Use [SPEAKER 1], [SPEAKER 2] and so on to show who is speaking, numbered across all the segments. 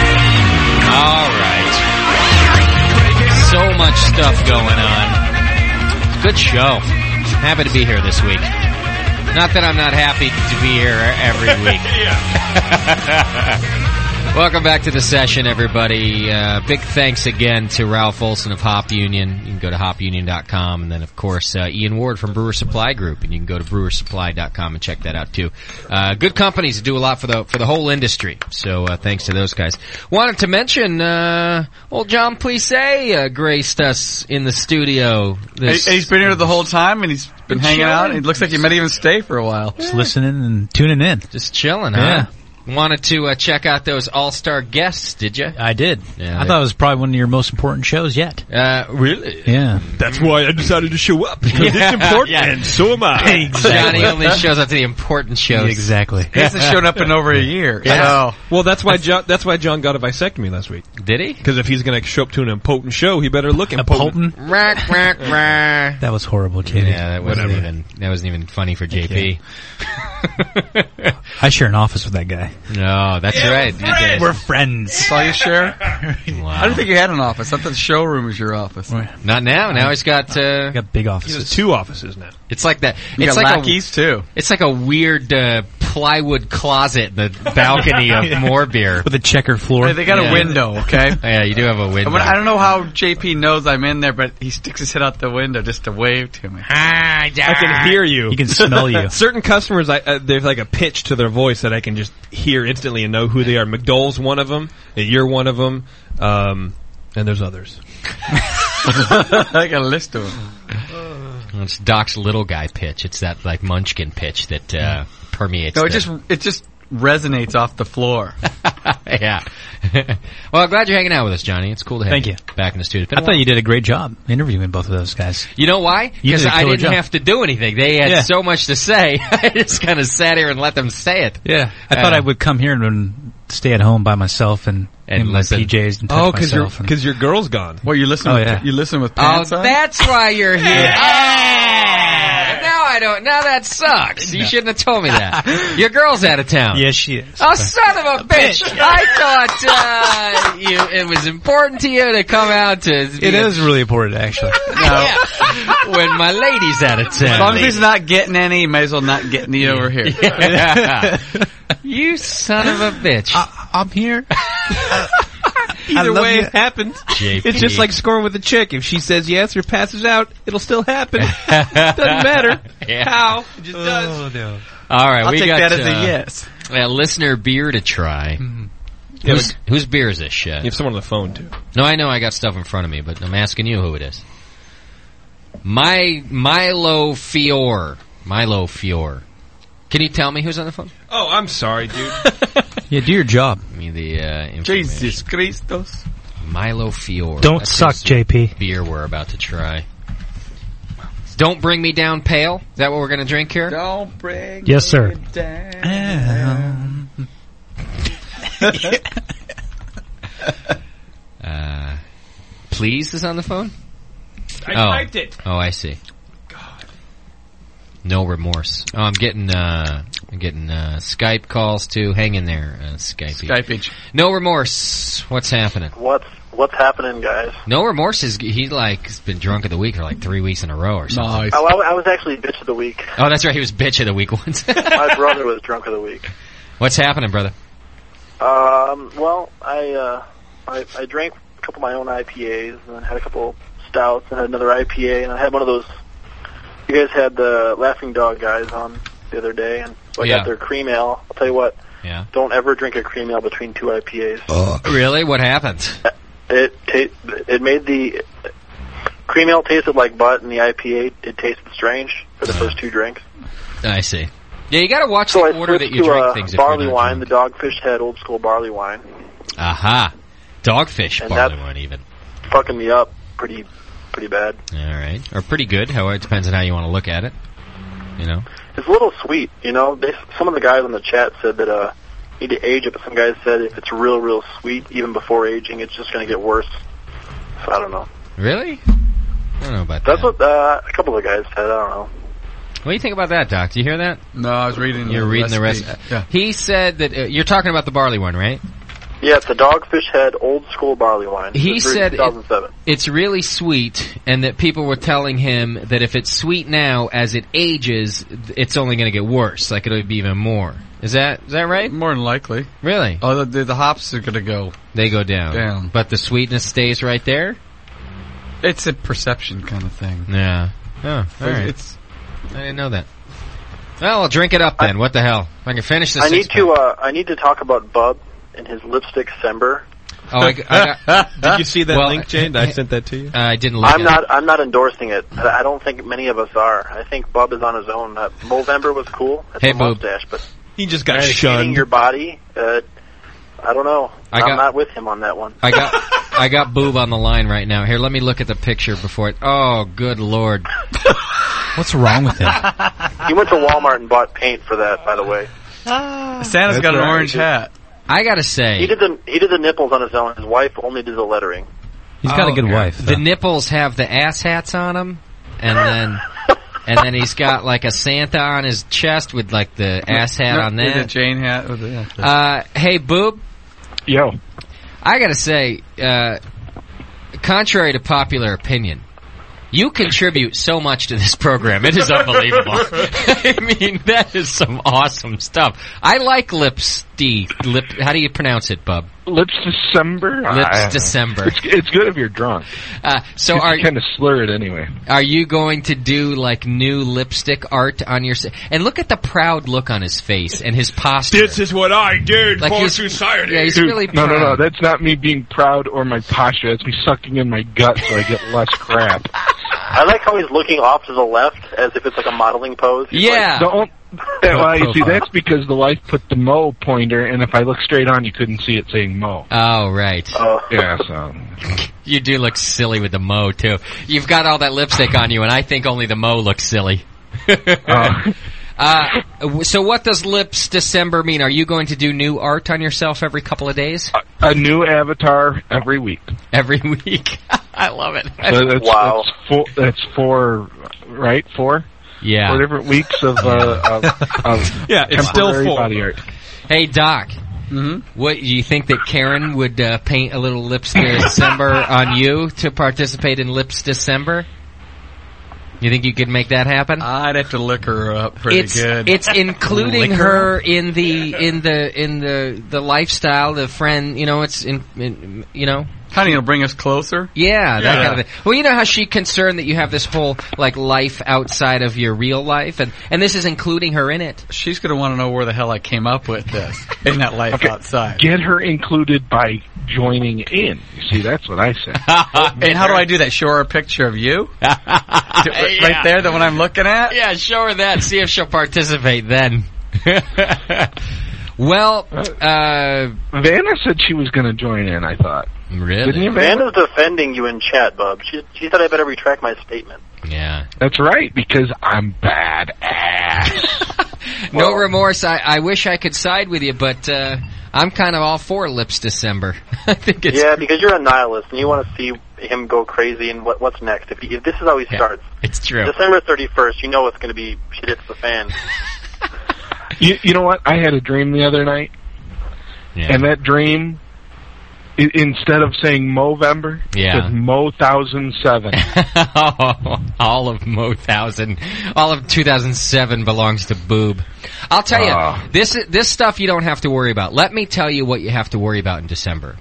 [SPEAKER 1] All right. So much stuff going on. Good show. Happy to be here this week. Not that I'm not happy to be here every week. Welcome back to the session, everybody. Uh, big thanks again to Ralph Olson of Hop Union. You can go to hopunion.com. And then, of course, uh, Ian Ward from Brewer Supply Group. And you can go to brewersupply.com and check that out, too. Uh, good companies that do a lot for the, for the whole industry. So, uh, thanks to those guys. Wanted to mention, uh, old John Plisse, uh, graced us in the studio this,
[SPEAKER 2] He- He's been here the whole time, and he's been hanging out. It looks like he might even stay for a while.
[SPEAKER 3] Just listening and tuning in.
[SPEAKER 1] Eh. just chilling, huh? Wanted to, uh, check out those all-star guests, did you?
[SPEAKER 3] I did.
[SPEAKER 1] Yeah,
[SPEAKER 3] I
[SPEAKER 1] they-
[SPEAKER 3] thought it was probably one of your most important shows yet.
[SPEAKER 1] Uh, really?
[SPEAKER 3] Yeah.
[SPEAKER 4] That's why I decided to show up, because
[SPEAKER 1] Yeah, important, yeah.
[SPEAKER 4] and so am I.
[SPEAKER 1] Johnny only shows up to the important shows.
[SPEAKER 3] Exactly.
[SPEAKER 2] He hasn't shown up in over a year.
[SPEAKER 1] Yeah.
[SPEAKER 2] So,
[SPEAKER 4] Well, that's why John, that's why John got a vasectomy last week.
[SPEAKER 1] Did he?
[SPEAKER 4] Because if he's going to show up to an impotent show, he better look impotent.
[SPEAKER 3] Polton.
[SPEAKER 1] Rack, rack, rack.
[SPEAKER 3] That was horrible, Katie.
[SPEAKER 1] Yeah, that wasn't
[SPEAKER 4] Whatever.
[SPEAKER 1] even that wasn't even funny for JP.
[SPEAKER 3] I share an office with that guy.
[SPEAKER 1] No, that's right. You did.
[SPEAKER 3] We're friends.
[SPEAKER 2] that's all you share. I
[SPEAKER 1] Wow.
[SPEAKER 2] don't think you had an office. I thought the showroom was your office.
[SPEAKER 3] Right.
[SPEAKER 1] Not now. Now he's got. Uh,
[SPEAKER 3] We got big offices.
[SPEAKER 4] There's two offices now.
[SPEAKER 1] it's like that.
[SPEAKER 2] You
[SPEAKER 1] It's
[SPEAKER 2] got
[SPEAKER 1] like a,
[SPEAKER 2] lackeys too.
[SPEAKER 1] It's like a weird uh, plywood closet in the balcony of Morebeer.
[SPEAKER 3] with a checker floor.
[SPEAKER 2] Hey, they got
[SPEAKER 1] Yeah.
[SPEAKER 2] a window. Okay.
[SPEAKER 1] Yeah, you do have a
[SPEAKER 2] I
[SPEAKER 1] window.
[SPEAKER 2] mean, I don't know how JP knows I'm in there, but he sticks his head out the window just to wave to me.
[SPEAKER 3] Ah,
[SPEAKER 4] I
[SPEAKER 1] Ah.
[SPEAKER 4] can hear you.
[SPEAKER 3] you can smell you.
[SPEAKER 4] Certain customers, I, uh, there's like a pitch to their voice that I can just hear instantly and know who they are. McDowell's one of them. You're one of them. Um, and there's others.
[SPEAKER 2] I got a list of them.
[SPEAKER 1] It's Doc's little guy pitch. It's that like Munchkin pitch that uh, permeates.
[SPEAKER 2] No, it
[SPEAKER 1] the-
[SPEAKER 2] just it just resonates off the floor.
[SPEAKER 1] yeah. well, I'm glad you're hanging out with us, Johnny. It's cool to have
[SPEAKER 3] Thank you.
[SPEAKER 1] back in the studio. It's been
[SPEAKER 3] I
[SPEAKER 1] a
[SPEAKER 3] thought you did a great job interviewing both of those guys.
[SPEAKER 1] You know why?
[SPEAKER 3] You
[SPEAKER 1] Because
[SPEAKER 3] did a
[SPEAKER 1] I
[SPEAKER 3] killer
[SPEAKER 1] didn't
[SPEAKER 3] job.
[SPEAKER 1] have to do anything. They had
[SPEAKER 3] Yeah.
[SPEAKER 1] so much to say. I just kind of sat here and let them say it. Uh,
[SPEAKER 3] Yeah. I
[SPEAKER 1] Yeah.
[SPEAKER 3] thought I would come here and- and stay at home by myself and,
[SPEAKER 1] And
[SPEAKER 3] in my
[SPEAKER 1] listen.
[SPEAKER 3] PJs and touch
[SPEAKER 4] Oh, because
[SPEAKER 3] myself. and-
[SPEAKER 4] your girl's gone.
[SPEAKER 2] Well, you listen.
[SPEAKER 3] Oh,
[SPEAKER 2] with-
[SPEAKER 3] yeah.
[SPEAKER 2] You listen with
[SPEAKER 1] Oh,
[SPEAKER 2] pants on.
[SPEAKER 1] that's why you're here. Oh, now I don't. Now that sucks. You shouldn't have told me that. Your girl's out of town.
[SPEAKER 3] yeah, she is.
[SPEAKER 1] Oh, son of a bitch! I thought uh, you, it was important to you to come out to.
[SPEAKER 3] It is really important, actually.
[SPEAKER 2] No.
[SPEAKER 1] when my lady's out of
[SPEAKER 2] As long
[SPEAKER 1] town.
[SPEAKER 2] as he's not getting any, he may as well not get any over here.
[SPEAKER 1] uh, you son of a bitch!
[SPEAKER 3] I, I'm here.
[SPEAKER 4] Either
[SPEAKER 3] love
[SPEAKER 4] way,
[SPEAKER 3] you.
[SPEAKER 4] it happens.
[SPEAKER 1] JP.
[SPEAKER 4] It's just like scoring with a chick. If she says yes or passes out, it'll still happen. Doesn't matter
[SPEAKER 1] Yeah.
[SPEAKER 4] how. It just does.
[SPEAKER 3] Oh, no.
[SPEAKER 1] All right,
[SPEAKER 2] I'll
[SPEAKER 1] we
[SPEAKER 2] take
[SPEAKER 1] got
[SPEAKER 2] that as a
[SPEAKER 1] uh,
[SPEAKER 2] yes.
[SPEAKER 1] Yeah, listener beer to try.
[SPEAKER 3] Mm-hmm.
[SPEAKER 4] Yeah,
[SPEAKER 1] Whose
[SPEAKER 4] but
[SPEAKER 1] whose beer is this shit?
[SPEAKER 4] you have someone on the phone too.
[SPEAKER 1] No, I know I got stuff in front of me, but I'm asking you who it is. My Milo Fior. Milo Fior. Can you tell me who's on the phone?
[SPEAKER 4] Oh, I'm sorry, dude.
[SPEAKER 3] Yeah, do your job.
[SPEAKER 1] Give me the uh, information.
[SPEAKER 2] Jesus Christos.
[SPEAKER 1] Milo Fior.
[SPEAKER 3] Don't
[SPEAKER 1] That
[SPEAKER 3] suck,
[SPEAKER 1] seems to be
[SPEAKER 3] JP.
[SPEAKER 1] the Beer we're about to try. Don't bring me down pale. Is that what we're gonna drink here?
[SPEAKER 2] Don't bring
[SPEAKER 3] Yes, sir.
[SPEAKER 2] me down.
[SPEAKER 1] Uh, please is on the phone.
[SPEAKER 4] I
[SPEAKER 1] Oh.
[SPEAKER 4] typed it.
[SPEAKER 1] Oh, I see. God. No remorse. Oh, I'm getting uh, I'm getting uh, Skype calls too. Hang in there, uh, Skype.
[SPEAKER 2] Skypeage.
[SPEAKER 1] No remorse. What's happening?
[SPEAKER 5] What's
[SPEAKER 6] what's happening, guys?
[SPEAKER 1] No remorse is he like has been drunk of the week for like three weeks in a row or something.
[SPEAKER 6] Oh, I, I was actually bitch of the week.
[SPEAKER 1] Oh, that's right. He was bitch of the week once.
[SPEAKER 6] My brother was drunk of the week.
[SPEAKER 1] What's happening, brother?
[SPEAKER 6] Um, well, I, uh, I I drank a couple of my own IPAs and then had a couple stouts and had another IPA and I had one of those. You guys had the Laughing Dog guys on the other day and I
[SPEAKER 1] Oh, Yeah.
[SPEAKER 6] got their cream ale. I'll tell you what,
[SPEAKER 1] Yeah. Oh.
[SPEAKER 6] don't ever drink a cream ale between two IPAs.
[SPEAKER 1] Really? What happened?
[SPEAKER 6] It ta- it made the cream ale tasted like butt and the IPA it tasted strange for the first two drinks.
[SPEAKER 1] I see. Yeah, you got to watch
[SPEAKER 6] So I
[SPEAKER 1] the order
[SPEAKER 6] switched
[SPEAKER 1] that you
[SPEAKER 6] to
[SPEAKER 1] drink
[SPEAKER 6] uh,
[SPEAKER 1] things. if
[SPEAKER 6] barley
[SPEAKER 1] you're not
[SPEAKER 6] wine, the
[SPEAKER 1] drunk.
[SPEAKER 6] Dogfish Head old school barley wine.
[SPEAKER 1] Aha. Dogfish
[SPEAKER 6] And
[SPEAKER 1] barley
[SPEAKER 6] that's-
[SPEAKER 1] wine, even.
[SPEAKER 6] Fucking me up pretty pretty bad.
[SPEAKER 1] All right, or pretty good. How it depends on how you want to look at it. You know.
[SPEAKER 6] It's a little sweet, you know. They, some of the guys on the chat said that uh need to age it, but some guys said if it's real, real sweet, even before aging, it's just going to get worse. So I don't know.
[SPEAKER 1] Really? I don't know about
[SPEAKER 6] That's
[SPEAKER 1] that.
[SPEAKER 6] what uh, a couple of guys said. I don't know.
[SPEAKER 1] what do you think about that, Doc? Do you hear that?
[SPEAKER 2] No, I was reading.
[SPEAKER 1] You're
[SPEAKER 2] the
[SPEAKER 1] reading the rest.
[SPEAKER 2] recipe. Yeah.
[SPEAKER 1] He said that uh, you're talking about the barley one, right?
[SPEAKER 6] Yeah, it's the Dogfish Head old school barley wine.
[SPEAKER 1] He
[SPEAKER 6] It was brewed in
[SPEAKER 1] said it-
[SPEAKER 6] 2007.
[SPEAKER 1] It's really sweet, and that people were telling him that if it's sweet now, as it ages, th- it's only going to get worse. Like it'll be even more. Is that is that right?
[SPEAKER 2] More than likely.
[SPEAKER 1] Really?
[SPEAKER 2] Oh, the, the hops are gonna go.
[SPEAKER 1] They go down.
[SPEAKER 2] Down.
[SPEAKER 1] But the sweetness stays right there.
[SPEAKER 2] It's a perception kind of thing.
[SPEAKER 1] Yeah. Oh, all right.
[SPEAKER 2] It's
[SPEAKER 1] I didn't know that. Well, I'll drink it up then. what the hell? If I can finish this.
[SPEAKER 6] I need to uh, I need to talk about Bub and his lipstick Sember.
[SPEAKER 1] Oh, I, g- I got-
[SPEAKER 7] Did you see that
[SPEAKER 1] Well,
[SPEAKER 7] link, Jane? I sent that to you.
[SPEAKER 1] I didn't look.
[SPEAKER 6] I'm
[SPEAKER 1] at
[SPEAKER 6] not I'm not endorsing it. I I don't think many of us are. I think Bub is on his own. Uh, Movember was cool. That's
[SPEAKER 1] Hey,
[SPEAKER 6] a
[SPEAKER 1] Bub.
[SPEAKER 6] mustache, but
[SPEAKER 7] He just got
[SPEAKER 6] eating
[SPEAKER 7] shunned.
[SPEAKER 6] your body. Uh, I don't know.
[SPEAKER 1] I got-
[SPEAKER 6] I'm not with him on that one.
[SPEAKER 1] It. I got. I got boob on the line right now. Here, let me look at the picture before it. Oh, good lord!
[SPEAKER 3] What's wrong with him?
[SPEAKER 6] He went to Walmart and bought paint for that, by the way.
[SPEAKER 3] Um.
[SPEAKER 2] Santa's got an
[SPEAKER 6] right.
[SPEAKER 2] orange hat.
[SPEAKER 1] I gotta
[SPEAKER 6] He
[SPEAKER 1] say,
[SPEAKER 6] did the he did the nipples on his own. His wife only did the lettering.
[SPEAKER 3] He's got
[SPEAKER 1] oh,
[SPEAKER 3] a good wife.
[SPEAKER 1] The
[SPEAKER 3] though.
[SPEAKER 1] nipples have the ass hats on them, and then and then he's got like a Santa on his chest with like the ass hat
[SPEAKER 2] No,
[SPEAKER 1] on
[SPEAKER 2] with a
[SPEAKER 1] that.
[SPEAKER 2] Jane hat. With a, yeah.
[SPEAKER 1] Uh, hey, boob.
[SPEAKER 8] Yo,
[SPEAKER 1] I gotta say, uh, contrary to popular opinion, you contribute so much to this program. It is unbelievable. I mean, that is some awesome stuff. I like lips. D lip. How do you pronounce it, Bub?
[SPEAKER 8] lips December.
[SPEAKER 1] Lips
[SPEAKER 8] I-
[SPEAKER 1] December.
[SPEAKER 8] It's, it's good if you're drunk.
[SPEAKER 1] Uh, so
[SPEAKER 8] You
[SPEAKER 1] are
[SPEAKER 8] kind of slur it anyway.
[SPEAKER 1] are you going to do like new lipstick art on your? s- And look at the proud look on his face and his posture.
[SPEAKER 7] is what I did
[SPEAKER 1] Like he's- yeah, he's
[SPEAKER 8] Dude,
[SPEAKER 1] really
[SPEAKER 8] no,
[SPEAKER 1] proud.
[SPEAKER 8] no, no. That's not me being proud or my posture. That's me sucking in my gut so I get less crap.
[SPEAKER 6] I like how he's looking off to the left as if it's like a modeling pose. He's like,
[SPEAKER 1] yeah.
[SPEAKER 8] The on- yeah, well, you see, that's because the wife put the Mo pointer, and if I look straight on, you couldn't see it saying Mo.
[SPEAKER 1] Oh right.
[SPEAKER 6] oh.
[SPEAKER 8] Yeah, so
[SPEAKER 1] You do look silly with the mo too. You've got all that lipstick on you, and I think only the mo looks silly.
[SPEAKER 8] uh,
[SPEAKER 1] Uh, w- so what does lips December mean? Are you going to do new art on yourself every couple of days,
[SPEAKER 8] a new avatar every week.
[SPEAKER 1] every week? I love it.
[SPEAKER 8] So that's,
[SPEAKER 6] Wow.
[SPEAKER 8] That's four, that's four, right? Four, four
[SPEAKER 1] Yeah.
[SPEAKER 8] different weeks of uh, of, of
[SPEAKER 7] Yeah, it's still
[SPEAKER 8] temporary
[SPEAKER 7] full.
[SPEAKER 8] body art.
[SPEAKER 1] Hey Doc,
[SPEAKER 2] Mm-hmm.
[SPEAKER 1] what do you think that Karen would uh, paint a little lips December on you to participate in lips December? You think you could make that happen?
[SPEAKER 2] I'd have to lick her up pretty
[SPEAKER 1] it's,
[SPEAKER 2] good.
[SPEAKER 1] It's including
[SPEAKER 2] Liquor?
[SPEAKER 1] her in the in the in the the lifestyle, the friend. You know, it's in, in you know.
[SPEAKER 2] Honey, it'll bring us closer.
[SPEAKER 1] Yeah, that
[SPEAKER 2] Yeah.
[SPEAKER 1] kind of thing. Well, you know how she concerned that you have this whole like life outside of your real life, and and this is including her in it.
[SPEAKER 2] She's gonna want to know where the hell I came up with this in that life outside.
[SPEAKER 8] Get her included by joining in. You see, that's what I said.
[SPEAKER 1] Oh,
[SPEAKER 2] and how do I do that? Show her a picture of you right
[SPEAKER 1] Yeah.
[SPEAKER 2] there, the one I'm looking at.
[SPEAKER 1] Yeah, show her that. See if she'll participate then. well, uh,
[SPEAKER 8] Vanna said she was going to join in. I thought, didn't
[SPEAKER 1] really?
[SPEAKER 8] you, Vanna?
[SPEAKER 6] Vanda's defending you in chat, Bub. She she said I better retract my statement.
[SPEAKER 1] Yeah.
[SPEAKER 8] That's right, because I'm bad
[SPEAKER 1] Ah.
[SPEAKER 8] ass.
[SPEAKER 1] no remorse. I, I wish I could side with you, but uh, I'm kind of all for lips December. I think it's
[SPEAKER 6] yeah, because you're a nihilist and you want to see him go crazy and what what's next. If, he, if this is how he starts,
[SPEAKER 1] it's true.
[SPEAKER 6] December 31st, you know it's going to be shit hits the fan.
[SPEAKER 8] you, you know what? I had a dream the other night,
[SPEAKER 1] Yeah.
[SPEAKER 8] and that dream I- instead of saying Movember,
[SPEAKER 1] Yeah.
[SPEAKER 8] it's Mo thousand seven.
[SPEAKER 1] all of Mo thousand, all of 2007 belongs to Boob. I'll tell you,
[SPEAKER 8] Ah.
[SPEAKER 1] this this stuff you don't have to worry about. Let me tell you what you have to worry about in December.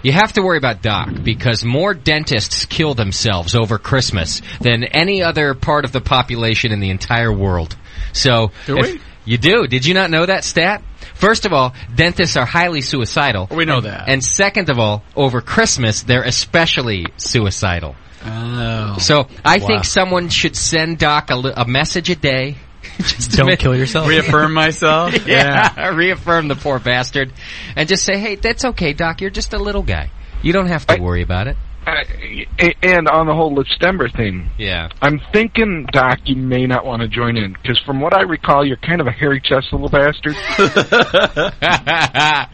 [SPEAKER 1] You have to worry about Doc because more dentists kill themselves over Christmas than any other part of the population in the entire world. So,
[SPEAKER 2] Do
[SPEAKER 1] if-
[SPEAKER 2] we?
[SPEAKER 1] you do. Did you not know that stat? First of all, dentists are highly suicidal.
[SPEAKER 2] We know
[SPEAKER 1] And-
[SPEAKER 2] that.
[SPEAKER 1] And second of all, over Christmas, they're especially suicidal. Uh,
[SPEAKER 2] Oh.
[SPEAKER 1] So I
[SPEAKER 3] Wow.
[SPEAKER 1] think someone should send Doc a, li- a message a day. Just to
[SPEAKER 3] Don't
[SPEAKER 1] make-
[SPEAKER 3] kill yourself.
[SPEAKER 2] Reaffirm myself?
[SPEAKER 1] Yeah, reaffirm the poor bastard, and just say, "Hey, that's okay, Doc. You're just a little guy. You don't have to
[SPEAKER 8] I-
[SPEAKER 1] worry about it."
[SPEAKER 8] and Uh, um, on the whole December thing,
[SPEAKER 1] Yeah.
[SPEAKER 8] I'm thinking, Doc, you may not want to join in because from what I recall, you're kind of a hairy chest little bastard.
[SPEAKER 1] yeah.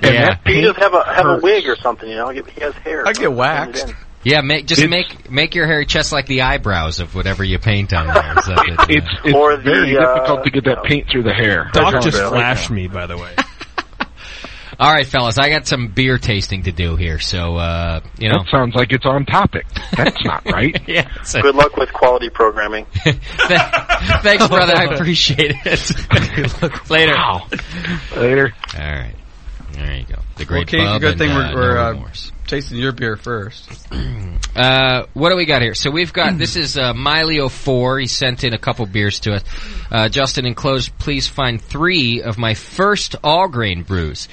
[SPEAKER 8] that
[SPEAKER 5] You
[SPEAKER 8] paint
[SPEAKER 5] just have a have
[SPEAKER 8] hurts.
[SPEAKER 5] a wig or something, you know. He he has hair.
[SPEAKER 2] I get waxed.
[SPEAKER 1] Yeah. Make just
[SPEAKER 8] It's-
[SPEAKER 1] make make your hairy chest like the eyebrows of whatever you paint on there. So that,
[SPEAKER 8] It's,
[SPEAKER 1] uh,
[SPEAKER 8] it's
[SPEAKER 5] Or the,
[SPEAKER 8] very
[SPEAKER 5] uh,
[SPEAKER 8] difficult to get that paint through the hair.
[SPEAKER 4] Doc just
[SPEAKER 8] That's how it is.
[SPEAKER 4] flashed me, by the way.
[SPEAKER 1] all right, fellas. I got some beer tasting to do here, so uh, you know.
[SPEAKER 8] That sounds like it's on topic. That's not right.
[SPEAKER 1] Yeah. so-
[SPEAKER 5] Good luck with quality programming.
[SPEAKER 1] Thanks, brother. I appreciate it. Later.
[SPEAKER 8] Wow. Later.
[SPEAKER 1] All right. There you go. The great
[SPEAKER 2] Okay,
[SPEAKER 1] pub.
[SPEAKER 2] good
[SPEAKER 1] and,
[SPEAKER 2] thing
[SPEAKER 1] uh,
[SPEAKER 2] we're-
[SPEAKER 1] No
[SPEAKER 2] we're, uh,
[SPEAKER 1] Remorse.
[SPEAKER 2] Tasting your beer first.
[SPEAKER 1] Uh, what do we got here? So we've got this is uh, Miley 04. He sent in a couple beers to us. Uh, Justin enclosed. Please find three of my first all grain brews.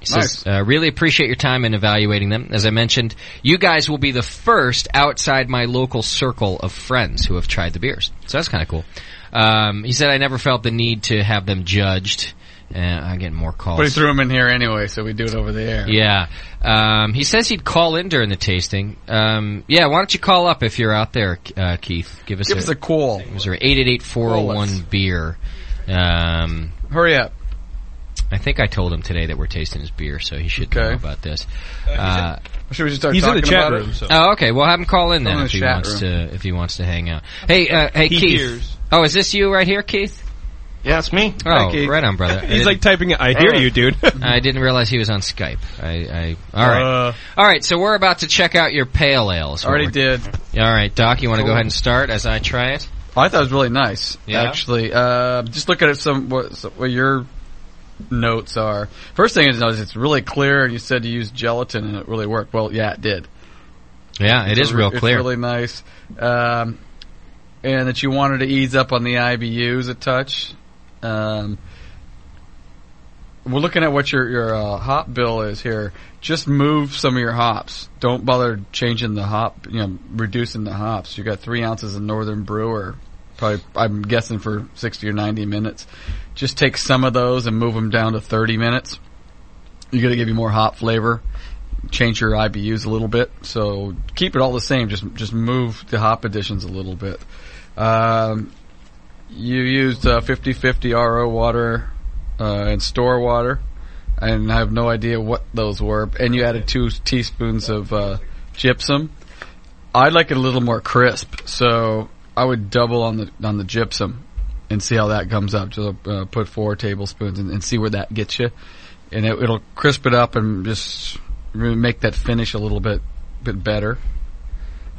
[SPEAKER 1] He says, uh, really appreciate your time in evaluating them. As I mentioned, you guys will be the first outside my local circle of friends who have tried the beers. So that's kind of cool. Um, he said, I never felt the need to have them judged. Uh, I'm getting more calls.
[SPEAKER 2] But he threw them in here anyway, so we do it over the air.
[SPEAKER 1] Yeah. Um, he says he'd call in during the tasting. Um, yeah, why don't you call up if you're out there, uh, Keith? Give us
[SPEAKER 2] Give us a call.
[SPEAKER 1] was there 888-401 beer. Um,
[SPEAKER 2] Hurry up.
[SPEAKER 1] I think I told him today that we're tasting his beer, so he should know
[SPEAKER 2] Okay.
[SPEAKER 1] about this. Uh,
[SPEAKER 2] Or should we just start
[SPEAKER 4] He's in
[SPEAKER 2] talking
[SPEAKER 4] the chat
[SPEAKER 2] about
[SPEAKER 4] room,
[SPEAKER 2] it?
[SPEAKER 4] so.
[SPEAKER 1] oh, okay. Well, have him call in then
[SPEAKER 2] I'm in
[SPEAKER 1] if
[SPEAKER 2] the
[SPEAKER 1] he
[SPEAKER 2] chat
[SPEAKER 1] wants
[SPEAKER 2] room.
[SPEAKER 1] to if he wants to hang out. Hey, uh, hey,
[SPEAKER 4] He
[SPEAKER 1] Keith.
[SPEAKER 4] hears.
[SPEAKER 1] Oh, is this you right here, Keith?
[SPEAKER 7] Yeah, it's me.
[SPEAKER 1] Oh,
[SPEAKER 2] Hi, Keith.
[SPEAKER 1] right on, brother. I
[SPEAKER 4] He's
[SPEAKER 1] didn't-
[SPEAKER 4] like typing, I hear you, dude.
[SPEAKER 1] I didn't realize he was on Skype. I, I all right,
[SPEAKER 2] Uh,
[SPEAKER 1] all right. So we're about to check out your pale ales.
[SPEAKER 2] already did.
[SPEAKER 1] All right, Doc, you want to go
[SPEAKER 2] Cool.
[SPEAKER 1] ahead and start as I try it?
[SPEAKER 2] I thought it was really nice,
[SPEAKER 1] Yeah?
[SPEAKER 2] actually. Uh, just look at some what, so- what your notes are. First thing is, notice it's really clear, and you said you used gelatin, and it really worked. Well, yeah, it did.
[SPEAKER 1] Yeah, it is real
[SPEAKER 2] it's
[SPEAKER 1] clear.
[SPEAKER 2] really nice, um, and that you wanted to ease up on the IBUs a touch. Um, we're looking at what your your uh, hop bill is here. Just move some of your hops. Don't bother changing the hop. You know, reducing the hops. You got three ounces of Northern Brewer. Probably, I'm guessing for sixty or ninety minutes. Just take some of those and move them down to thirty minutes. You're gonna give you more hop flavor change your IBUs a little bit. So keep it all the same. Just just move the hop additions a little bit. Um, you used uh, 50-50 RO water uh, and store water, and I have no idea what those were. And you added two teaspoons of uh, gypsum. I like it a little more crisp, so I would double on the on the gypsum and see how that comes up. Just uh, put four tablespoons and, and see where that gets you, and it, it'll crisp it up and just really make that finish a little bit bit better.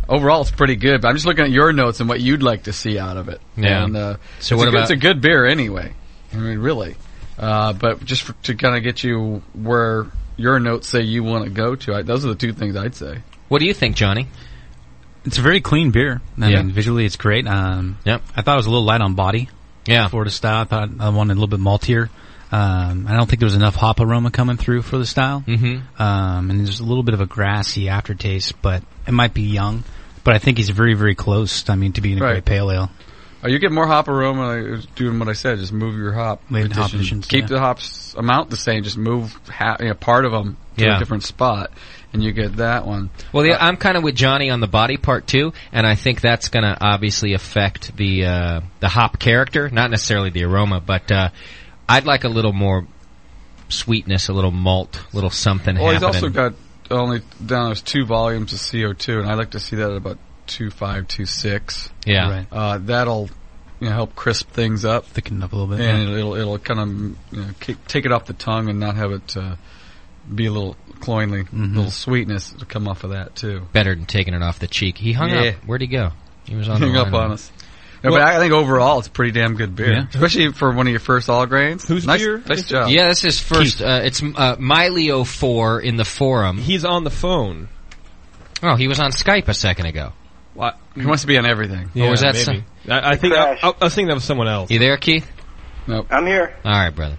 [SPEAKER 2] Overall, it's pretty good. But I'm just looking at your notes and what you'd like to see out of it.
[SPEAKER 1] Yeah.
[SPEAKER 2] And, uh,
[SPEAKER 1] So what
[SPEAKER 2] it's a good-
[SPEAKER 1] about-
[SPEAKER 2] it's a good beer anyway? I mean, really. Uh, but just for, to kind of get you where your notes say you want to go to, I, those are the two things I'd say.
[SPEAKER 1] what do you think, Johnny?
[SPEAKER 3] It's a very clean beer. I
[SPEAKER 1] Yeah.
[SPEAKER 3] mean, visually it's great. Um,
[SPEAKER 1] Yep.
[SPEAKER 3] I thought it was a little light on body.
[SPEAKER 1] Yeah.
[SPEAKER 3] Florida style. I thought I wanted a little bit maltier. Um, I don't think there was enough hop aroma coming through for the style.
[SPEAKER 1] Mm-hmm.
[SPEAKER 3] Um, and there's a little bit of a grassy aftertaste, but it might be young. But I think he's very, very close. I mean, to being a
[SPEAKER 2] Right.
[SPEAKER 3] great pale ale.
[SPEAKER 2] Oh, you get more hop aroma I was doing what I said. Just move your hop.
[SPEAKER 3] Leave the hop additions,
[SPEAKER 2] Keep
[SPEAKER 3] yeah.
[SPEAKER 2] the hops amount the same. Just move ha- you know, part of them to
[SPEAKER 1] Yeah.
[SPEAKER 2] a different spot, and you get that one.
[SPEAKER 1] Well, yeah, I'm kind of with Johnny on the body part too, and I think that's going to obviously affect the uh, the hop character, not necessarily the aroma, but uh, I'd like a little more sweetness, a little malt, a little something.
[SPEAKER 2] Well, Oh, he's
[SPEAKER 1] happening.
[SPEAKER 2] also got only down there's two volumes of CO2, and I like to see that at about two five two six.
[SPEAKER 1] yeah.
[SPEAKER 3] Right.
[SPEAKER 2] Uh, that'll you know, help crisp things up.
[SPEAKER 3] Thicken it up a little bit.
[SPEAKER 2] and it'll it'll kind of you know, ki- take it off the tongue and not have it uh, be a little cloyingly,
[SPEAKER 3] Mm-hmm.
[SPEAKER 2] little sweetness to come off of that too.
[SPEAKER 1] Better than taking it off the cheek. He hung
[SPEAKER 2] Yeah.
[SPEAKER 1] up. Where'd he go? He was on
[SPEAKER 2] Hang
[SPEAKER 1] the
[SPEAKER 2] up
[SPEAKER 1] line.
[SPEAKER 2] on us. No, but I I think overall it's pretty damn good beer,
[SPEAKER 3] Yeah.
[SPEAKER 2] especially for one of your first all grains.
[SPEAKER 7] Whose
[SPEAKER 2] nice,
[SPEAKER 7] beer
[SPEAKER 2] Nice
[SPEAKER 7] is it?
[SPEAKER 2] job.
[SPEAKER 1] Yeah, this is first. Uh, it's uh, Miley04 in the forum.
[SPEAKER 7] He's on the phone.
[SPEAKER 1] Oh, he was on Skype a second ago.
[SPEAKER 7] What?
[SPEAKER 2] He wants to be on everything.
[SPEAKER 1] Or was that
[SPEAKER 7] maybe.
[SPEAKER 1] some-
[SPEAKER 7] I, I think I,
[SPEAKER 5] crashed.
[SPEAKER 7] I was thinking that was someone else.
[SPEAKER 1] You there, Keith?
[SPEAKER 5] I'm here.
[SPEAKER 1] All right, brother.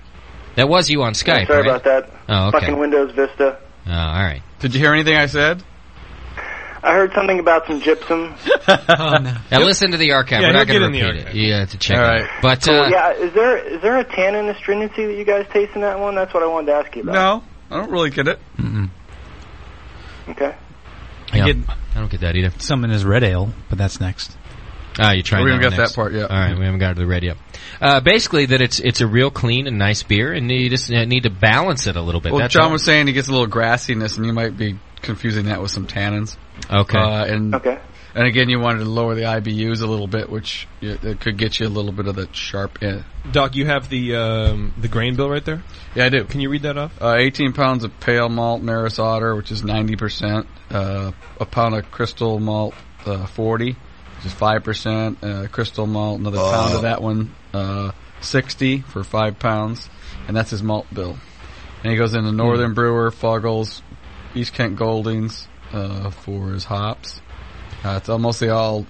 [SPEAKER 1] That was you on Skype,
[SPEAKER 5] Sorry
[SPEAKER 1] right?
[SPEAKER 5] about that.
[SPEAKER 1] Oh, okay.
[SPEAKER 5] Fucking Windows Vista.
[SPEAKER 1] Oh, all right.
[SPEAKER 2] Did you hear anything I said?
[SPEAKER 5] I heard something about some gypsum.
[SPEAKER 1] Now listen to the archive.
[SPEAKER 7] Yeah,
[SPEAKER 1] We're not
[SPEAKER 7] he'll
[SPEAKER 1] going to
[SPEAKER 7] get in the
[SPEAKER 1] repeat it.
[SPEAKER 7] archive.
[SPEAKER 1] You have to check
[SPEAKER 2] All
[SPEAKER 1] it out.
[SPEAKER 2] right.
[SPEAKER 1] But uh,
[SPEAKER 5] yeah, is there is there a tannin astringency that you guys taste in that one? That's what I wanted to ask you about.
[SPEAKER 2] No, I don't really get it.
[SPEAKER 5] Okay.
[SPEAKER 1] yeah,
[SPEAKER 3] get-
[SPEAKER 1] I don't get that either.
[SPEAKER 3] Some in his red ale, but that's next.
[SPEAKER 1] Ah, you trying
[SPEAKER 2] We
[SPEAKER 1] that
[SPEAKER 2] haven't
[SPEAKER 1] one
[SPEAKER 2] got
[SPEAKER 1] next.
[SPEAKER 2] that part yet.
[SPEAKER 1] All right, we haven't got to the red yet. Uh, basically, that it's it's a real clean and nice beer, and you just uh, need to balance it a little bit.
[SPEAKER 2] Well,
[SPEAKER 1] That's
[SPEAKER 2] John
[SPEAKER 1] all.
[SPEAKER 2] was saying he gets a little grassiness, and you might be confusing that with some tannins.
[SPEAKER 1] okay.
[SPEAKER 2] Uh, and
[SPEAKER 5] Okay.
[SPEAKER 2] and again, you wanted to lower the IBUs a little bit, which you, it could get you a little bit of the sharp. uh, Yeah,
[SPEAKER 7] Doc, you have the um, the grain bill right there.
[SPEAKER 2] yeah I do.
[SPEAKER 7] Can you read that off?
[SPEAKER 2] Uh, 18 pounds of pale malt Maris Otter, which is 90%. Uh, a pound of crystal malt, uh, 40, which is 5%. Uh, crystal malt, another pound of that one, uh, 60 for 5 pounds. And that's his malt bill. And he goes into
[SPEAKER 7] Hmm.
[SPEAKER 2] Northern Brewer, Fuggles, East Kent Goldings uh, for his hops. Uh, it's mostly all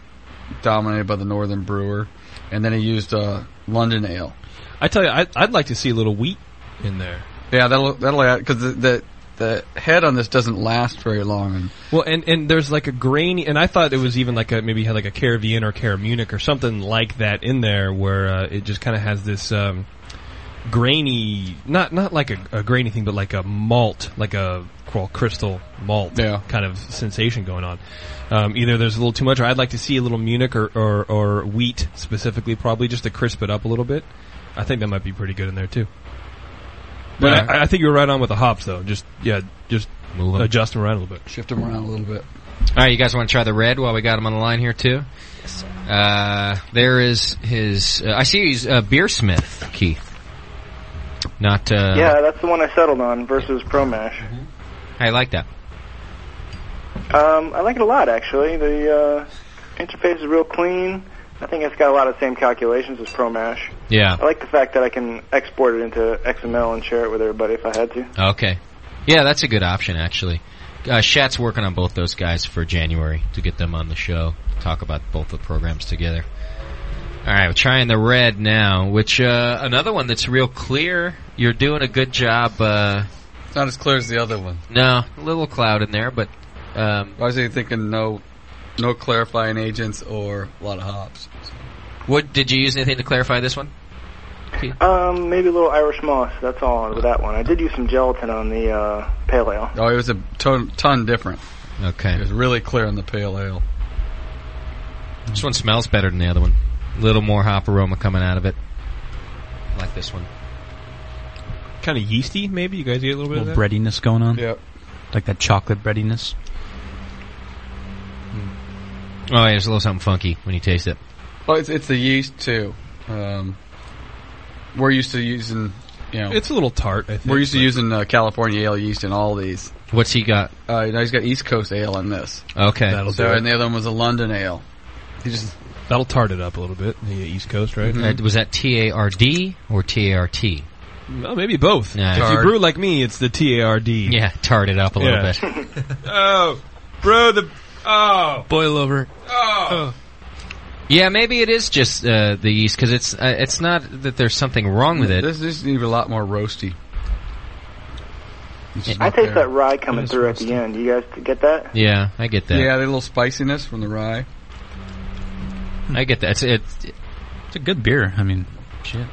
[SPEAKER 2] dominated by the Northern Brewer. And then he used uh, London Ale.
[SPEAKER 7] I tell you, I, I'd like to see a little wheat in there.
[SPEAKER 2] Yeah, that'll that'll add because the, the the head on this doesn't last very long. And
[SPEAKER 7] Well, and and there's like a grainy, and I thought it was even like a maybe had like a Care Vienna or Care Munich or something like that in there, where uh, it just kind of has this um, grainy, not not like a, a grainy thing, but like a malt, like a well, crystal malt
[SPEAKER 2] Yeah.
[SPEAKER 7] kind of sensation going on. Um, either there's a little too much, or I'd like to see a little Munich or, or or wheat specifically, probably just to crisp it up a little bit. I think that might be pretty good in there too. But
[SPEAKER 2] Yeah.
[SPEAKER 7] I, I think you're right on with the hops, though. Just yeah, just
[SPEAKER 1] Move 'em.
[SPEAKER 7] adjust them around a little bit.
[SPEAKER 2] shift them around a little bit.
[SPEAKER 1] All right, you guys want to try the red while we got him on the line here too? Uh, there is his. Uh, I see he's uh, beersmith Keith. Not. Uh,
[SPEAKER 5] yeah, that's the one I settled on versus Pro Mash.
[SPEAKER 1] I like that.
[SPEAKER 5] Um, I like it a lot actually. The uh, interface is real clean. I think it's got a lot of the same calculations as Pro Mash.
[SPEAKER 1] Yeah.
[SPEAKER 5] I like the fact that I can export it into XML and share it with everybody if I had to.
[SPEAKER 1] Okay. Yeah, that's a good option actually. Uh, Shat's working on both those guys for January to get them on the show. Talk about both the programs together. All right, we're trying the red now, which uh, another one that's real clear. You're doing a good job. Uh,
[SPEAKER 2] It's not as clear as the other one.
[SPEAKER 1] no, a little cloud in there, but um,
[SPEAKER 2] I was even thinking no, no clarifying agents or a lot of hops.
[SPEAKER 1] what did you use anything to clarify this one?
[SPEAKER 5] Um, maybe a little Irish moss. That's all with that one. I did use some gelatin on the uh, pale ale.
[SPEAKER 2] Oh, it was a ton, ton different. It
[SPEAKER 1] Okay,
[SPEAKER 2] was really clear on the pale ale.
[SPEAKER 1] this one smells better than the other one. A little more hop aroma coming out of it. Like this one.
[SPEAKER 7] kind of yeasty, maybe. You guys get a little
[SPEAKER 3] A
[SPEAKER 7] bit
[SPEAKER 3] little
[SPEAKER 7] of that?
[SPEAKER 3] breadiness going on,
[SPEAKER 2] Yep.
[SPEAKER 3] like that chocolate breadiness.
[SPEAKER 1] Oh, yeah, there's a little something funky when you taste it.
[SPEAKER 2] Oh, it's it's the yeast too. Um, we're used to using you know
[SPEAKER 7] It's a little tart. I think.
[SPEAKER 2] we're used to
[SPEAKER 7] but-
[SPEAKER 2] using uh, California ale yeast in all these.
[SPEAKER 1] What's he got?
[SPEAKER 2] Uh, now he's got East Coast ale in this.
[SPEAKER 1] Okay.
[SPEAKER 7] that'll do
[SPEAKER 2] So
[SPEAKER 7] it.
[SPEAKER 2] and the other one was a London ale. He just
[SPEAKER 7] That'll tart it up a little bit. The East Coast, right?
[SPEAKER 1] Uh, was that T A R D or T A R T?
[SPEAKER 7] Well, maybe both.
[SPEAKER 1] Yeah.
[SPEAKER 7] If you
[SPEAKER 2] Tart.
[SPEAKER 7] brew like me, it's the T A R D.
[SPEAKER 1] Yeah, tarred it up a little
[SPEAKER 7] Yeah.
[SPEAKER 1] bit.
[SPEAKER 7] Oh, bro, the oh,
[SPEAKER 3] Boil over.
[SPEAKER 1] Oh. Yeah, maybe it is just uh, the yeast because it's uh, it's not that there's something wrong with it.
[SPEAKER 2] This, this is even a lot more roasty. It's just
[SPEAKER 5] I
[SPEAKER 2] not
[SPEAKER 5] taste
[SPEAKER 2] there.
[SPEAKER 5] that rye coming through at the end. You guys get that?
[SPEAKER 1] Yeah, I get that.
[SPEAKER 2] Yeah, the little spiciness from the rye.
[SPEAKER 1] I get that. It's, it's
[SPEAKER 3] It's a good beer. I mean, shit.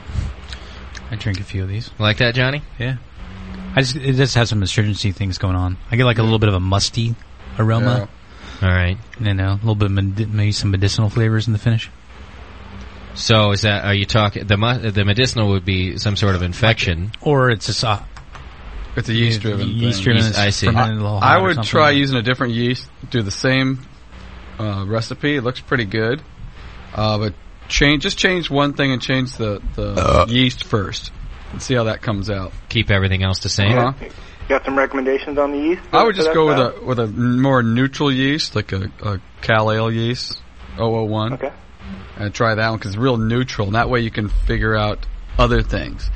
[SPEAKER 3] I drink a few of these.
[SPEAKER 1] like that, Johnny.
[SPEAKER 3] Yeah. I just it just has some astringency things going on. I get like a little bit of a musty aroma,
[SPEAKER 1] All right.
[SPEAKER 3] you know, a little bit of medi- maybe some medicinal flavors in the finish.
[SPEAKER 1] So is that are you talking the mu- the medicinal would be some sort of infection?
[SPEAKER 3] Or it's just uh,
[SPEAKER 2] Yeah. it's a yeast-driven.
[SPEAKER 3] yeast-driven,
[SPEAKER 1] Yeast-
[SPEAKER 3] it's
[SPEAKER 1] I see.
[SPEAKER 3] fermented a little
[SPEAKER 2] I
[SPEAKER 3] hot or
[SPEAKER 2] would
[SPEAKER 3] something.
[SPEAKER 2] try using a different yeast. Do the same uh, recipe. It looks pretty good, uh, but change just change one thing and change the the yeast first and see how that comes out.
[SPEAKER 1] Keep everything else the same.
[SPEAKER 2] Uh-huh.
[SPEAKER 5] Got some recommendations on the yeast?
[SPEAKER 2] I would
[SPEAKER 5] for
[SPEAKER 2] just
[SPEAKER 5] that
[SPEAKER 2] go with
[SPEAKER 5] style?
[SPEAKER 2] a with a more neutral yeast, like a, a Cal Ale yeast, 001,
[SPEAKER 5] Okay.
[SPEAKER 2] and try that one because it's real neutral. And that way you can figure out other things.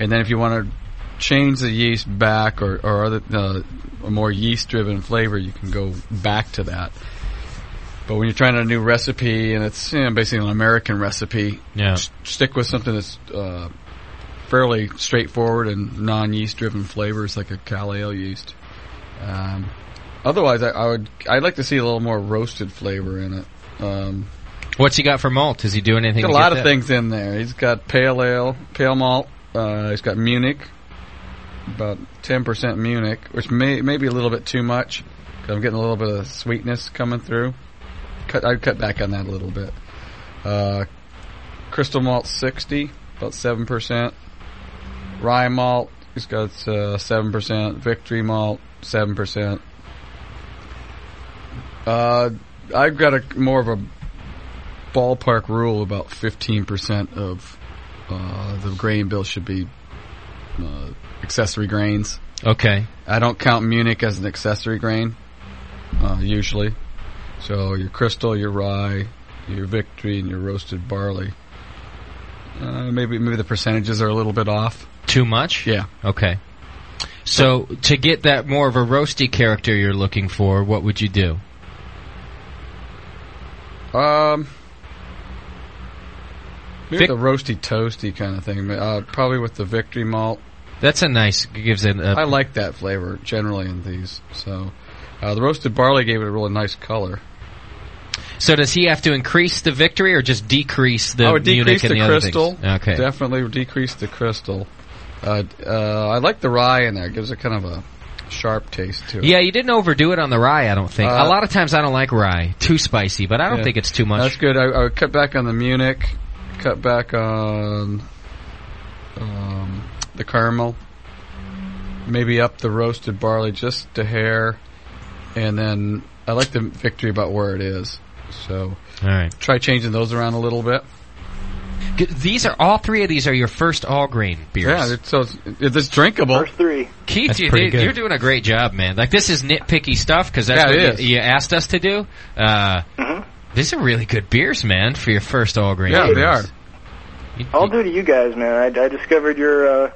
[SPEAKER 2] And then if you want to change the yeast back or, or other uh, a more yeast driven flavor, you can go back to that. But when you're trying a new recipe and it's you know, basically an American recipe,
[SPEAKER 1] Yeah.
[SPEAKER 2] s- stick with something that's uh, fairly straightforward and non-yeast driven flavors like a Cal Ale yeast. Um, otherwise, I, I would I'd like to see a little more roasted flavor in it. Um,
[SPEAKER 1] What's he got for malt? Is he doing anything?
[SPEAKER 2] got
[SPEAKER 1] to
[SPEAKER 2] a
[SPEAKER 1] get
[SPEAKER 2] lot of
[SPEAKER 1] that?
[SPEAKER 2] things in there. He's got pale ale, pale malt. Uh, he's got Munich, about ten percent Munich, which may maybe a little bit too much. 'cause I'm getting a little bit of sweetness coming through. Cut, I'd cut back on that a little bit. Uh, crystal malt sixty, about seven percent. Rye malt, he's got uh, seven percent. Victory malt, seven percent. Uh, I've got a more of a ballpark rule about 15% of uh, the grain bill should be uh, accessory grains.
[SPEAKER 1] Okay.
[SPEAKER 2] I don't count Munich as an accessory grain, uh, usually. So your crystal, your rye, your victory, and your roasted barley. Uh, maybe maybe the percentages are a little bit off.
[SPEAKER 1] Too much?
[SPEAKER 2] Yeah.
[SPEAKER 1] Okay. So to get that more of a roasty character you're looking for, what would you do?
[SPEAKER 2] Um, maybe
[SPEAKER 1] Vic-
[SPEAKER 2] the roasty toasty kind of thing. Uh, probably with the victory malt.
[SPEAKER 1] That's a nice gives it
[SPEAKER 2] I
[SPEAKER 1] a
[SPEAKER 2] like that flavor generally in these. So uh, the roasted barley gave it a really nice color.
[SPEAKER 1] So does he have to increase the victory or just decrease the
[SPEAKER 2] I would
[SPEAKER 1] Munich
[SPEAKER 2] decrease
[SPEAKER 1] and
[SPEAKER 2] the,
[SPEAKER 1] the, other
[SPEAKER 2] crystal.
[SPEAKER 1] things? Okay.
[SPEAKER 2] definitely decrease the crystal. Uh, d- uh, I like the rye in there; it gives it kind of a sharp taste to it.
[SPEAKER 1] yeah, you didn't overdo it on the rye, I don't think.
[SPEAKER 2] Uh,
[SPEAKER 1] a lot of times I don't like rye. Too spicy, but I don't
[SPEAKER 2] Yeah.
[SPEAKER 1] think it's too much.
[SPEAKER 2] That's good. I, I would cut back on the Munich, cut back on um, the caramel, maybe up the roasted barley just a hair, and then I like the victory about where it is. So
[SPEAKER 1] All right.
[SPEAKER 2] try changing those around a little bit.
[SPEAKER 1] G- These are all three of these are your first all grain beers.
[SPEAKER 2] Yeah, it's, so it's, it- it's drinkable.
[SPEAKER 5] First three.
[SPEAKER 1] Keith,
[SPEAKER 3] That's
[SPEAKER 1] you,
[SPEAKER 3] pretty
[SPEAKER 1] did-
[SPEAKER 3] good.
[SPEAKER 1] you're doing a great job, man. Like this is nitpicky stuff because that's
[SPEAKER 2] Yeah,
[SPEAKER 1] what
[SPEAKER 2] it is. Mm-hmm.
[SPEAKER 1] you, you asked us to do. Uh, These are really good beers, man, for your first all grain.
[SPEAKER 2] Yeah, they are.
[SPEAKER 5] All due to you guys, man. I, I discovered your uh,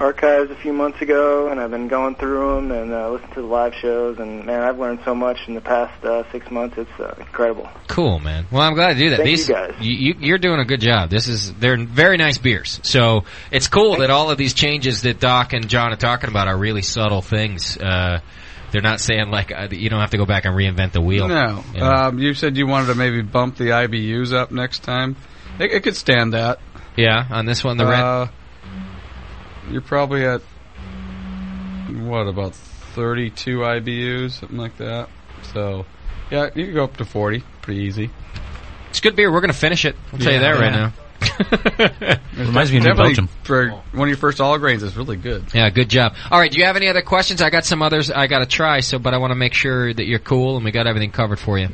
[SPEAKER 5] archives a few months ago, and I've been going through them and uh, listened to the live shows. And man, I've learned so much in the past uh, six months. It's uh, incredible.
[SPEAKER 1] Cool, man. Well, I'm glad to do that.
[SPEAKER 5] Thank
[SPEAKER 1] these
[SPEAKER 5] you, guys.
[SPEAKER 1] You, you, are doing a good job. This is they're very nice beers. So it's cool that all of these changes that Doc and John are talking about are really subtle things. Uh, they're not saying like uh, you don't have to go back and reinvent the wheel.
[SPEAKER 2] No.
[SPEAKER 1] You know?
[SPEAKER 2] Um, you said you wanted to maybe bump the IBUs up next time. It, it could stand that.
[SPEAKER 1] yeah, on this one the red.
[SPEAKER 2] Uh, you're probably at, what, about 32 IBUs, something like that. So, yeah, you could go up to 40 pretty easy.
[SPEAKER 1] It's good beer. We're gonna finish it. I'll tell you
[SPEAKER 3] Yeah,
[SPEAKER 1] that right
[SPEAKER 3] yeah.
[SPEAKER 1] now.
[SPEAKER 3] Reminds me of New
[SPEAKER 2] Definitely
[SPEAKER 3] Belgium.
[SPEAKER 2] for one of your first all grains is really good.
[SPEAKER 1] Yeah, good job. All right, do you have any other questions? I got some others I got to try. So, but I want to make sure that you're cool and we got everything covered for you.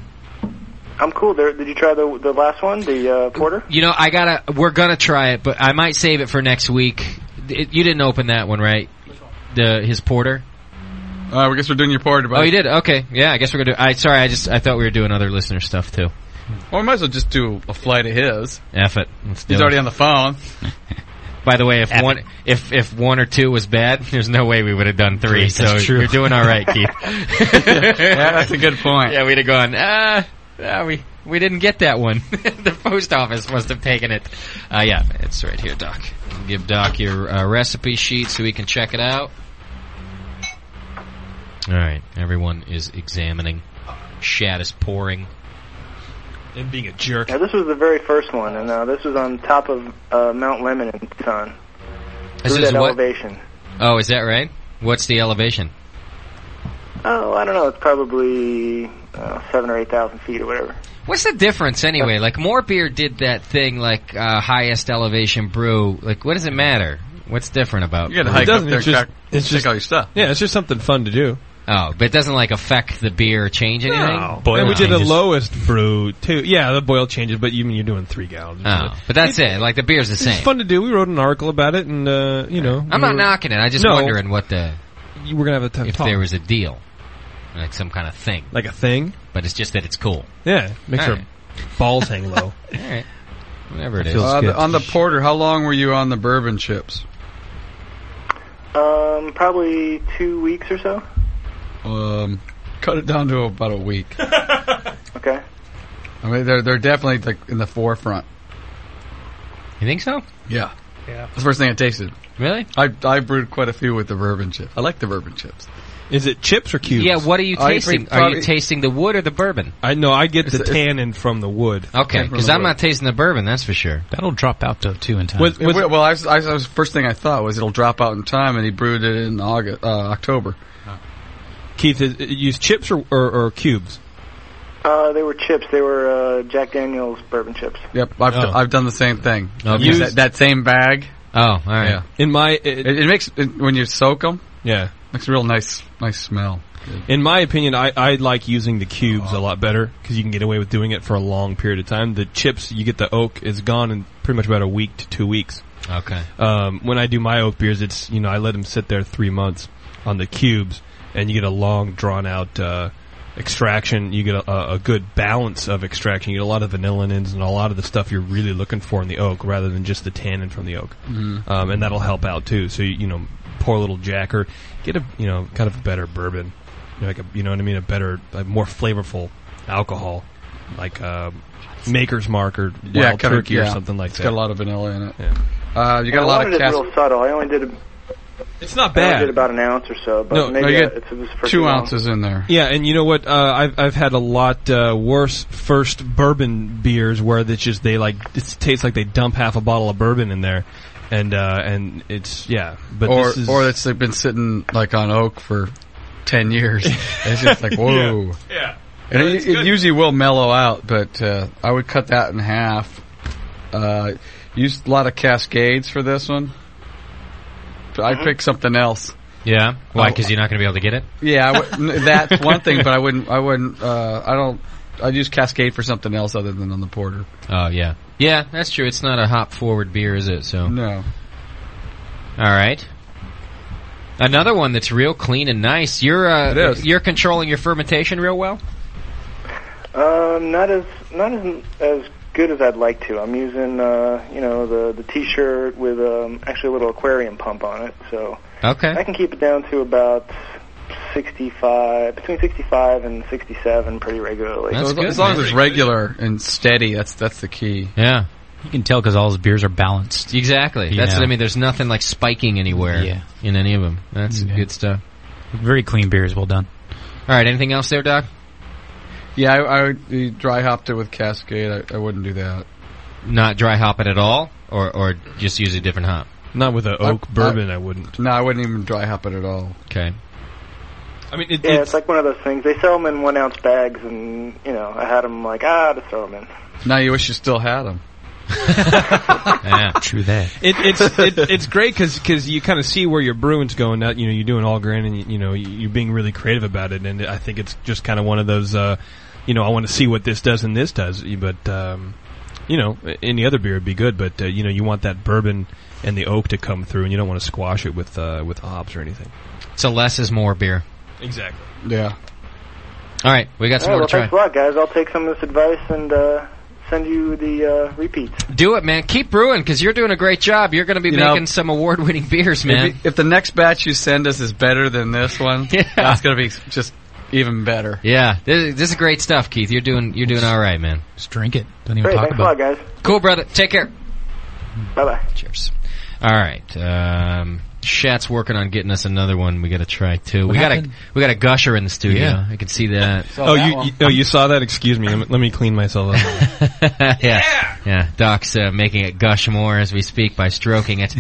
[SPEAKER 5] I'm cool. There, did you try the the last one, the uh, porter?
[SPEAKER 1] You know, I gotta. We're gonna try it, but I might save it for next week. It, you didn't open that one, right? The his porter.
[SPEAKER 2] Uh, I guess we're doing your porter.
[SPEAKER 1] Oh,
[SPEAKER 2] but
[SPEAKER 1] you did. Okay, yeah. I guess we're gonna. do I sorry. I just I thought we were doing other listener stuff too.
[SPEAKER 2] Well, we might as well just do a flight of his.
[SPEAKER 1] F it. Let's do
[SPEAKER 2] He's
[SPEAKER 1] it.
[SPEAKER 2] already on the phone.
[SPEAKER 1] By the way, if one if if one or two was bad, there's no way we would have done
[SPEAKER 3] Three,
[SPEAKER 1] three. so
[SPEAKER 3] that's true.
[SPEAKER 1] you're doing all right, Keith.
[SPEAKER 2] yeah, that's a good point.
[SPEAKER 1] yeah, we'd have gone. Ah, ah, we we didn't get that one. the post office must have taken it. Uh, yeah, it's right here, Doc. Give Doc your uh, recipe sheet so he can check it out. All right, everyone is examining. Shad is pouring.
[SPEAKER 4] And being a jerk.
[SPEAKER 5] Now, this was the very first one, and uh, this was on top of uh, Mount Lemon in Tucson.
[SPEAKER 1] This
[SPEAKER 5] through
[SPEAKER 1] is
[SPEAKER 5] that
[SPEAKER 1] what?
[SPEAKER 5] elevation.
[SPEAKER 1] Oh, is that right? What's the elevation?
[SPEAKER 5] Oh, I don't know. It's probably uh, seven or eight thousand feet or whatever.
[SPEAKER 1] What's the difference anyway? Like more beer did that thing, like uh, highest elevation brew. Like, what does it matter? What's different about?
[SPEAKER 2] You gotta
[SPEAKER 1] brew?
[SPEAKER 2] hike up
[SPEAKER 4] doesn't,
[SPEAKER 2] there
[SPEAKER 4] it's
[SPEAKER 2] and
[SPEAKER 4] just-
[SPEAKER 2] check,
[SPEAKER 4] it's
[SPEAKER 2] check
[SPEAKER 4] just-
[SPEAKER 2] all your stuff.
[SPEAKER 4] Yeah, it's just something fun to do.
[SPEAKER 1] Oh, but it doesn't like affect the beer or change anything.
[SPEAKER 4] Boil
[SPEAKER 3] Boil
[SPEAKER 4] we did
[SPEAKER 3] changes.
[SPEAKER 4] the lowest brew too. Yeah, the boil changes, but you mean you're doing three gallons.
[SPEAKER 1] Oh, but that's it. Like the beer's the
[SPEAKER 4] It's
[SPEAKER 1] same.
[SPEAKER 4] fun to do. We wrote an article about it, and uh, you know,
[SPEAKER 1] I'm
[SPEAKER 4] we were-
[SPEAKER 1] not knocking it. I just
[SPEAKER 4] No.
[SPEAKER 1] wondering what the
[SPEAKER 7] you were gonna have a tough
[SPEAKER 1] if
[SPEAKER 7] talk.
[SPEAKER 1] there was a deal, like some kind of thing.
[SPEAKER 7] like a thing.
[SPEAKER 1] But it's just that it's cool.
[SPEAKER 7] Yeah, makes
[SPEAKER 1] All
[SPEAKER 7] our balls hang low.
[SPEAKER 1] All right, whatever it
[SPEAKER 3] I
[SPEAKER 1] is.
[SPEAKER 3] feel-
[SPEAKER 2] Uh,
[SPEAKER 3] good.
[SPEAKER 2] the, on the porter, how long were you on the bourbon chips?
[SPEAKER 5] Um, probably two weeks or so.
[SPEAKER 2] Um, cut it down to about a week.
[SPEAKER 5] Okay.
[SPEAKER 2] I mean, they're they're definitely like in the forefront.
[SPEAKER 1] You think so?
[SPEAKER 2] Yeah. Yeah. That's the first thing I tasted.
[SPEAKER 1] Really?
[SPEAKER 2] I, I brewed quite a few with the bourbon chips. I like the bourbon chips.
[SPEAKER 7] Is it chips or cubes?
[SPEAKER 1] Yeah. What are you
[SPEAKER 2] I
[SPEAKER 1] tasting?
[SPEAKER 2] think
[SPEAKER 1] Are you
[SPEAKER 2] probably-
[SPEAKER 1] tasting the wood or the bourbon?
[SPEAKER 7] I know. I get the
[SPEAKER 2] It's- it's-
[SPEAKER 7] tannin from the wood.
[SPEAKER 1] Okay,
[SPEAKER 2] from
[SPEAKER 1] because
[SPEAKER 2] the
[SPEAKER 1] I'm
[SPEAKER 2] wood.
[SPEAKER 1] not tasting the bourbon. That's for sure.
[SPEAKER 3] That'll drop out though too in time.
[SPEAKER 7] Was, was,
[SPEAKER 2] well, well, I was, I was- I was- first thing I thought was it'll drop out in time, and he brewed it in August, uh, October.
[SPEAKER 7] Keith is, use chips or, or, or cubes?
[SPEAKER 5] Uh, they were chips. They were uh, Jack Daniel's bourbon chips.
[SPEAKER 2] Yep, I've,
[SPEAKER 7] Oh.
[SPEAKER 2] I've done the same thing.
[SPEAKER 1] Okay.
[SPEAKER 2] Use that, that same bag.
[SPEAKER 1] Oh, all right.
[SPEAKER 2] Yeah,
[SPEAKER 7] In my it,
[SPEAKER 2] it, it makes it, when you soak them,
[SPEAKER 7] yeah.
[SPEAKER 2] makes a real nice nice smell.
[SPEAKER 7] In my opinion, I, I like using the cubes a lot better because you can get away with doing it for a long period of time. The chips, you get the oak is gone in pretty much about a week to two weeks.
[SPEAKER 1] Okay.
[SPEAKER 7] Um, when I do my oak beers, it's you know I let them sit there three months on the cubes, and you get a long drawn out uh, extraction. You get a- a, a good balance of extraction. You get a lot of vanillinins and a lot of the stuff you're really looking for in the oak, rather than just the tannin from the oak.
[SPEAKER 2] Mm-hmm.
[SPEAKER 7] Um, and that'll help out too. So you, you know, pour a little jacker, get a you know kind of a better bourbon, you know, like a you know what I mean, a better, a more flavorful alcohol, like um, Maker's Mark or Wild
[SPEAKER 2] yeah, kind of-
[SPEAKER 7] Turkey or
[SPEAKER 2] yeah.
[SPEAKER 7] something like
[SPEAKER 2] It's
[SPEAKER 7] that.
[SPEAKER 2] got a lot of vanilla in it.
[SPEAKER 7] Yeah.
[SPEAKER 2] Uh, you got
[SPEAKER 5] I
[SPEAKER 2] a lot
[SPEAKER 5] wanted
[SPEAKER 2] of
[SPEAKER 5] it
[SPEAKER 2] cast.
[SPEAKER 5] real subtle. I only did a,
[SPEAKER 7] it's not
[SPEAKER 5] I only
[SPEAKER 7] bad.
[SPEAKER 5] did about an ounce or so, but
[SPEAKER 7] No, no,
[SPEAKER 5] maybe
[SPEAKER 2] you
[SPEAKER 5] I-
[SPEAKER 2] got
[SPEAKER 5] it's, it was for too
[SPEAKER 2] Two
[SPEAKER 5] long.
[SPEAKER 2] ounces in there.
[SPEAKER 7] Yeah, and you know what? Uh, I've I've had a lot uh, worse first bourbon beers where it's just they like it tastes like they dump half a bottle of bourbon in there, and uh, and it's yeah. But
[SPEAKER 2] or
[SPEAKER 7] this is,
[SPEAKER 2] or it's they've been sitting like on oak for ten years. it's just like whoa.
[SPEAKER 7] yeah.
[SPEAKER 2] And it, it usually will mellow out, but uh, I would cut that in half. Uh, used a lot of cascades for this one. But I picked something else.
[SPEAKER 1] Yeah.
[SPEAKER 3] Oh.
[SPEAKER 1] Why? Because you're not going to be able to get it.
[SPEAKER 2] Yeah, I w- n- that's one thing, but I wouldn't. I wouldn't. Uh, I don't. I'd use cascade for something else other than on the porter.
[SPEAKER 1] Oh, yeah. Yeah, that's true. It's not a hop forward beer, is it? So.
[SPEAKER 2] No.
[SPEAKER 1] All right. Another one that's real clean and nice. You're uh,
[SPEAKER 2] It is.
[SPEAKER 1] you're controlling your fermentation real well.
[SPEAKER 5] Um, not as not as as good as I'd like to. I'm using uh, you know the the t-shirt with um, actually a little aquarium pump on it, so I
[SPEAKER 1] Okay.
[SPEAKER 5] can keep it down to about 65, between 65 and 67 pretty regularly.
[SPEAKER 1] That's
[SPEAKER 2] as,
[SPEAKER 1] good,
[SPEAKER 2] as long
[SPEAKER 1] man.
[SPEAKER 2] as it's regular and steady, that's that's the key.
[SPEAKER 1] Yeah.
[SPEAKER 3] you can tell because all his beers are balanced.
[SPEAKER 1] Exactly. That's
[SPEAKER 3] Yeah.
[SPEAKER 1] what I mean. There's nothing like spiking anywhere
[SPEAKER 3] Yeah.
[SPEAKER 1] in any of them. That's
[SPEAKER 3] Yeah.
[SPEAKER 1] good stuff.
[SPEAKER 3] Very clean beers, well done.
[SPEAKER 1] All right. Anything else there, Doc?
[SPEAKER 2] Yeah, I, I would you dry hopped it with cascade. I, I wouldn't do that.
[SPEAKER 1] Not dry hop it at all, or or just use a different hop. Uh,
[SPEAKER 7] Not with an oak
[SPEAKER 2] I-
[SPEAKER 7] bourbon, I wouldn't.
[SPEAKER 2] Uh, No, I wouldn't even dry hop it at all.
[SPEAKER 1] Okay.
[SPEAKER 7] I mean, it,
[SPEAKER 5] yeah, it's,
[SPEAKER 7] it's
[SPEAKER 5] like one of those things. They sell them in one ounce bags, and you know, I had them like ah, to throw them in.
[SPEAKER 2] Now you wish you still had them.
[SPEAKER 1] Yeah.
[SPEAKER 3] True that.
[SPEAKER 7] it, it's it, it's great because you kind of see where your brewing's going. Now, you know, you're doing all grain, and you, you know, you- you're being really creative about it. And I think it's just kind of one of those, uh, you know, I want to see what this does and this does. But um, you know, any other beer would be good, but uh, you know, you want that bourbon and the oak to come through, and you don't want to squash it with uh, with hops or anything.
[SPEAKER 1] So less is more beer.
[SPEAKER 7] Exactly.
[SPEAKER 2] Yeah.
[SPEAKER 1] All right. We
[SPEAKER 5] All
[SPEAKER 1] got some
[SPEAKER 5] right,
[SPEAKER 1] more
[SPEAKER 5] well,
[SPEAKER 1] to try.
[SPEAKER 5] thanks a lot, guys. I'll take some of this advice and uh, send you the uh, repeats.
[SPEAKER 1] Do it, man. Keep brewing because you're doing a great job. You're going to be
[SPEAKER 2] You know-
[SPEAKER 1] making some award-winning beers,
[SPEAKER 2] If
[SPEAKER 1] man.
[SPEAKER 2] you- If, the next batch you send us is better than this one,
[SPEAKER 1] Yeah.
[SPEAKER 2] that's going to be just even better.
[SPEAKER 1] Yeah, this, this is great stuff, Keith. You're doing you're doing all right, man.
[SPEAKER 3] Just drink it. Don't even
[SPEAKER 5] Great,
[SPEAKER 3] talk
[SPEAKER 5] thanks a
[SPEAKER 3] about
[SPEAKER 5] lot,
[SPEAKER 3] it.
[SPEAKER 5] guys.
[SPEAKER 1] Cool, brother. Take care.
[SPEAKER 5] Bye bye.
[SPEAKER 1] Cheers. All right. Um, Shat's working on getting us another one. We got to try too. we got a
[SPEAKER 3] happened?
[SPEAKER 1] we got a gusher in the studio.
[SPEAKER 3] Yeah.
[SPEAKER 1] I can see that.
[SPEAKER 7] Oh, you, you oh you saw that? Excuse me. Let me, let me clean myself up.
[SPEAKER 1] yeah. yeah, Doc's uh, making it gush more as we speak by stroking it.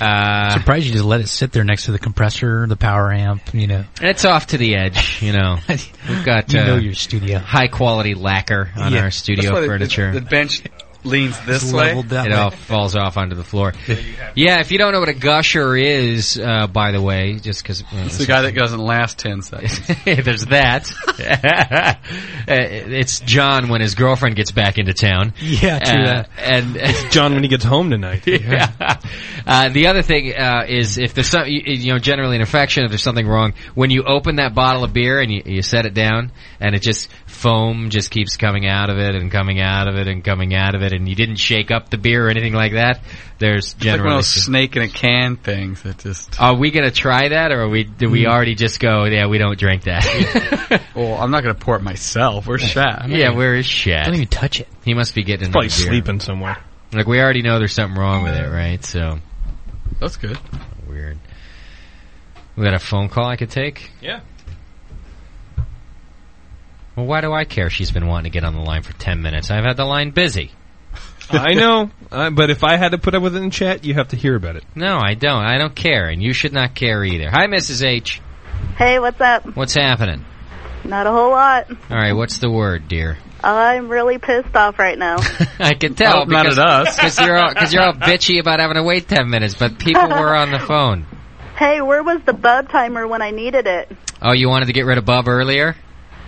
[SPEAKER 1] Uh,
[SPEAKER 3] Surprised you just let it sit there next to the compressor, the power amp. You know,
[SPEAKER 1] and it's off to the edge. You know, we've got
[SPEAKER 3] you
[SPEAKER 1] uh,
[SPEAKER 3] know your studio.
[SPEAKER 1] high quality lacquer on
[SPEAKER 3] Yeah.
[SPEAKER 1] our
[SPEAKER 2] That's
[SPEAKER 1] studio
[SPEAKER 2] why the-
[SPEAKER 1] furniture.
[SPEAKER 2] The, the bench leans this
[SPEAKER 3] It's
[SPEAKER 2] way.
[SPEAKER 3] leveled that
[SPEAKER 1] it
[SPEAKER 3] way.
[SPEAKER 1] all falls off onto the floor. Yeah, if you don't know what a gusher is, uh, by the way, just because
[SPEAKER 2] It's the guy that doesn't last ten seconds.
[SPEAKER 1] there's that. Uh, it's John when his girlfriend gets back into town.
[SPEAKER 3] Yeah, true
[SPEAKER 1] Uh,
[SPEAKER 3] that.
[SPEAKER 1] and
[SPEAKER 7] John when he gets home tonight.
[SPEAKER 1] yeah. Uh, the other thing uh, is if there's some, you, you know, generally an infection, if there's something wrong, when you open that bottle of beer and you, you set it down, and it just foam just keeps coming out of it and coming out of it and coming out of it, and you didn't shake up the beer or anything like that. There's
[SPEAKER 2] It's like one
[SPEAKER 1] generally.
[SPEAKER 2] of those snake in a can things that just.
[SPEAKER 1] are we gonna try that, or are we? Do we already just go? Yeah, we don't drink that.
[SPEAKER 2] Well, I'm not going to pour it myself. We're shot.
[SPEAKER 1] yeah, where is Shad?
[SPEAKER 3] Don't even touch it.
[SPEAKER 1] He must be getting another
[SPEAKER 7] Probably
[SPEAKER 1] beer.
[SPEAKER 7] sleeping somewhere.
[SPEAKER 1] Like we already know there's something wrong with it, right? So
[SPEAKER 2] that's good.
[SPEAKER 1] weird. We got a phone call I could take.
[SPEAKER 7] Yeah.
[SPEAKER 1] Well, why do I care? She's been wanting to get on the line for ten minutes. I've had the line busy.
[SPEAKER 7] I know, uh, but if I had to put up with it in chat, you have to hear about it.
[SPEAKER 1] No, I don't. I don't care, and you should not care either. Hi, Mrs. H.
[SPEAKER 9] Hey, what's up?
[SPEAKER 1] What's happening?
[SPEAKER 9] Not a whole lot.
[SPEAKER 1] All right, what's the word, dear?
[SPEAKER 9] I'm really pissed off right now.
[SPEAKER 1] I can tell
[SPEAKER 2] Oh, not
[SPEAKER 1] because
[SPEAKER 2] at us.
[SPEAKER 1] because you're all, because you're all bitchy about having to wait ten minutes, but people were on the phone.
[SPEAKER 9] hey, where was the bub timer when I needed it?
[SPEAKER 1] Oh, you wanted to get rid of Bub earlier?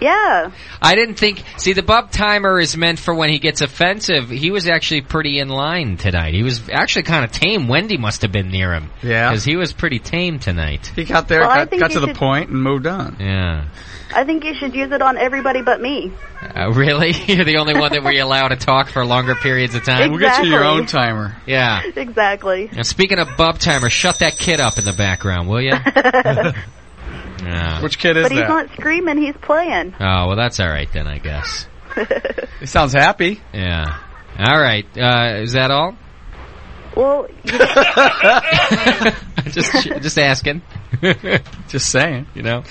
[SPEAKER 9] Yeah.
[SPEAKER 1] I didn't think. See, the Bub timer is meant for when he gets offensive. He was actually pretty in line tonight. He was actually kind of tame. Wendy must have been near him.
[SPEAKER 2] Yeah.
[SPEAKER 1] because he was pretty tame tonight.
[SPEAKER 2] He got there,
[SPEAKER 9] Well, I
[SPEAKER 2] got,
[SPEAKER 9] think
[SPEAKER 2] got
[SPEAKER 9] you
[SPEAKER 2] to the
[SPEAKER 9] should-
[SPEAKER 2] point, and moved on.
[SPEAKER 1] Yeah.
[SPEAKER 9] I think you should use it on everybody but me.
[SPEAKER 1] Uh, really? You're the only one that we allow to talk for longer periods of time?
[SPEAKER 2] We'll get you your
[SPEAKER 9] Exactly.
[SPEAKER 2] own timer.
[SPEAKER 1] Yeah.
[SPEAKER 9] Exactly.
[SPEAKER 1] Now, speaking of bub timer, shut that kid up in the background, will you? Yeah.
[SPEAKER 2] Which kid is
[SPEAKER 9] But he's
[SPEAKER 2] that?
[SPEAKER 9] not screaming, he's playing.
[SPEAKER 1] Oh, well, that's all right then, I guess.
[SPEAKER 2] He sounds happy.
[SPEAKER 1] Yeah. All right. Uh, is that all?
[SPEAKER 9] Well, you,
[SPEAKER 1] just, just asking. you
[SPEAKER 2] Just saying.
[SPEAKER 1] know.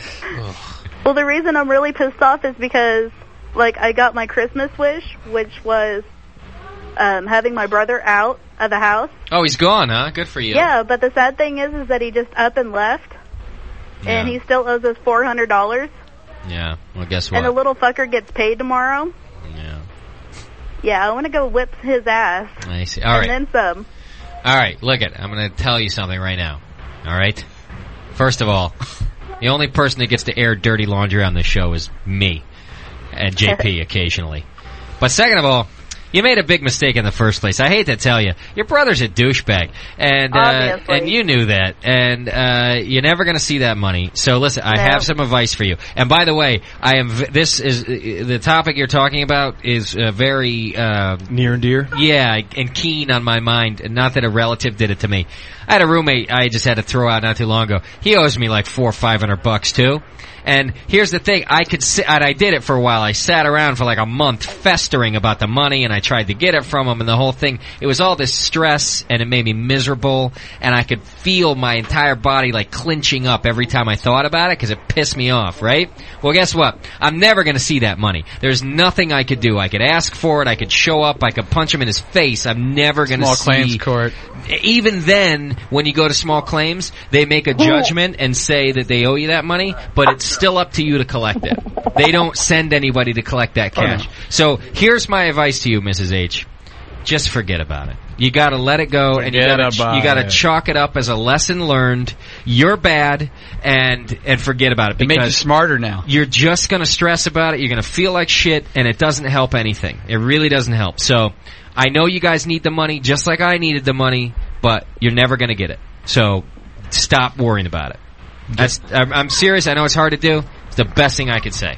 [SPEAKER 9] well, the reason I'm really pissed off is because, like, I got my Christmas wish, which was um, having my brother out of the house.
[SPEAKER 1] Oh, he's gone, huh? Good for you.
[SPEAKER 9] Yeah, but the sad thing is, is that he just up and left, and he
[SPEAKER 1] Yeah.
[SPEAKER 9] still owes us four hundred dollars.
[SPEAKER 1] Yeah. Well, guess
[SPEAKER 9] And the
[SPEAKER 1] what?
[SPEAKER 9] little fucker gets paid tomorrow.
[SPEAKER 1] Yeah.
[SPEAKER 9] Yeah, I want to go whip his ass
[SPEAKER 1] I see. All right.
[SPEAKER 9] and then some.
[SPEAKER 1] All right, look it. I'm going to tell you something right now. All right. First of all, the only person that gets to air dirty laundry on this show is me and JP occasionally. But second of all, you made a big mistake in the first place. I hate to tell you, your brother's a douchebag, and uh,
[SPEAKER 9] Obviously.
[SPEAKER 1] and you knew that, and uh, you're never going to see that money. So listen, I
[SPEAKER 9] No.
[SPEAKER 1] have some advice for you. And by the way, I am. v- This is uh, the topic you're talking about is uh, very uh,
[SPEAKER 7] Near and dear.
[SPEAKER 1] yeah, and keen on my mind. And Not that a relative did it to me. I had a roommate I just had to throw out not too long ago. He owes me like four or five hundred bucks too. And here's the thing: I could sit, and I did it for a while. I sat around for like a month festering about the money, and I tried to get it from him, and the whole thing. It was all this stress, and it made me miserable. And I could feel my entire body like clinching up every time I thought about it because it pissed me off. Right? Well, guess what? I'm never going to see that money. There's nothing I could do. I could ask for it. I could show up. I could punch him in his face. I'm never going to
[SPEAKER 2] Small
[SPEAKER 1] see
[SPEAKER 2] claims court.
[SPEAKER 1] even then, when you go to small claims, they make a judgment and say that they owe you that money, but it's still up to you to collect it. They don't send anybody to collect that cash. So here's my advice to you, Mrs. H. Just forget about it. You gotta let it go and you
[SPEAKER 2] Forget
[SPEAKER 1] gotta,
[SPEAKER 2] about
[SPEAKER 1] you gotta
[SPEAKER 2] it.
[SPEAKER 1] chalk it up as a lesson learned. You're bad and, and forget about it
[SPEAKER 2] It made you
[SPEAKER 1] because
[SPEAKER 2] smarter now.
[SPEAKER 1] you're just going to stress about it. You're going to feel like shit, and it doesn't help anything. It really doesn't help. So I know you guys need the money, just like I needed the money, but you're never going to get it. So stop worrying about it. That's, I'm, I'm serious. I know it's hard to do. It's the best thing I could say.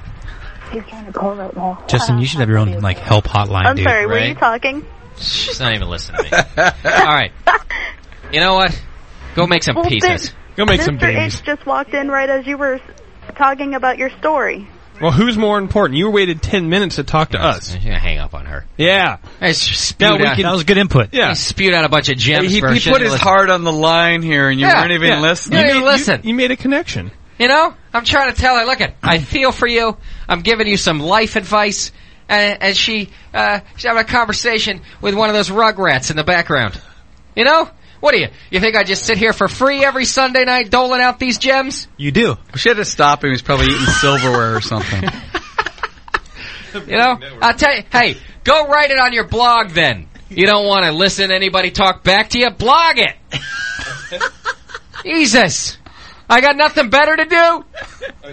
[SPEAKER 3] Justin, you should have your own like help hotline,
[SPEAKER 9] I'm
[SPEAKER 3] dude.
[SPEAKER 9] sorry, were
[SPEAKER 1] right?
[SPEAKER 9] you talking?
[SPEAKER 1] She's not even listening to me. All right. You know what? Go make some
[SPEAKER 9] Well,
[SPEAKER 1] pizzas.
[SPEAKER 9] then-
[SPEAKER 7] Go make
[SPEAKER 9] Mr.
[SPEAKER 7] some babies.
[SPEAKER 9] H just walked in right as you were s- talking about your story.
[SPEAKER 7] Well, who's more important? You waited ten minutes to talk to us.
[SPEAKER 1] I'm gonna hang up on her.
[SPEAKER 7] Yeah.
[SPEAKER 1] I just spewed,
[SPEAKER 7] we
[SPEAKER 1] out,
[SPEAKER 7] can-
[SPEAKER 3] That was good input.
[SPEAKER 7] Yeah.
[SPEAKER 1] I spewed out a bunch of gems.
[SPEAKER 2] He, he
[SPEAKER 1] for her. She
[SPEAKER 2] put
[SPEAKER 1] didn't
[SPEAKER 2] his
[SPEAKER 1] listen.
[SPEAKER 2] heart on the line here, and you
[SPEAKER 1] Yeah,
[SPEAKER 2] weren't even
[SPEAKER 7] yeah.
[SPEAKER 2] listening.
[SPEAKER 1] You didn't
[SPEAKER 7] You-
[SPEAKER 1] listen.
[SPEAKER 7] You, made a connection.
[SPEAKER 1] You know, I'm trying to tell her, look, it, I feel for you. I'm giving you some life advice. And, and she, uh, she's having a conversation with one of those rugrats in the background. You know? What do you? You think I just sit here for free every Sunday night doling out these gems?
[SPEAKER 3] You do.
[SPEAKER 2] She had to stop him. He's probably eating silverware or something.
[SPEAKER 1] You know? I'll tell you, hey, go write it on your blog then. You don't want to listen to anybody talk back to you? Blog it. Jesus. I got nothing better to do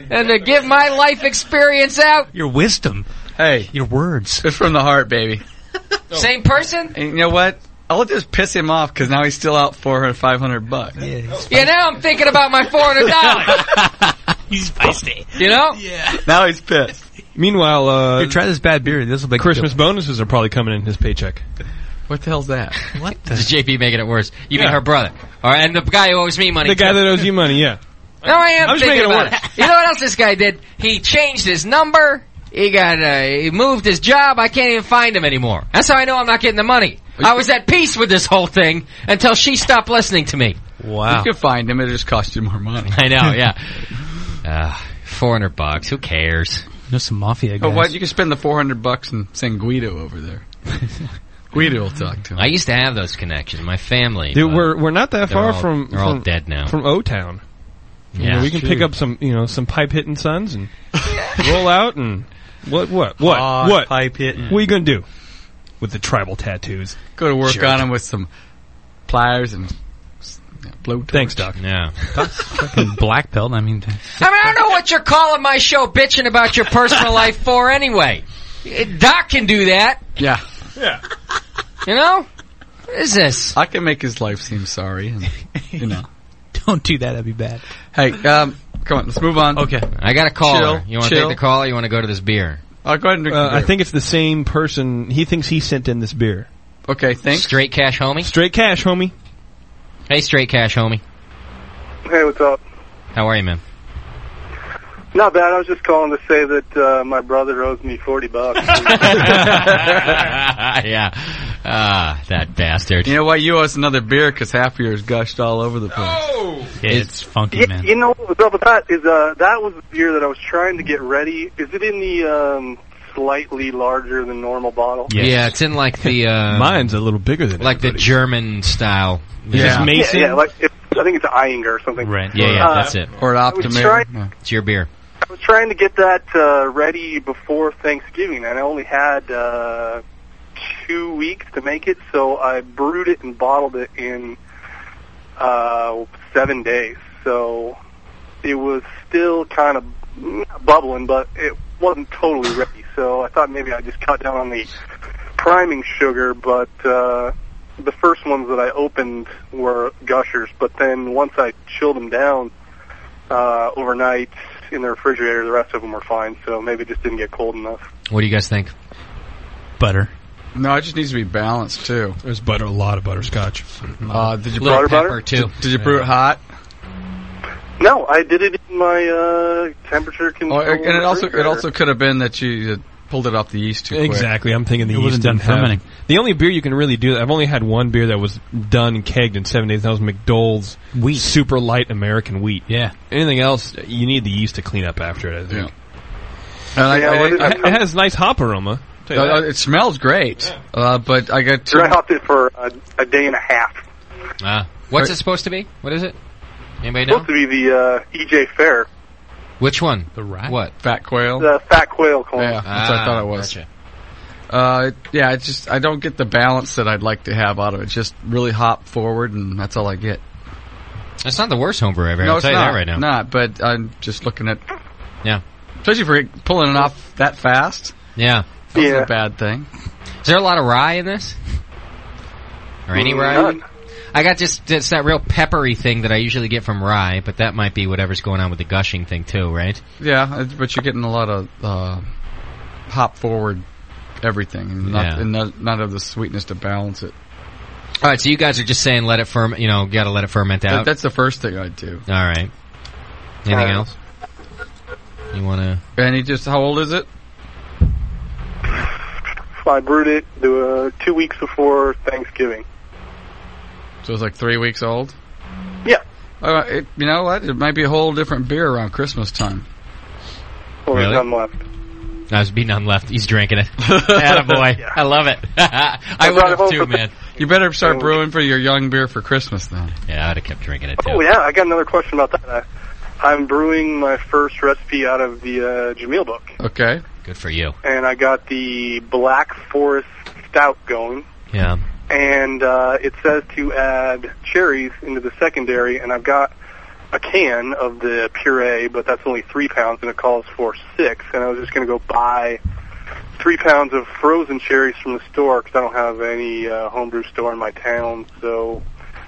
[SPEAKER 1] than to give my life experience out.
[SPEAKER 10] Your wisdom,
[SPEAKER 2] Hey,
[SPEAKER 10] your words.
[SPEAKER 2] it's from the heart, baby.
[SPEAKER 1] Same person?
[SPEAKER 2] And you know what? I'll just piss him off because now he's still out four or five hundred bucks.
[SPEAKER 1] Yeah, now I'm thinking about my $400.
[SPEAKER 10] He's feisty.
[SPEAKER 1] You know?
[SPEAKER 2] Now he's pissed.
[SPEAKER 7] Meanwhile, uh,
[SPEAKER 10] Here, try this bad beer. This will make you
[SPEAKER 7] Christmas bonuses are probably coming in his paycheck.
[SPEAKER 2] What the hell's that?
[SPEAKER 10] feel- What
[SPEAKER 1] This
[SPEAKER 10] the?
[SPEAKER 1] is JP making it worse. You mean
[SPEAKER 7] Yeah.
[SPEAKER 1] her brother. All right, and the guy who owes me money.
[SPEAKER 7] The guy
[SPEAKER 1] too.
[SPEAKER 7] that owes you money, yeah.
[SPEAKER 1] No, I am
[SPEAKER 7] I'm just
[SPEAKER 1] thinking
[SPEAKER 7] making it
[SPEAKER 1] about
[SPEAKER 7] work.
[SPEAKER 1] it. You know what else this guy did? He changed his number. He got uh, he moved his job. I can't even find him anymore. That's how I know I'm not getting the money. I was at peace with this whole thing until she stopped listening to me.
[SPEAKER 10] Wow.
[SPEAKER 2] You can find him. It just cost you more money.
[SPEAKER 1] I know, yeah. Uh, Four hundred bucks. Who cares?
[SPEAKER 10] There's some mafia
[SPEAKER 2] Oh,
[SPEAKER 10] guys.
[SPEAKER 2] what? You can spend the four hundred bucks and send Guido over there. Guido will talk to him.
[SPEAKER 1] I used to have those connections. My family.
[SPEAKER 7] Dude,
[SPEAKER 1] but
[SPEAKER 7] we're we're not that
[SPEAKER 1] uh, they're
[SPEAKER 7] far
[SPEAKER 1] all-
[SPEAKER 7] from
[SPEAKER 1] They're all
[SPEAKER 7] from-
[SPEAKER 1] dead now.
[SPEAKER 7] from O Town. You know,
[SPEAKER 1] yeah,
[SPEAKER 7] we can pick up some you know some pipe hitting sons and roll out and what what what
[SPEAKER 2] Hot
[SPEAKER 7] what
[SPEAKER 2] pipe hitting?
[SPEAKER 7] what are you gonna do with the tribal tattoos?
[SPEAKER 2] Go to work
[SPEAKER 7] Jerk.
[SPEAKER 2] on him with some pliers and s- blowtorch.
[SPEAKER 7] Thanks, Doc.
[SPEAKER 1] Yeah.
[SPEAKER 10] Fucking black belt. I mean,
[SPEAKER 1] I mean, I don't know what you're calling my show bitching about your personal life for anyway. Uh, Doc can do that,
[SPEAKER 2] Yeah,
[SPEAKER 7] Yeah,
[SPEAKER 1] you know? What is this?
[SPEAKER 2] I can make his life seem sorry. And, you know.
[SPEAKER 10] don't do that. That'd be bad.
[SPEAKER 2] Hey, um, come on, let's move on. Okay,
[SPEAKER 1] I got a caller.
[SPEAKER 2] Chill,
[SPEAKER 1] you want to
[SPEAKER 2] chill.
[SPEAKER 1] take the call or you want to go to this beer?
[SPEAKER 2] I'll go ahead and drink.
[SPEAKER 7] uh,
[SPEAKER 2] the
[SPEAKER 7] I
[SPEAKER 2] beer.
[SPEAKER 7] think it's the same person. He thinks he sent in this beer.
[SPEAKER 2] Okay, thanks.
[SPEAKER 1] Straight cash, homie.
[SPEAKER 7] Straight cash, homie.
[SPEAKER 1] Hey, straight cash, homie.
[SPEAKER 11] Hey, what's up?
[SPEAKER 1] How are you, man?
[SPEAKER 11] Not bad. I was just calling to say that uh, my brother owes me forty bucks.
[SPEAKER 1] yeah. Ah, that bastard.
[SPEAKER 2] You know what? You owe us another beer because half of yours gushed all over the place.
[SPEAKER 10] It's funky,
[SPEAKER 11] yeah,
[SPEAKER 10] man.
[SPEAKER 11] you know what was up with that is uh, that was the beer that I was trying to get ready. Is it in the um, slightly larger than normal bottle?
[SPEAKER 10] Yes.
[SPEAKER 1] Yeah, it's in like the, uh,
[SPEAKER 7] Mine's a little bigger than
[SPEAKER 1] like the
[SPEAKER 7] everybody's.
[SPEAKER 1] German style.
[SPEAKER 7] Is this
[SPEAKER 1] Yeah,
[SPEAKER 11] Yeah,
[SPEAKER 7] Mason.
[SPEAKER 11] yeah, like it, I think it's Eyinger or something.
[SPEAKER 10] Right.
[SPEAKER 1] yeah, yeah,
[SPEAKER 11] Uh,
[SPEAKER 1] that's it.
[SPEAKER 2] Or an
[SPEAKER 11] I was
[SPEAKER 2] Optimus.
[SPEAKER 11] trying-
[SPEAKER 2] Yeah.
[SPEAKER 1] It's your beer.
[SPEAKER 11] I was trying to get that uh, ready before Thanksgiving, and I only had uh, two weeks to make it, so I brewed it and bottled it in uh, seven days. So it was still kind of not bubbling, but it wasn't totally ready. So I thought maybe I'd just cut down on the priming sugar, but uh, the first ones that I opened were gushers. But then once I chilled them down uh, overnight in the refrigerator, the rest of them were fine. So maybe it just didn't get cold enough.
[SPEAKER 1] What do you guys think?
[SPEAKER 10] Butter.
[SPEAKER 2] No, it just needs to be balanced too.
[SPEAKER 7] There's butter, a lot of butterscotch.
[SPEAKER 2] Uh, did you
[SPEAKER 1] Little
[SPEAKER 11] Butter,
[SPEAKER 1] pepper
[SPEAKER 11] butter?
[SPEAKER 1] too.
[SPEAKER 2] did you brew it hot?
[SPEAKER 11] No, I did it in my uh, temperature
[SPEAKER 2] Oh,
[SPEAKER 11] control.
[SPEAKER 2] and it also it also could have been that you had pulled it off the yeast too quick.
[SPEAKER 7] Exactly. I'm thinking the
[SPEAKER 10] It
[SPEAKER 7] yeast
[SPEAKER 10] wasn't
[SPEAKER 7] didn't
[SPEAKER 10] done
[SPEAKER 7] have-
[SPEAKER 10] fermenting.
[SPEAKER 7] The only beer you can really do that. I've only had one beer that was done and kegged in seven days. And that was McDowell's
[SPEAKER 10] Wheat.
[SPEAKER 7] super light American wheat.
[SPEAKER 10] Yeah.
[SPEAKER 7] Anything else, you need the yeast to clean up after it. I
[SPEAKER 2] Yeah.
[SPEAKER 7] think.
[SPEAKER 2] And I,
[SPEAKER 11] Yeah,
[SPEAKER 2] I-
[SPEAKER 11] what is
[SPEAKER 2] I-
[SPEAKER 7] It- It has nice hop aroma. Tell you
[SPEAKER 2] uh,
[SPEAKER 7] that.
[SPEAKER 2] it smells great, uh, but I got two,
[SPEAKER 11] I hopped it for a, a day and a half.
[SPEAKER 1] Uh, what's it supposed to be? What is it? Anybody know?
[SPEAKER 11] Supposed to be the uh, EJ Fair,
[SPEAKER 1] Which one?
[SPEAKER 10] The rat.
[SPEAKER 1] What?
[SPEAKER 2] fat quail.
[SPEAKER 11] the Fat Quail corn.
[SPEAKER 2] Yeah, that's what I
[SPEAKER 1] Ah,
[SPEAKER 2] thought it was.
[SPEAKER 1] gotcha.
[SPEAKER 2] Uh, it- yeah, it's just I don't get the balance that I'd like to have out of it. Just really hop forward, and that's all I get.
[SPEAKER 1] That's not the worst homebrew I've ever.
[SPEAKER 2] no,
[SPEAKER 1] I'll
[SPEAKER 2] it's
[SPEAKER 1] tell you
[SPEAKER 2] not
[SPEAKER 1] that right now.
[SPEAKER 2] Not, but I'm just looking at
[SPEAKER 1] Yeah,
[SPEAKER 2] especially for it pulling it off that fast.
[SPEAKER 1] yeah.
[SPEAKER 2] That's
[SPEAKER 11] Yeah.
[SPEAKER 2] a bad thing.
[SPEAKER 1] Is there a lot of rye in this? Or any rye?
[SPEAKER 11] Mm, None.
[SPEAKER 1] I got just it's that real peppery thing that I usually get from rye, but that might be whatever's going on with the gushing thing too, right?
[SPEAKER 2] Yeah, it- but you're getting a lot of uh, hop forward everything, and not,
[SPEAKER 1] Yeah.
[SPEAKER 2] and not, not of the sweetness to balance it.
[SPEAKER 1] All right, so you guys are just saying let it ferment. You know, got to let it ferment
[SPEAKER 2] That,
[SPEAKER 1] out.
[SPEAKER 2] that's the first thing I'd do.
[SPEAKER 1] All right. Anything
[SPEAKER 11] Alright.
[SPEAKER 1] else? You want to?
[SPEAKER 2] And he just, how old is it?
[SPEAKER 11] I brewed it uh, two weeks before Thanksgiving.
[SPEAKER 2] So it's like three weeks old.
[SPEAKER 11] Yeah.
[SPEAKER 2] Uh, it, you know what? It might be a whole different beer around Christmas time.
[SPEAKER 11] Well, there's
[SPEAKER 1] Really?
[SPEAKER 11] none left.
[SPEAKER 1] No, there's be none left. He's drinking it. Attaboy. I love it. I would
[SPEAKER 11] brought it
[SPEAKER 1] have
[SPEAKER 11] home
[SPEAKER 1] too,
[SPEAKER 11] for-
[SPEAKER 1] man.
[SPEAKER 2] You better start brewing for your young beer for Christmas then.
[SPEAKER 1] Yeah, I'd have kept drinking it too.
[SPEAKER 11] Oh yeah, I got another question about that. I, I'm brewing my first recipe out of the uh, Jamil book,
[SPEAKER 2] Okay.
[SPEAKER 1] Good for you.
[SPEAKER 11] and I got the Black Forest Stout going.
[SPEAKER 1] Yeah.
[SPEAKER 11] and uh, it says to add cherries into the secondary, and I've got a can of the puree, but that's only three pounds, and it calls for six, and I was just going to go buy three pounds of frozen cherries from the store because I don't have any uh, homebrew store in my town, so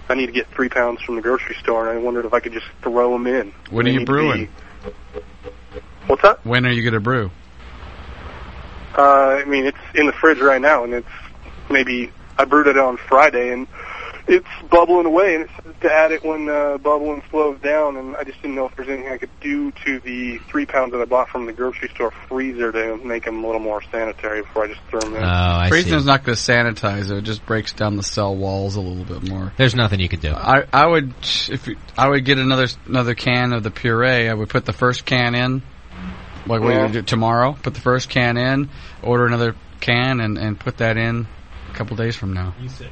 [SPEAKER 11] I need to get three pounds from the grocery store, and I wondered if I could just throw them in.
[SPEAKER 2] What are
[SPEAKER 11] They
[SPEAKER 2] you
[SPEAKER 11] need to
[SPEAKER 2] brewing?
[SPEAKER 11] be- What's that?
[SPEAKER 2] When are you going to brew?
[SPEAKER 11] Uh, I mean, it's in the fridge right now, and it's maybe I brewed it on Friday, and it's bubbling away, and it says to add it when uh, bubbling slows down, and I just didn't know if there's anything I could do to the three pounds that I bought from the grocery store freezer to make them a little more sanitary before I just throw them in.
[SPEAKER 1] Oh, I see.
[SPEAKER 2] Freezing's not going to sanitize it. It just breaks down the cell walls a little bit more.
[SPEAKER 1] There's nothing you could do.
[SPEAKER 2] I, I would if you, I would get another another can of the puree. I would put the first can in. Like what are you
[SPEAKER 11] Yeah.
[SPEAKER 2] gonna do tomorrow? Put the first can in. Order another can and and put that in a couple days from now.
[SPEAKER 7] You said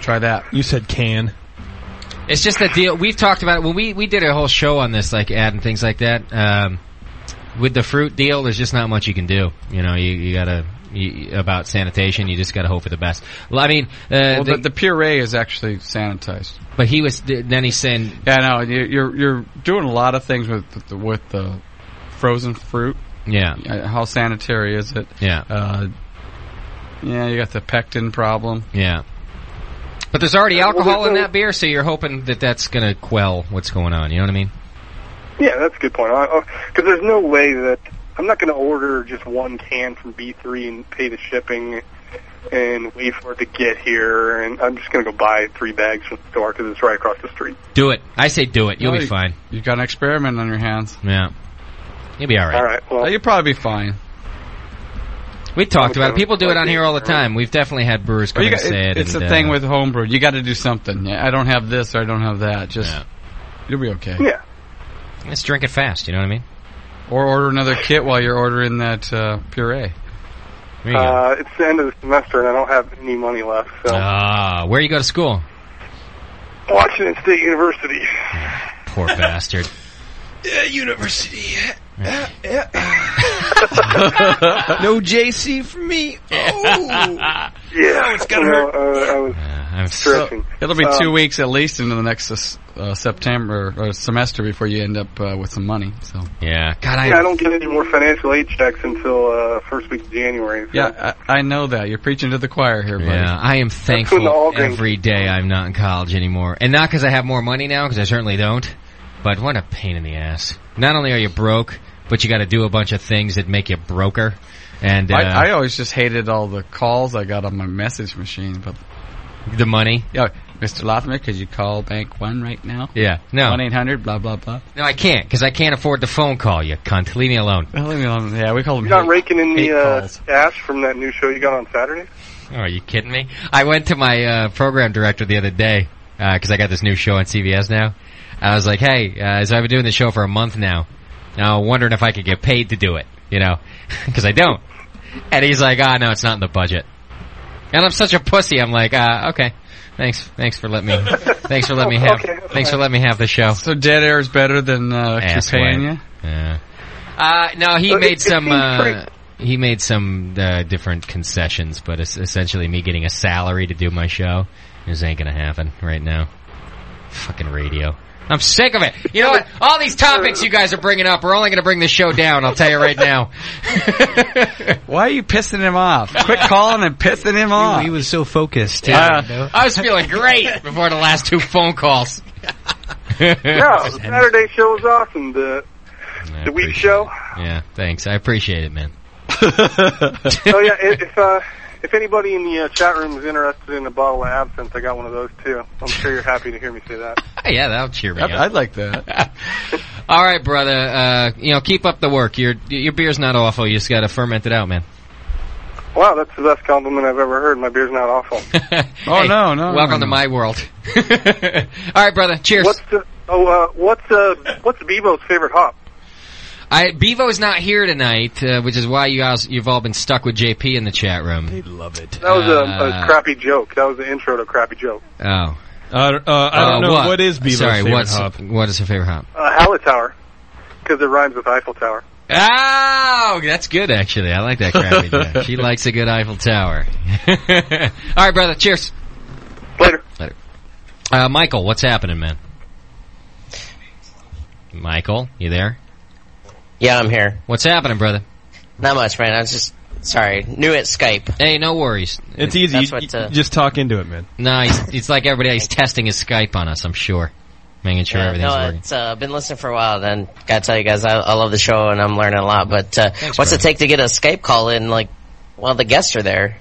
[SPEAKER 2] Try that.
[SPEAKER 7] you said can.
[SPEAKER 1] It's just that deal. We've talked about it when we we did a whole show on this, like ad and things like that. Um, with the fruit deal, there's just not much you can do. You know, you, you gotta you, about sanitation. You just gotta hope for the best. Well, I mean, uh,
[SPEAKER 2] Well,
[SPEAKER 1] the-
[SPEAKER 2] the, the puree is actually sanitized.
[SPEAKER 1] but he was then he's saying
[SPEAKER 2] Yeah, no, you- you're you're doing a lot of things with with the, with the frozen fruit.
[SPEAKER 1] Yeah.
[SPEAKER 2] Uh, How sanitary is it?
[SPEAKER 1] Yeah.
[SPEAKER 2] Uh, yeah, you got the pectin problem.
[SPEAKER 1] Yeah. But there's already alcohol in that beer, so you're hoping that that's gonna quell what's going on. You know what I mean?
[SPEAKER 11] Yeah, that's a good point. Because there's no way that I'm not going to order just one can from B3 and pay the shipping and wait for it to get here, and I'm just going to go buy three bags from the store because it's right across the street.
[SPEAKER 1] Do it. I say do it. You'll
[SPEAKER 2] No,
[SPEAKER 1] be
[SPEAKER 2] you-
[SPEAKER 1] fine.
[SPEAKER 2] You've got an experiment on your hands. Uh,
[SPEAKER 1] Yeah. You'll be all right.
[SPEAKER 11] All right, well,
[SPEAKER 2] You'll probably be fine.
[SPEAKER 1] We talked about it. People do it on here all the time. We've definitely had brewers come
[SPEAKER 2] Well, you
[SPEAKER 1] and
[SPEAKER 2] got-
[SPEAKER 1] say it.
[SPEAKER 2] it- it's
[SPEAKER 1] and,
[SPEAKER 2] the
[SPEAKER 1] uh,
[SPEAKER 2] thing with homebrew. You got to do something. Yeah, I don't have this or I don't have that. Just you'll be okay.
[SPEAKER 11] Yeah.
[SPEAKER 1] Let's drink it fast. You know what I mean?
[SPEAKER 2] Or order another kit while you're ordering that uh, puree.
[SPEAKER 11] Uh, it's the end of the semester, and I don't have any money left, so
[SPEAKER 1] Ah, where you go to school?
[SPEAKER 11] Washington State University.
[SPEAKER 1] Poor bastard.
[SPEAKER 7] Yeah, university. no JC for me. Oh.
[SPEAKER 11] Yeah,
[SPEAKER 7] Oh, it's gotta hurt.
[SPEAKER 11] Uh, I was
[SPEAKER 1] I'm
[SPEAKER 11] stretching.
[SPEAKER 2] It'll be
[SPEAKER 11] Um,
[SPEAKER 2] two weeks at least into the next uh, uh, September or semester before you end up uh, with some money. So
[SPEAKER 1] Yeah. God, I,
[SPEAKER 11] Yeah, I don't get any more financial aid checks until uh, first week of January. So.
[SPEAKER 2] yeah, I, I know that you're preaching to the choir here, buddy.
[SPEAKER 1] Yeah, Uh, I am
[SPEAKER 11] when the all
[SPEAKER 1] thankful
[SPEAKER 11] green-
[SPEAKER 1] every day I'm not in college anymore, and not because I have more money now, because I certainly don't. But what a pain in the ass! Not only are you broke, but you got to do a bunch of things that make you broker. And uh,
[SPEAKER 2] I, I always just hated all the calls I got on my message machine, but
[SPEAKER 1] the money,
[SPEAKER 2] yeah, Mr. Lothman, could you call Bank One right now?
[SPEAKER 1] yeah, no,
[SPEAKER 2] One eight hundred, blah blah blah.
[SPEAKER 1] no, I can't because I can't afford the phone call. You cunt, leave me alone.
[SPEAKER 2] Well, let me alone. Yeah, we call them.
[SPEAKER 11] You're not raking in
[SPEAKER 2] hate
[SPEAKER 11] the uh,
[SPEAKER 2] calls.
[SPEAKER 11] ash from that new show you got on Saturday?
[SPEAKER 1] Oh, are you kidding me? I went to my uh, program director the other day because I got this new show on CBS now. I was like, "Hey, uh, so I've been doing this show for a month now. Now, I'm wondering if I could get paid to do it, you know, because I don't." And he's like, "Ah, no, it's not in the budget." And I'm such a pussy. I'm like, uh, "Okay, thanks, thanks for letting me, thanks for letting me have,
[SPEAKER 11] Okay, that's
[SPEAKER 1] thanks for
[SPEAKER 11] fine.
[SPEAKER 1] letting me have the show."
[SPEAKER 2] So dead air is better than uh,
[SPEAKER 1] Asswipe.
[SPEAKER 2] Cupania.
[SPEAKER 1] Yeah. Uh, no, he
[SPEAKER 11] So it-
[SPEAKER 1] made
[SPEAKER 11] it
[SPEAKER 1] some.
[SPEAKER 11] seems
[SPEAKER 1] Uh,
[SPEAKER 11] pretty-
[SPEAKER 1] he made some uh, different concessions, but it's essentially me getting a salary to do my show. This ain't gonna happen right now. Fucking radio. I'm sick of it. You know what? All these topics you guys are bringing up are only going to bring the show down. I'll tell you right now.
[SPEAKER 2] Why are you pissing him off? Quit calling and pissing him off.
[SPEAKER 3] He was so focused.
[SPEAKER 2] Yeah.
[SPEAKER 3] you know?
[SPEAKER 1] I was feeling great before the last two phone calls.
[SPEAKER 11] Yeah, the Saturday show was awesome. The
[SPEAKER 1] I
[SPEAKER 11] the week
[SPEAKER 1] appreciate
[SPEAKER 11] show.
[SPEAKER 1] it. Yeah, thanks. I appreciate it, man.
[SPEAKER 11] oh yeah, i- if uh, if anybody in the uh, chat room is interested in a bottle of absinthe, I got one of those too. I'm sure you're happy to hear me say that.
[SPEAKER 1] Yeah, that'll cheer me
[SPEAKER 2] I'd,
[SPEAKER 1] up.
[SPEAKER 2] I'd like that.
[SPEAKER 1] All right, brother. Uh, you know, keep up the work. Your your beer's not awful. You just got to ferment it out, man.
[SPEAKER 11] Wow, that's the best compliment I've ever heard. My beer's not awful.
[SPEAKER 2] Oh
[SPEAKER 1] Hey,
[SPEAKER 2] no, no.
[SPEAKER 1] Welcome to
[SPEAKER 2] no,
[SPEAKER 1] my world. All right, brother. Cheers.
[SPEAKER 11] What's the oh uh, what's uh what's Bebo's favorite hop?
[SPEAKER 1] I, Bevo's not here tonight, uh, which is why you guys you've all been stuck with JP in the chat room.
[SPEAKER 7] love it.
[SPEAKER 11] That was a,
[SPEAKER 1] Uh,
[SPEAKER 11] a crappy joke. That was the intro to a crappy joke.
[SPEAKER 1] Oh, uh,
[SPEAKER 7] I don't, uh, I don't know what is Bevo's
[SPEAKER 1] Sorry,
[SPEAKER 7] favorite
[SPEAKER 1] what's
[SPEAKER 7] hop.
[SPEAKER 1] what is her favorite hop?
[SPEAKER 11] Uh, Hallett Tower, because it rhymes with Eiffel Tower.
[SPEAKER 1] Oh, that's good actually. I like that crabby Jack. She likes a good Eiffel Tower. All right, brother. Cheers.
[SPEAKER 5] Later.
[SPEAKER 1] Later. Uh, Michael, what's happening, man? Michael, you there?
[SPEAKER 12] Yeah, I'm here.
[SPEAKER 1] What's happening, brother?
[SPEAKER 12] Not much, man. I was just sorry. New at Skype.
[SPEAKER 1] Hey, no worries.
[SPEAKER 12] It's
[SPEAKER 7] easy.
[SPEAKER 12] That's
[SPEAKER 7] You-
[SPEAKER 12] what, uh,
[SPEAKER 7] Just talk into it, man.
[SPEAKER 1] No, he's, it's like everybody. He's testing his Skype on us. I'm sure, making sure
[SPEAKER 12] yeah,
[SPEAKER 1] everything's
[SPEAKER 12] no,
[SPEAKER 1] working.
[SPEAKER 12] it's, uh, been listening for a while. Then gotta tell you guys, I, I love the show and I'm learning a lot. But uh, what's it take to get a Skype call in? Like, while the guests are there.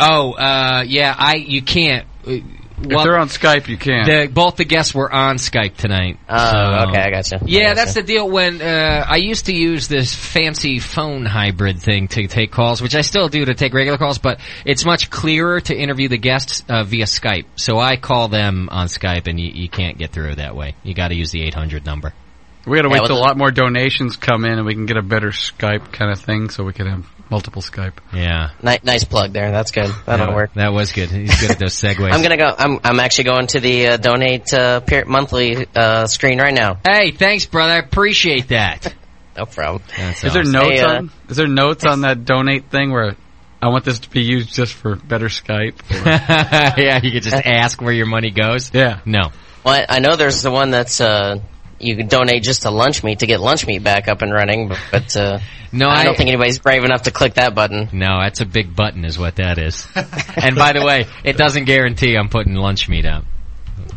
[SPEAKER 1] Oh, uh, yeah. I you can't. uh, well-
[SPEAKER 2] they're on Skype, you can.
[SPEAKER 1] The, both the guests were on Skype tonight.
[SPEAKER 12] Oh,
[SPEAKER 1] so-
[SPEAKER 12] okay, I gotcha.
[SPEAKER 1] Yeah, that's the deal. When uh, I used to use this fancy phone hybrid thing to take calls, which I still do to take regular calls, but it's much clearer to interview the guests uh, via Skype. So I call them on Skype, and you, you can't get through that way. You got to use the eight hundred number.
[SPEAKER 2] We got to
[SPEAKER 1] Yeah,
[SPEAKER 2] wait
[SPEAKER 1] with
[SPEAKER 2] till a
[SPEAKER 1] the-
[SPEAKER 2] lot more donations come in, and we can get a better Skype kind of thing, so we can have multiple Skype.
[SPEAKER 1] Yeah,
[SPEAKER 12] Ni- nice plug there. That's good. That'll
[SPEAKER 1] Yeah,
[SPEAKER 12] work.
[SPEAKER 1] That was good. He's good at those segues.
[SPEAKER 12] I'm gonna go. I'm I'm actually going to the uh, donate uh, peer- monthly uh, screen right now.
[SPEAKER 1] Hey, thanks, brother. I appreciate that.
[SPEAKER 12] no problem.
[SPEAKER 2] Is there notes
[SPEAKER 12] Hey, uh,
[SPEAKER 2] on? Is there notes on that donate thing where I want this to be used just for better Skype?
[SPEAKER 1] yeah, you could just ask where your money goes.
[SPEAKER 2] Yeah.
[SPEAKER 1] No.
[SPEAKER 12] Well, I I know there's the one that's uh, you can donate just to lunch meat to get lunch meat back up and running, but, but uh,
[SPEAKER 1] No,
[SPEAKER 12] I, don't
[SPEAKER 1] I-
[SPEAKER 12] think anybody's brave enough to click that button.
[SPEAKER 1] No, that's a big button, is what that is. and by the way, it doesn't guarantee I'm putting lunch meat out.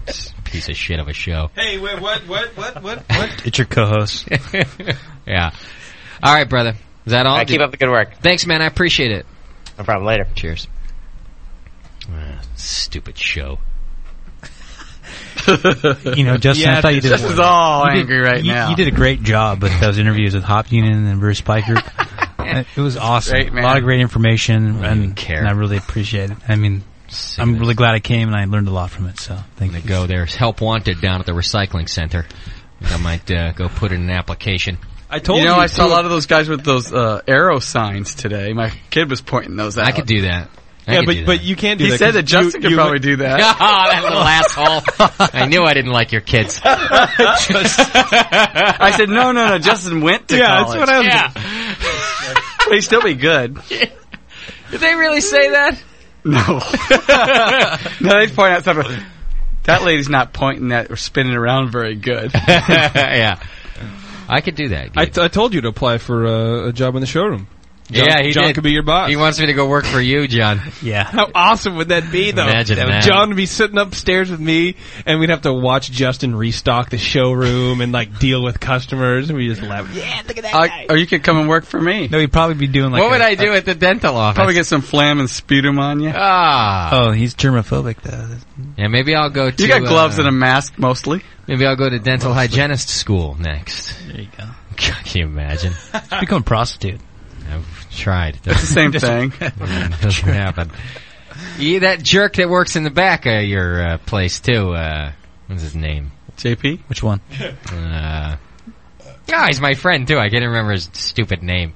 [SPEAKER 1] It's a Piece of shit of a show.
[SPEAKER 7] Hey, wait, what, what, what, what, what?
[SPEAKER 3] It's your co-host.
[SPEAKER 1] Yeah. All right, brother. Is that all?
[SPEAKER 12] All right, keep up the good work.
[SPEAKER 1] Thanks, man. I appreciate it.
[SPEAKER 12] No problem. Later.
[SPEAKER 1] Cheers. Ah, stupid show.
[SPEAKER 3] You know, Justin, I
[SPEAKER 2] Yeah,
[SPEAKER 3] thought you did.
[SPEAKER 2] this is all
[SPEAKER 3] you did-
[SPEAKER 2] angry right
[SPEAKER 3] you-
[SPEAKER 2] now.
[SPEAKER 3] You did a great job with those interviews with Hop Union and Bruce Pike Group. It was awesome.
[SPEAKER 2] Great,
[SPEAKER 3] a
[SPEAKER 2] man.
[SPEAKER 3] lot of great information,
[SPEAKER 1] don't even
[SPEAKER 3] and,
[SPEAKER 1] care.
[SPEAKER 3] and I really appreciate it. I mean,
[SPEAKER 1] Sick of
[SPEAKER 3] I'm
[SPEAKER 1] this.
[SPEAKER 3] really glad I came, and I learned a lot from it. So, thank
[SPEAKER 1] I'm
[SPEAKER 3] you.
[SPEAKER 1] gonna go there. Help wanted down at the recycling center. I might uh, go put in an application.
[SPEAKER 7] I told
[SPEAKER 2] you
[SPEAKER 7] you.
[SPEAKER 2] know, I saw a
[SPEAKER 7] to-
[SPEAKER 2] lot of those guys with those uh, arrow signs today. My kid was pointing those out.
[SPEAKER 1] I could do that. I
[SPEAKER 7] Yeah,
[SPEAKER 1] could
[SPEAKER 7] but
[SPEAKER 1] do
[SPEAKER 7] but
[SPEAKER 1] that.
[SPEAKER 7] you can't do
[SPEAKER 2] He
[SPEAKER 7] that.
[SPEAKER 2] said
[SPEAKER 7] 'cause
[SPEAKER 2] that
[SPEAKER 7] you,
[SPEAKER 2] Justin could
[SPEAKER 7] you
[SPEAKER 2] probably do that.
[SPEAKER 1] Ah, that little asshole. I knew I didn't like your kids.
[SPEAKER 2] I said, no, no, no. Justin went to
[SPEAKER 7] Yeah, that's
[SPEAKER 2] college.
[SPEAKER 7] what I was.
[SPEAKER 2] He'd still be good.
[SPEAKER 1] Did they really say that?
[SPEAKER 2] No. no, they'd point out something. That lady's not pointing that or spinning around very good.
[SPEAKER 1] yeah. I could do that.
[SPEAKER 7] I, t- I told you to apply for uh, a job in the showroom. John,
[SPEAKER 1] yeah, he
[SPEAKER 7] John
[SPEAKER 1] did.
[SPEAKER 7] could be your boss.
[SPEAKER 1] He wants me to go work for you, John.
[SPEAKER 3] Yeah,
[SPEAKER 7] How awesome would that be, though?
[SPEAKER 1] Imagine
[SPEAKER 7] That
[SPEAKER 1] that.
[SPEAKER 7] John would be sitting upstairs with me, and we'd have to watch Justin restock the showroom and like deal with customers, and we just laugh. Yeah, look at that
[SPEAKER 2] I, or you could come and work for me.
[SPEAKER 3] no, he'd probably be doing like.
[SPEAKER 1] what would
[SPEAKER 3] I?
[SPEAKER 1] I do at the dental office?
[SPEAKER 2] Probably get some flam and sputum on you.
[SPEAKER 1] ah.
[SPEAKER 3] Oh, he's germophobic. Though.
[SPEAKER 1] Yeah, maybe I'll go to.
[SPEAKER 2] You got gloves
[SPEAKER 1] uh,
[SPEAKER 2] and a mask mostly.
[SPEAKER 1] Maybe I'll go to dental hygienist school next.
[SPEAKER 3] There you go.
[SPEAKER 1] Can you imagine?
[SPEAKER 3] Just become a prostitute.
[SPEAKER 1] I've tried. It
[SPEAKER 2] It's the
[SPEAKER 1] doesn't,
[SPEAKER 2] same thing.
[SPEAKER 1] doesn't happen. You, that jerk that works in the back of your uh, place too. Uh, what's his name?
[SPEAKER 2] JP?
[SPEAKER 3] Which one?
[SPEAKER 1] Uh, ah, he's my friend too. I can't remember his stupid name.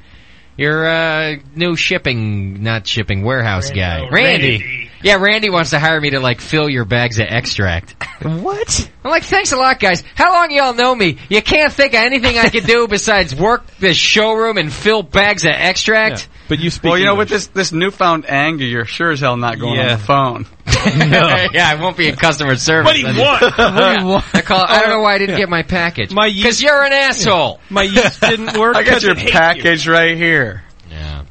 [SPEAKER 1] Your uh, new shipping, not shipping, warehouse guy, Randy. Yeah, Randy wants to hire me to like fill your bags of extract.
[SPEAKER 3] What?
[SPEAKER 1] I'm like, thanks a lot, guys. How long y'all know me? You can't think of anything I could do besides work this showroom and fill bags of extract.
[SPEAKER 7] But you speak.
[SPEAKER 2] Well, you know, with
[SPEAKER 7] English.
[SPEAKER 2] this, this newfound anger, you're sure as hell not going
[SPEAKER 7] Yeah.
[SPEAKER 2] on the phone.
[SPEAKER 1] Yeah, I won't be in customer service. What do you want? I, call, I don't know why I didn't get my package.
[SPEAKER 7] My yeast-
[SPEAKER 1] Because you're an asshole.
[SPEAKER 7] my yeast didn't work.
[SPEAKER 2] I got your
[SPEAKER 7] Hey,
[SPEAKER 2] package right here.
[SPEAKER 1] Yeah.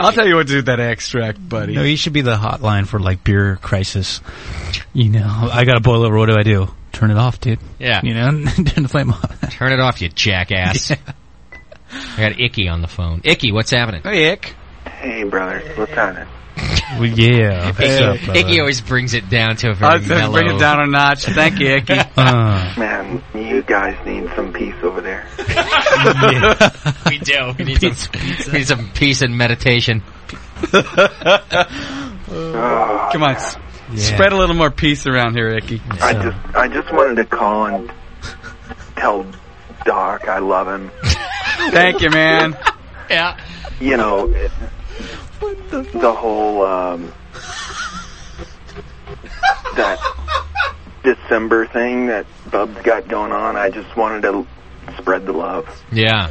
[SPEAKER 2] I'll tell you what to do with that extract, buddy.
[SPEAKER 3] No, he should be the hotline for like beer crisis. You know, I got a boil over. What do I do? Turn it off, dude.
[SPEAKER 1] Yeah.
[SPEAKER 3] You know, turn the flame off.
[SPEAKER 1] Turn it off, you jackass. I got Icky on the phone. Icky, what's happening?
[SPEAKER 2] Hey, Ick.
[SPEAKER 5] Hey, brother. What's happening?
[SPEAKER 3] Well, yeah. What's up, brother?
[SPEAKER 1] Icky always brings it down to a very
[SPEAKER 2] I'll just
[SPEAKER 1] mellow.
[SPEAKER 2] bring it down a notch. Thank you, Icky.
[SPEAKER 3] Uh,
[SPEAKER 5] Man, you guys need some peace over there.
[SPEAKER 1] We do. We need, some, we need some peace and meditation.
[SPEAKER 5] Oh,
[SPEAKER 2] Come on, s-
[SPEAKER 3] yeah.
[SPEAKER 2] spread a little more peace around here, Icky.
[SPEAKER 5] I just, I just wanted to call and tell Doc I love him.
[SPEAKER 2] Thank you, man.
[SPEAKER 1] Yeah.
[SPEAKER 5] You know, it- the whole um, that December thing that Bub's got going on. I just wanted to
[SPEAKER 13] spread the love.
[SPEAKER 1] Yeah.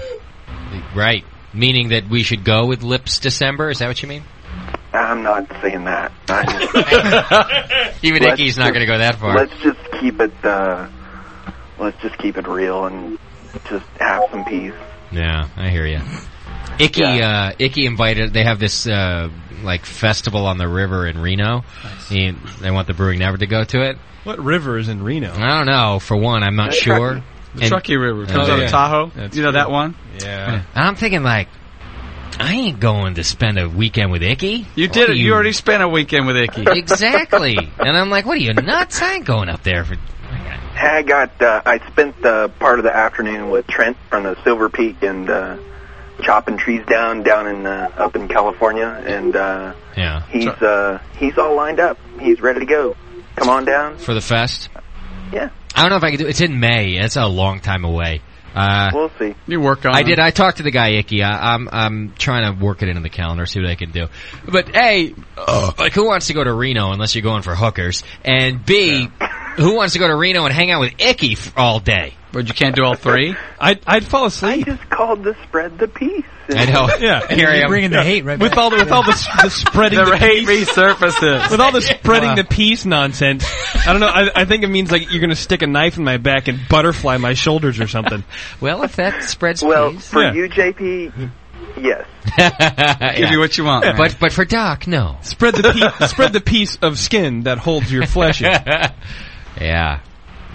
[SPEAKER 1] Right. Meaning that we should go with Lips December? Is that what you mean?
[SPEAKER 13] I'm not saying that.
[SPEAKER 1] Even
[SPEAKER 13] Let's
[SPEAKER 1] Icky's not
[SPEAKER 13] just-
[SPEAKER 1] going to go that far.
[SPEAKER 13] Let's just keep it. Uh, let's just keep it real and just have some peace.
[SPEAKER 1] Yeah, I hear you. Icky, uh, Icky invited. They have this uh, like festival on the river in Reno. And they want the Brewing Network to go to it.
[SPEAKER 7] What river is in Reno?
[SPEAKER 1] I don't know. For one, I'm not
[SPEAKER 7] The
[SPEAKER 1] sure.
[SPEAKER 7] Truckee-
[SPEAKER 2] the Truckee River comes out of Tahoe. You know that one?
[SPEAKER 7] Yeah.
[SPEAKER 1] uh, And I'm thinking like, I ain't going to spend a weekend with Icky.
[SPEAKER 2] You
[SPEAKER 1] What
[SPEAKER 2] did
[SPEAKER 1] are
[SPEAKER 2] it. You already spent a weekend with Icky.
[SPEAKER 1] exactly. And I'm like, what are you nuts? I ain't going up there for.
[SPEAKER 13] I got. Uh, I spent uh, part of the afternoon with Trent from the Silver Peak and uh, chopping trees down down in uh, up in California, and uh,
[SPEAKER 1] Yeah.
[SPEAKER 13] he's uh, he's all lined up. He's ready to go. Come on down.
[SPEAKER 1] For the fest.
[SPEAKER 13] Yeah.
[SPEAKER 1] I don't know if I can do. It's in May. That's a long time away. Uh,
[SPEAKER 13] we'll see.
[SPEAKER 2] You work on.
[SPEAKER 1] I did. I talked to the guy Icky. I, I'm I'm trying to work it into the calendar, see what I can do. But a, like who wants to go to Reno unless you're going for hookers? And b, who wants to go to Reno and hang out with Icky f- all day?
[SPEAKER 2] But you can't do all three.
[SPEAKER 7] I'd I'd fall asleep.
[SPEAKER 13] Called to spread the peace.
[SPEAKER 1] I know.
[SPEAKER 7] Yeah,
[SPEAKER 1] And Here I you're am. bringing the
[SPEAKER 7] hate right with all the with all the, s- the spreading
[SPEAKER 2] The
[SPEAKER 7] hate
[SPEAKER 2] resurfaces
[SPEAKER 7] with all the spreading
[SPEAKER 2] Wow.
[SPEAKER 7] the peace nonsense. I don't know. I, I think it means like you're going to stick a knife in my back and butterfly my shoulders or something.
[SPEAKER 1] Well, if that spreads
[SPEAKER 13] Well,
[SPEAKER 1] peace.
[SPEAKER 13] for you, JP, yes.
[SPEAKER 1] Give
[SPEAKER 7] you what you want, man.
[SPEAKER 1] But but for Doc, no.
[SPEAKER 7] Spread the pe- spread the piece of skin that holds your flesh. in.
[SPEAKER 1] yeah.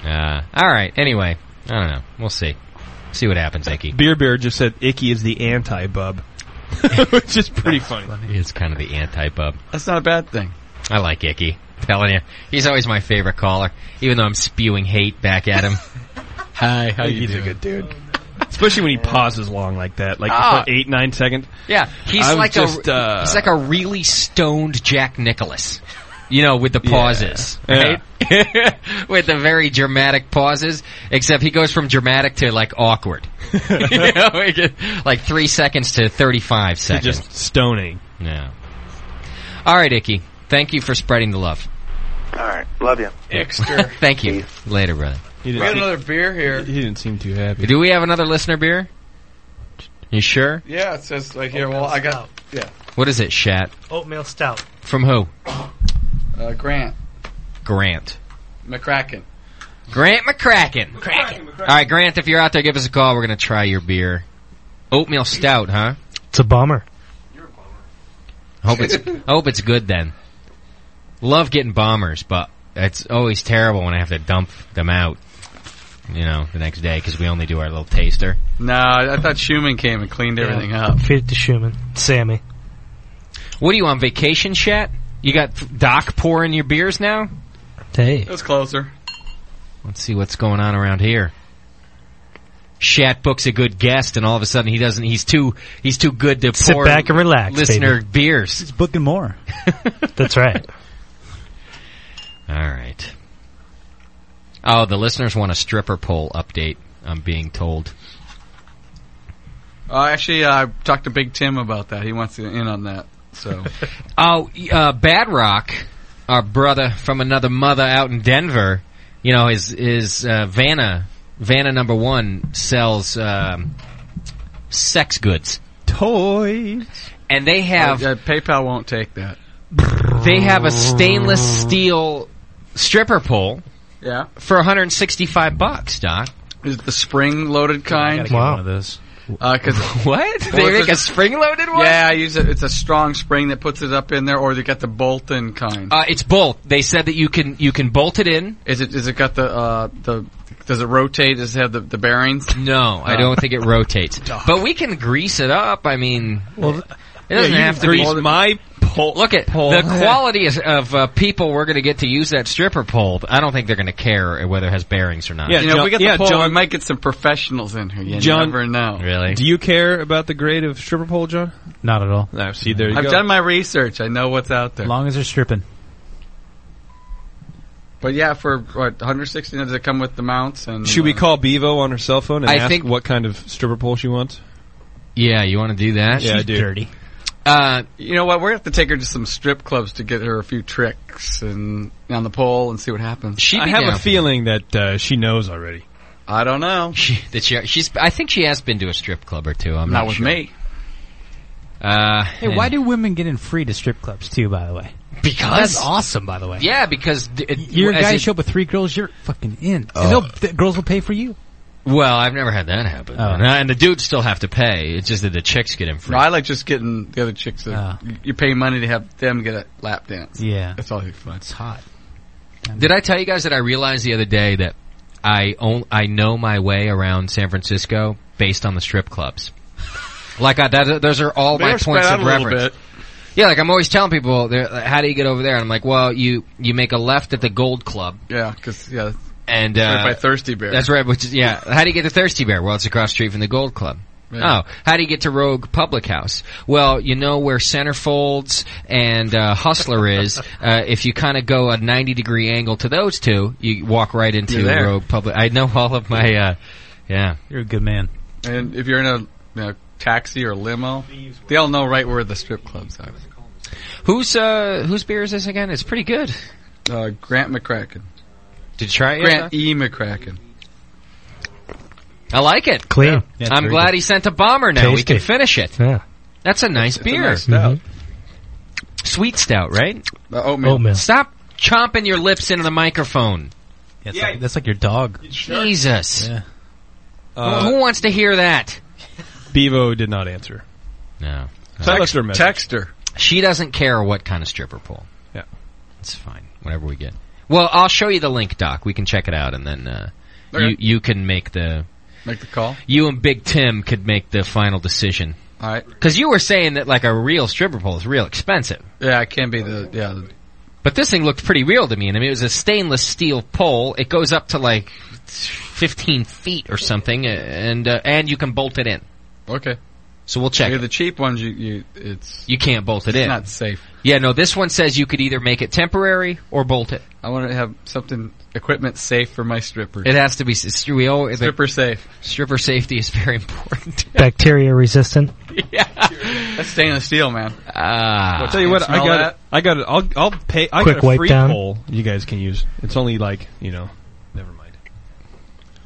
[SPEAKER 1] Uh, all right. Anyway, I don't know. We'll see. See what happens, Icky.
[SPEAKER 7] Beer Bear just said Icky is the anti bub, which is pretty funny.
[SPEAKER 1] It's kind of the anti bub.
[SPEAKER 2] That's not a bad thing.
[SPEAKER 1] I like Icky. Telling you, he's always my favorite caller, even though I'm spewing hate back at him. Hi, how
[SPEAKER 7] He's a good dude. Especially when he pauses long like that, like
[SPEAKER 1] Ah.
[SPEAKER 7] for eight nine seconds.
[SPEAKER 1] Yeah, he's
[SPEAKER 7] I'm
[SPEAKER 1] like
[SPEAKER 7] just,
[SPEAKER 1] a
[SPEAKER 7] uh,
[SPEAKER 1] he's like a really stoned Jack Nicholas. You know, with the pauses,
[SPEAKER 7] Yeah.
[SPEAKER 1] right? with the very dramatic pauses, except he goes from dramatic to like awkward. you know, he get- like three seconds to 35 seconds.
[SPEAKER 7] just stoning.
[SPEAKER 1] Yeah. All right, Icky. Thank you for spreading the love.
[SPEAKER 13] All right, love you.
[SPEAKER 2] Ixter.
[SPEAKER 1] Thank you. Later, brother.
[SPEAKER 7] He
[SPEAKER 2] We got another beer here.
[SPEAKER 7] He didn't seem too happy.
[SPEAKER 1] Do we have another listener beer? You sure?
[SPEAKER 2] Yeah, it says like
[SPEAKER 1] Oh,
[SPEAKER 2] here. Well, I got yeah.
[SPEAKER 1] What is it, Shat?
[SPEAKER 14] Oatmeal stout.
[SPEAKER 1] From who?
[SPEAKER 2] Uh, Grant
[SPEAKER 1] Grant.
[SPEAKER 2] McCracken.
[SPEAKER 1] Grant McCracken. All right, Grant, if you're out there, give us a call. We're going to try your beer. Oatmeal stout, huh?
[SPEAKER 14] It's a bummer.
[SPEAKER 1] I hope it's, I hope it's good then. Love getting bombers, but it's always terrible when I have to dump them out, you know, the next day because we only do our little taster.
[SPEAKER 2] No, I I thought Schumann came and cleaned everything up.
[SPEAKER 14] Feed it to Schumann. Sammy.
[SPEAKER 1] What are you on vacation, Shat? You got Doc pouring your beers now?
[SPEAKER 14] Hey.
[SPEAKER 2] It was closer.
[SPEAKER 1] Let's see what's going on around here. Shat books a good guest, and all of a sudden he doesn't. He's too he's too good to
[SPEAKER 14] Sit
[SPEAKER 1] pour
[SPEAKER 14] back and relax,
[SPEAKER 1] Listener
[SPEAKER 14] baby.
[SPEAKER 1] beers. He's
[SPEAKER 14] booking more. That's right.
[SPEAKER 1] All right. Oh, the listeners want a stripper poll update. I'm being told.
[SPEAKER 2] Uh, actually, uh, I talked to Big Tim about that. He wants to in on that. So
[SPEAKER 1] Oh, uh, Bad Rock, our brother from another mother out in Denver. You know, his his uh, Vanna Vanna number one sells um, sex goods,
[SPEAKER 7] toys,
[SPEAKER 1] and they have
[SPEAKER 2] Uh, uh, PayPal won't take that.
[SPEAKER 1] they have a stainless steel stripper pole
[SPEAKER 2] Yeah,
[SPEAKER 1] for 165 bucks, Doc.
[SPEAKER 2] is it the spring Uh, loaded kind?
[SPEAKER 1] get Wow. one
[SPEAKER 2] of
[SPEAKER 14] those.
[SPEAKER 2] Because
[SPEAKER 1] what They make a spring-loaded one?
[SPEAKER 2] Yeah, I use it. It's a strong spring that puts it up in there, or they got the bolt-in kind.
[SPEAKER 1] Uh, it's both. They said that you can you can bolt it in.
[SPEAKER 2] Is it is it got the uh, the does it rotate? Does it have the, the bearings? Uh.
[SPEAKER 1] No, I don't think it rotates. But we can grease it up. I mean, it doesn't
[SPEAKER 7] yeah, you
[SPEAKER 1] have to
[SPEAKER 7] grease
[SPEAKER 1] be
[SPEAKER 7] my pole.
[SPEAKER 1] Look at
[SPEAKER 7] pole.
[SPEAKER 1] the quality is- of uh, people we're going to get to use that stripper pole. I don't think they're going to care whether it has bearings or not.
[SPEAKER 2] Yeah, you know, we got the pole. we might get some professionals in here. You
[SPEAKER 7] John-
[SPEAKER 2] never know.
[SPEAKER 1] Really?
[SPEAKER 7] Do you care about the grade of stripper pole, John?
[SPEAKER 3] Not at all.
[SPEAKER 7] No, see, there you
[SPEAKER 2] I've
[SPEAKER 7] go.
[SPEAKER 2] done my research. I know what's out there.
[SPEAKER 3] As long as they're stripping.
[SPEAKER 2] But yeah, for what 160, does it come with the mounts? And
[SPEAKER 7] Should we call Bevo on her cell phone and
[SPEAKER 2] I
[SPEAKER 7] ask
[SPEAKER 2] think-
[SPEAKER 7] what kind of stripper pole she wants?
[SPEAKER 1] Yeah, you want to do that?
[SPEAKER 7] Yeah, I do.
[SPEAKER 1] Uh,
[SPEAKER 2] you know what? We're gonna have to take her to some strip clubs to get her a few tricks and on the pole and see what happens.
[SPEAKER 1] She
[SPEAKER 7] I have a feeling that uh, she knows already.
[SPEAKER 2] I don't know.
[SPEAKER 1] She, that she, she's. I think she has been to a strip club or two. I'm not,
[SPEAKER 2] Not with
[SPEAKER 1] sure.
[SPEAKER 2] me.
[SPEAKER 1] Uh,
[SPEAKER 3] Hey, why do women get in free to strip clubs too? By the way,
[SPEAKER 1] Because-
[SPEAKER 3] that's awesome. By the way,
[SPEAKER 1] Yeah, because d- it,
[SPEAKER 3] your
[SPEAKER 1] as
[SPEAKER 3] guys
[SPEAKER 1] it-
[SPEAKER 3] show up with three girls, you're fucking in.
[SPEAKER 1] Oh.
[SPEAKER 3] And they'll, the girls will pay for you.
[SPEAKER 1] Well, I've never had that happen,
[SPEAKER 3] Oh.
[SPEAKER 1] and, and the dudes still have to pay. It's just that the chicks get in free.
[SPEAKER 2] No, I like just getting the other chicks. To, You pay money to have them get a lap dance.
[SPEAKER 1] Uh. Yeah.
[SPEAKER 2] that's all fun. It's
[SPEAKER 3] hot.
[SPEAKER 1] Did I tell you guys that I realized the other day that I own, I know my way around San Francisco based on the strip clubs. Like I, that, those are all
[SPEAKER 2] They
[SPEAKER 1] my
[SPEAKER 2] are spread
[SPEAKER 1] points
[SPEAKER 2] out
[SPEAKER 1] of
[SPEAKER 2] a little
[SPEAKER 1] reference.
[SPEAKER 2] bit.
[SPEAKER 1] Yeah, like I'm always telling people, they're, like, how do you get over there? And I'm like, well, you you make a left at the Gold Club.
[SPEAKER 2] Yeah, because yeah,
[SPEAKER 1] and uh,
[SPEAKER 2] Right by Thirsty Bear.
[SPEAKER 1] That's right. Which is, yeah, how do you get to Thirsty Bear? Well, it's across the street from the Gold Club.
[SPEAKER 2] Yeah.
[SPEAKER 1] Oh, how do you get to Rogue Public House? Well, you know where Centerfolds and uh, Hustler is. Uh, if you kind of go a ninety degree angle to those two, you walk right into
[SPEAKER 2] You're there.
[SPEAKER 1] Rogue Public. I know all of my. Uh, yeah,
[SPEAKER 3] you're a good man.
[SPEAKER 2] and if you're in a you know, taxi or limo, they all know right where the strip clubs are.
[SPEAKER 1] Who's uh, whose beer is this again? It's pretty good.
[SPEAKER 2] Uh, Grant McCracken.
[SPEAKER 1] Did you try it? yet,
[SPEAKER 2] Grant E. McCracken.
[SPEAKER 1] I like it.
[SPEAKER 14] Clean. Yeah,
[SPEAKER 1] I'm
[SPEAKER 14] very
[SPEAKER 1] glad
[SPEAKER 14] good.
[SPEAKER 1] he sent a bomber. Now we
[SPEAKER 14] Tasty.
[SPEAKER 1] can finish it.
[SPEAKER 14] Yeah.
[SPEAKER 1] That's a nice
[SPEAKER 14] It's a
[SPEAKER 1] beer.
[SPEAKER 14] nice stout.
[SPEAKER 1] Sweet stout, right?
[SPEAKER 2] The
[SPEAKER 14] oatmeal. Mm-hmm. Oatmeal.
[SPEAKER 1] Stop chomping your lips into the microphone.
[SPEAKER 3] That's, like, that's like your dog.
[SPEAKER 1] Jesus.
[SPEAKER 3] Yeah.
[SPEAKER 10] Uh,
[SPEAKER 1] Who- who wants to hear that?
[SPEAKER 7] Uh, Bevo did not answer.
[SPEAKER 1] No.
[SPEAKER 7] So I left her a message.
[SPEAKER 2] her.
[SPEAKER 1] She doesn't care what kind of stripper pole.
[SPEAKER 7] Yeah.
[SPEAKER 1] It's fine. Whatever we get. Well, I'll show you the link, Doc. We can check it out, and then uh,
[SPEAKER 2] Okay.
[SPEAKER 1] you you can make the
[SPEAKER 2] Make the call.
[SPEAKER 1] you and Big Tim could make the final decision.
[SPEAKER 2] All right.
[SPEAKER 1] Because you were saying that like a real stripper pole is real expensive.
[SPEAKER 2] Yeah, it can be the yeah. The,
[SPEAKER 1] But this thing looked pretty real to me. And I mean, it was a stainless steel pole. It goes up to like 15 feet or something, uh, and uh, and you can bolt it in.
[SPEAKER 2] Okay.
[SPEAKER 1] So we'll check.
[SPEAKER 2] Yeah, the cheap ones, you, you it's
[SPEAKER 1] you can't bolt it
[SPEAKER 2] it's
[SPEAKER 1] in.
[SPEAKER 2] not safe.
[SPEAKER 1] Yeah, no. This one says you could either make it temporary or bolt it.
[SPEAKER 2] I want to have something equipment safe for my stripper.
[SPEAKER 1] It has to be. It's, we always,
[SPEAKER 2] stripper safe.
[SPEAKER 1] Stripper safety is very important.
[SPEAKER 14] Bacteria resistant.
[SPEAKER 2] That's stainless steel, man.
[SPEAKER 1] Ah.
[SPEAKER 7] I'll tell you what, I got
[SPEAKER 2] that?
[SPEAKER 7] it. I got it. I'll I'll pay. I
[SPEAKER 14] Quick
[SPEAKER 7] got a
[SPEAKER 14] wipe
[SPEAKER 7] free
[SPEAKER 14] down.
[SPEAKER 7] poll you guys can use. It's only like you know. Never mind.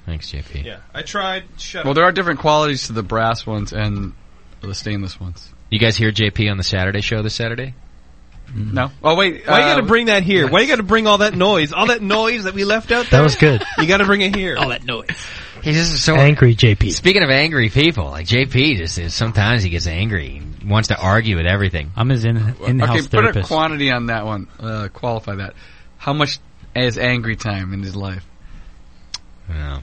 [SPEAKER 1] Thanks, JP.
[SPEAKER 7] Yeah, I tried. Shut
[SPEAKER 2] Well, there are different qualities to the brass ones and the stainless ones.
[SPEAKER 1] You guys hear JP on the Saturday show this Saturday?
[SPEAKER 14] Mm-hmm.
[SPEAKER 2] No. Oh wait.
[SPEAKER 7] Why you
[SPEAKER 2] uh,
[SPEAKER 7] got to bring that here? Why you got to bring all that noise? All that noise that we left out there.
[SPEAKER 14] That was good.
[SPEAKER 7] You got to bring it here. All
[SPEAKER 1] that noise. He's just so
[SPEAKER 14] Angry JP.
[SPEAKER 1] Speaking of angry people, like JP, just is, sometimes he gets angry, and wants to argue at everything.
[SPEAKER 3] I'm his in
[SPEAKER 2] okay, put a quantity on that one. Uh, qualify that. How much is angry time in his life?
[SPEAKER 1] Well,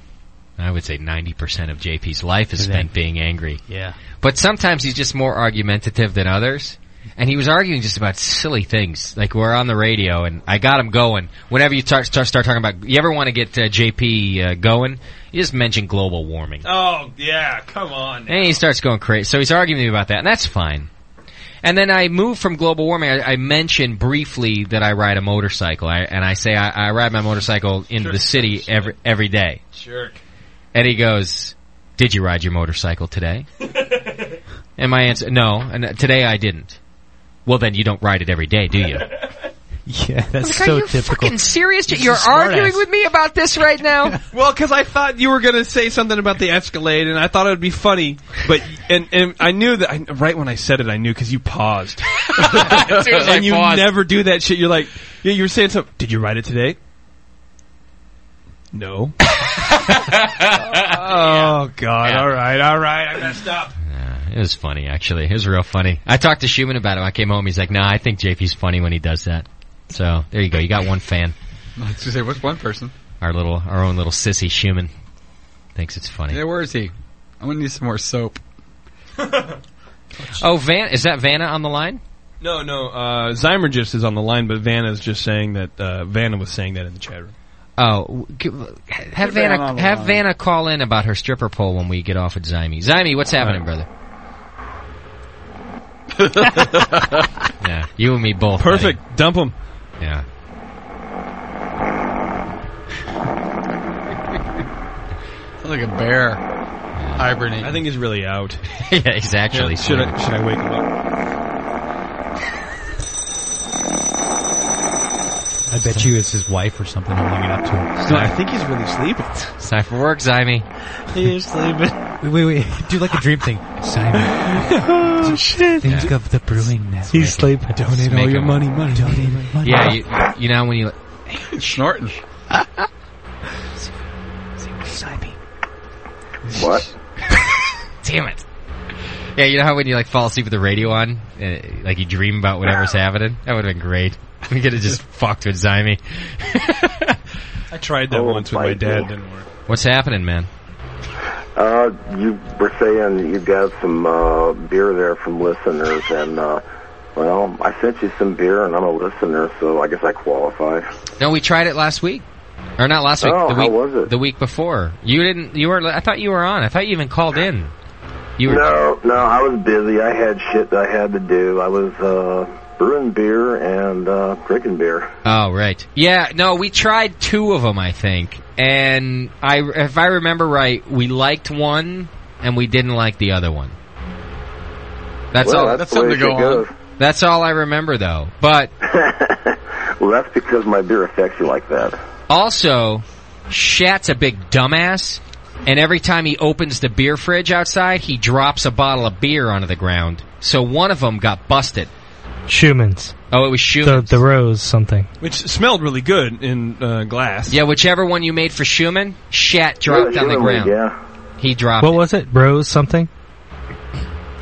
[SPEAKER 1] I would say 90% of JP's life is
[SPEAKER 2] Is
[SPEAKER 1] spent
[SPEAKER 2] that-
[SPEAKER 1] being angry.
[SPEAKER 3] Yeah.
[SPEAKER 1] But sometimes he's just more argumentative than others. And he was arguing just about silly things. Like we're on the radio and I got him going. Whenever you tar- start, start talking about, you ever want to get uh, JP uh, going, you just mention global warming.
[SPEAKER 7] Oh yeah, come on.
[SPEAKER 1] And he starts going crazy. So he's arguing with me about that and that's fine. And then I move from global warming. I, I mention briefly that I ride a motorcycle, I, and I say I, I ride my motorcycle into the city every every day.
[SPEAKER 7] Jerk.
[SPEAKER 1] And he goes, "Did you ride your motorcycle today?" and my answer, "No, and today I didn't." Well, then you don't ride it every day, do you?
[SPEAKER 3] Yeah, that's
[SPEAKER 1] like, are
[SPEAKER 3] so
[SPEAKER 1] you
[SPEAKER 3] typical.
[SPEAKER 1] fucking serious?
[SPEAKER 3] He's
[SPEAKER 1] You're
[SPEAKER 3] a smart
[SPEAKER 1] arguing
[SPEAKER 3] ass.
[SPEAKER 1] with me about this right now?
[SPEAKER 7] Well, because I thought you were going to say something about the Escalade, and I thought it would be funny, but and and I knew that I, right when I said it, I knew because you paused,
[SPEAKER 1] As soon as
[SPEAKER 7] and
[SPEAKER 1] I
[SPEAKER 7] you
[SPEAKER 1] paused.
[SPEAKER 7] never do that shit. You're like, yeah, you were saying something. Did you write it today? No. oh God! All right, all right. I messed up.
[SPEAKER 1] It was funny, actually. It was real funny. I talked to Schumann about it. When I came home. He's like, "Nah, I think JP's funny when he does that." So there you go. You got one fan.
[SPEAKER 2] Let's just say what's one person.
[SPEAKER 1] Our little, our own little sissy Schumann thinks it's funny.
[SPEAKER 2] Yeah, where is he? I'm gonna need some more soap.
[SPEAKER 1] Oh, Van, is that Vanna on the line?
[SPEAKER 7] No, no. Uh, Zymer just is on the line, but Vanna's just saying that. Uh, Vanna was saying that in the chat room.
[SPEAKER 1] Oh, w- g- w- have
[SPEAKER 7] Get Vanna
[SPEAKER 1] Vanna
[SPEAKER 7] on the
[SPEAKER 1] have
[SPEAKER 7] line.
[SPEAKER 1] Vanna call in about her stripper pole when we get off with Zyme. Zyme,
[SPEAKER 7] Uh,
[SPEAKER 1] what's happening, brother? yeah, you and me both.
[SPEAKER 7] Perfect. Dump him.
[SPEAKER 1] Yeah.
[SPEAKER 2] Sounds like a bear hibernating.
[SPEAKER 7] I think he's really out.
[SPEAKER 1] yeah, he's actually.
[SPEAKER 7] Yeah, should I should I wake him up?
[SPEAKER 3] I bet you it's his wife or something holding it up to him.
[SPEAKER 7] So I think he's really sleeping.
[SPEAKER 1] It's time for work, Zimey.
[SPEAKER 3] He's sleeping. Wait, wait, wait. Do like a dream thing. Simon.
[SPEAKER 14] oh shit!
[SPEAKER 3] Think of the brewing net.
[SPEAKER 14] He's sleeping.
[SPEAKER 1] Just make him-
[SPEAKER 14] money, money,
[SPEAKER 1] Yeah, you, you know when you
[SPEAKER 2] snorting.
[SPEAKER 13] What?
[SPEAKER 1] Damn it. Yeah, you know how when you like fall asleep with the radio on, uh, like you dream about whatever's happening. That would have been great. We could have just fucked with Zimey.
[SPEAKER 7] I tried that once with my dad. Didn't work.
[SPEAKER 1] What's happening, man?
[SPEAKER 15] Uh, you were saying that you got some uh, beer there from listeners, and uh, well, I sent you some beer, and I'm a listener, so I guess I qualify.
[SPEAKER 1] No, we tried it last week, or not last week.
[SPEAKER 15] Oh,
[SPEAKER 1] the
[SPEAKER 15] how
[SPEAKER 1] week,
[SPEAKER 15] was
[SPEAKER 1] it? The week before. You didn't. You were. I thought you were on. I thought you even called in. You were.
[SPEAKER 15] No, no, I was busy. I had shit that I had to do. I was uh, brewing beer and uh, drinking beer.
[SPEAKER 1] Oh, right. Yeah, no, we tried two of them, I think. And I, if I remember right, we liked one and we didn't like the other one. That's
[SPEAKER 15] Well,
[SPEAKER 1] all.
[SPEAKER 15] that's That's the way something to it go on. goes.
[SPEAKER 1] That's all I remember, though. But
[SPEAKER 15] Well, that's because my beer affects you like that.
[SPEAKER 1] also, Shat's a big dumbass, and every time he opens the beer fridge outside, he drops a bottle of beer onto the ground. So one of them got busted.
[SPEAKER 14] Schumann's.
[SPEAKER 1] Oh, it was
[SPEAKER 14] The,
[SPEAKER 1] Schumann.
[SPEAKER 14] the rose something.
[SPEAKER 7] Which smelled really good in uh, glass.
[SPEAKER 1] Yeah, whichever one you made for Schumann, Shat dropped on the ground. He dropped.
[SPEAKER 14] What was it? Rose something?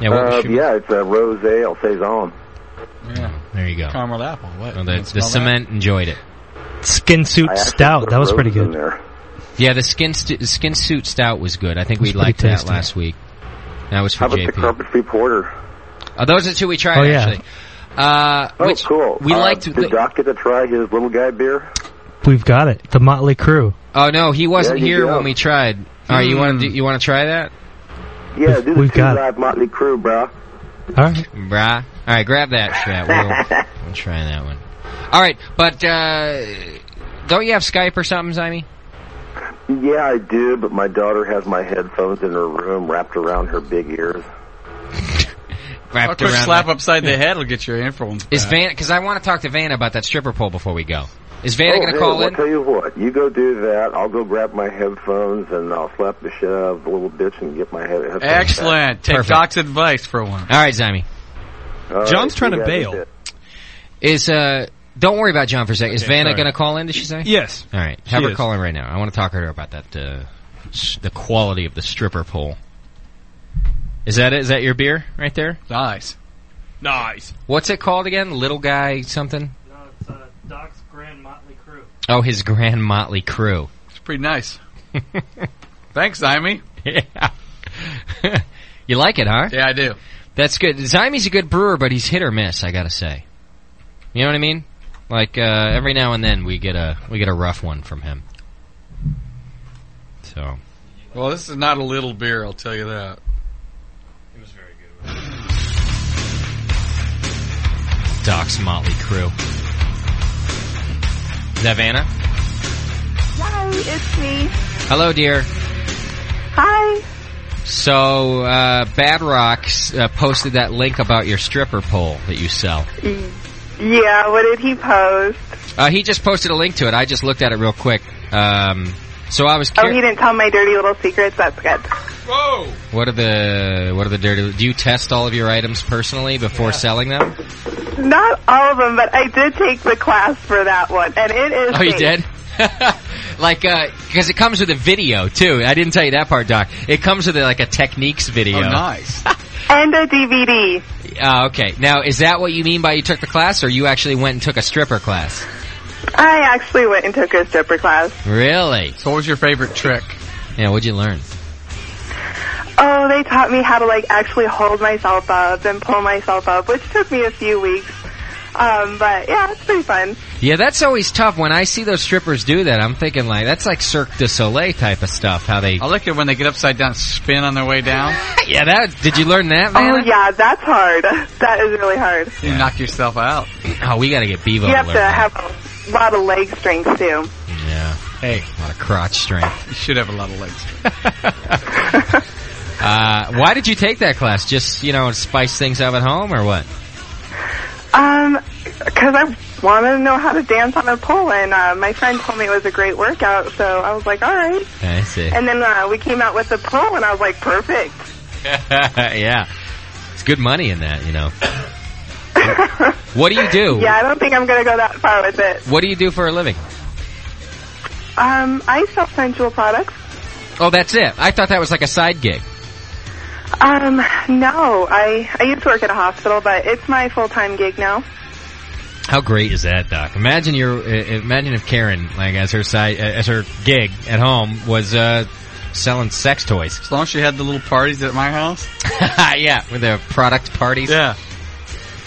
[SPEAKER 1] Yeah,
[SPEAKER 14] what was
[SPEAKER 15] uh,
[SPEAKER 14] your-
[SPEAKER 15] yeah, it's a rose ale saison.
[SPEAKER 1] There you go.
[SPEAKER 2] Caramel apple. What?
[SPEAKER 1] Well, the, the cement enjoyed it.
[SPEAKER 14] Skin
[SPEAKER 15] I
[SPEAKER 14] suit
[SPEAKER 15] actually
[SPEAKER 14] stout.
[SPEAKER 15] put
[SPEAKER 14] That was
[SPEAKER 15] rose
[SPEAKER 14] pretty
[SPEAKER 15] in
[SPEAKER 14] good.
[SPEAKER 15] there.
[SPEAKER 1] Yeah, the skin st- skin suit stout was good. I think
[SPEAKER 14] It was
[SPEAKER 1] we liked
[SPEAKER 14] pretty
[SPEAKER 1] that
[SPEAKER 14] tasty.
[SPEAKER 1] last week. That was for
[SPEAKER 15] How about the
[SPEAKER 1] JP.
[SPEAKER 15] carpet free porter?
[SPEAKER 1] Oh, those are two we tried
[SPEAKER 15] Oh, yeah.
[SPEAKER 1] actually. Uh,
[SPEAKER 15] Oh,
[SPEAKER 1] which
[SPEAKER 15] cool.
[SPEAKER 1] We
[SPEAKER 15] Uh,
[SPEAKER 1] liked.
[SPEAKER 15] Did Doc get to try his little guy beer?
[SPEAKER 14] We've got it. The Motley Crew.
[SPEAKER 1] oh no, he wasn't
[SPEAKER 15] Yeah, you
[SPEAKER 1] here
[SPEAKER 15] go.
[SPEAKER 1] when we tried. All right, you want to you want to try that,
[SPEAKER 15] Yeah, do the
[SPEAKER 14] we've
[SPEAKER 15] two
[SPEAKER 14] got it.
[SPEAKER 15] live Motley Crew, bro.
[SPEAKER 14] All right.
[SPEAKER 1] brah? All right, grab that. Shat. We'll, we'll try that one. All right, but uh, don't you have Skype or something, Zimey?
[SPEAKER 15] Yeah, I do, but my daughter has my headphones in her room wrapped around her big ears.
[SPEAKER 2] A quick slap upside the head will get your influence.
[SPEAKER 1] Is
[SPEAKER 2] back.
[SPEAKER 1] Van? Because I want to talk to Vanna about that stripper pole before we go. Is Vanna
[SPEAKER 15] oh,
[SPEAKER 1] going
[SPEAKER 15] hey,
[SPEAKER 1] to call
[SPEAKER 15] well,
[SPEAKER 1] in?
[SPEAKER 15] I'll tell you what, you go do that. I'll go grab my headphones and I'll slap the shit out of the little bitch and get my head. headphones back.
[SPEAKER 2] Excellent. Take
[SPEAKER 1] Perfect.
[SPEAKER 2] Doc's advice for one.
[SPEAKER 1] All right, Zimey.
[SPEAKER 15] All right,
[SPEAKER 7] John's trying
[SPEAKER 15] you
[SPEAKER 7] to
[SPEAKER 15] guys
[SPEAKER 7] bail.
[SPEAKER 15] did it.
[SPEAKER 1] Is uh, don't worry about John for a second. Is
[SPEAKER 7] Okay,
[SPEAKER 1] Vanna
[SPEAKER 7] sorry.
[SPEAKER 1] going to call in? Did she say?
[SPEAKER 7] Yes.
[SPEAKER 1] All right,
[SPEAKER 7] She
[SPEAKER 1] have her
[SPEAKER 7] is.
[SPEAKER 1] call in right now. I want to talk to her about that. Uh, s- the quality of the stripper pole. Is that it? Is that your beer right there?
[SPEAKER 2] Nice.
[SPEAKER 7] Nice.
[SPEAKER 1] What's it called again? Little guy something?
[SPEAKER 14] uh, Doc's Grand Motley Crew.
[SPEAKER 1] Oh, his grand motley crew.
[SPEAKER 2] It's pretty nice. Thanks, Jaime.
[SPEAKER 1] Yeah. you like it, huh?
[SPEAKER 2] Yeah, I do.
[SPEAKER 1] That's good. Zymie's a good brewer, but he's hit or miss. I gotta say. You know what I mean? Like uh, every now and then we get a we get a rough one from him. So.
[SPEAKER 2] Well, this is not a little beer, I'll tell you that. It was very good.
[SPEAKER 1] Doc's Motley Crew. Is that Vanna?
[SPEAKER 16] Hi, it's me.
[SPEAKER 1] Hello, dear.
[SPEAKER 16] Hi.
[SPEAKER 1] So, uh, Bad Rocks uh, posted that link about your stripper pole that you sell.
[SPEAKER 16] Yeah, what did he post?
[SPEAKER 1] Uh, he just posted a link to it. I just looked at it real quick. Um, so I was
[SPEAKER 16] Oh, he
[SPEAKER 1] curious.
[SPEAKER 16] didn't tell my dirty little secrets. That's good.
[SPEAKER 2] Whoa!
[SPEAKER 1] what are the what are the dirty? Do you test all of your items personally before selling them?
[SPEAKER 16] Not all of them, but I did take the class for that one, and it is.
[SPEAKER 1] Oh, you
[SPEAKER 16] safe.
[SPEAKER 1] did. like, because it comes with a video too. I didn't tell you that part, Doc. It comes with uh, like a techniques video.
[SPEAKER 2] Oh, nice.
[SPEAKER 16] And a DVD.
[SPEAKER 1] Uh, okay. Now, is that what you mean by you took the class, or you actually went and took a stripper class?
[SPEAKER 16] I actually went and took a stripper class.
[SPEAKER 1] Really?
[SPEAKER 2] So, what was your favorite trick?
[SPEAKER 1] Yeah, what'd you learn?
[SPEAKER 16] Oh, they taught me how to like actually hold myself up and pull myself up, which took me a few weeks. Um, but yeah, it's pretty fun.
[SPEAKER 1] Yeah, that's always tough. When I see those strippers do that, I'm thinking like that's like Cirque du Soleil type of stuff. How they?
[SPEAKER 2] I like it when they get upside down, spin on their way down.
[SPEAKER 1] Yeah, that. Did you learn that,
[SPEAKER 16] Oh
[SPEAKER 1] man?
[SPEAKER 16] yeah, that's hard. That is really hard.
[SPEAKER 2] You knock yourself out.
[SPEAKER 1] Oh, we gotta get Bevo
[SPEAKER 16] You
[SPEAKER 1] to
[SPEAKER 16] have
[SPEAKER 1] learn.
[SPEAKER 16] to
[SPEAKER 1] that.
[SPEAKER 16] have a lot of leg strength too.
[SPEAKER 1] yeah. Hey, a lot of crotch strength.
[SPEAKER 2] You should have a lot of legs.
[SPEAKER 1] Uh, why did you take that class? Just you know, spice things up at home or what?
[SPEAKER 16] Um, because I wanted to know how to dance on a pole, and uh, my friend told me it was a great workout, so I was like, all right.
[SPEAKER 1] I see.
[SPEAKER 16] And then uh, we came out with the pole, and I was like, perfect.
[SPEAKER 1] yeah, it's good money in that, you know. what do you do?
[SPEAKER 16] Yeah, I don't think I'm gonna go that far with it.
[SPEAKER 1] What do you do for a living?
[SPEAKER 16] Um, I sell sensual products.
[SPEAKER 1] Oh, that's it. I thought that was like a side gig.
[SPEAKER 16] Um, no, I I used to work at a hospital, but it's my full time gig now.
[SPEAKER 1] How great is that, Doc? Imagine your uh, imagine if Karen, like as her side uh, as her gig at home was uh, selling sex toys.
[SPEAKER 2] As long as she had the little parties at my house.
[SPEAKER 1] yeah, with the product parties.
[SPEAKER 2] Yeah.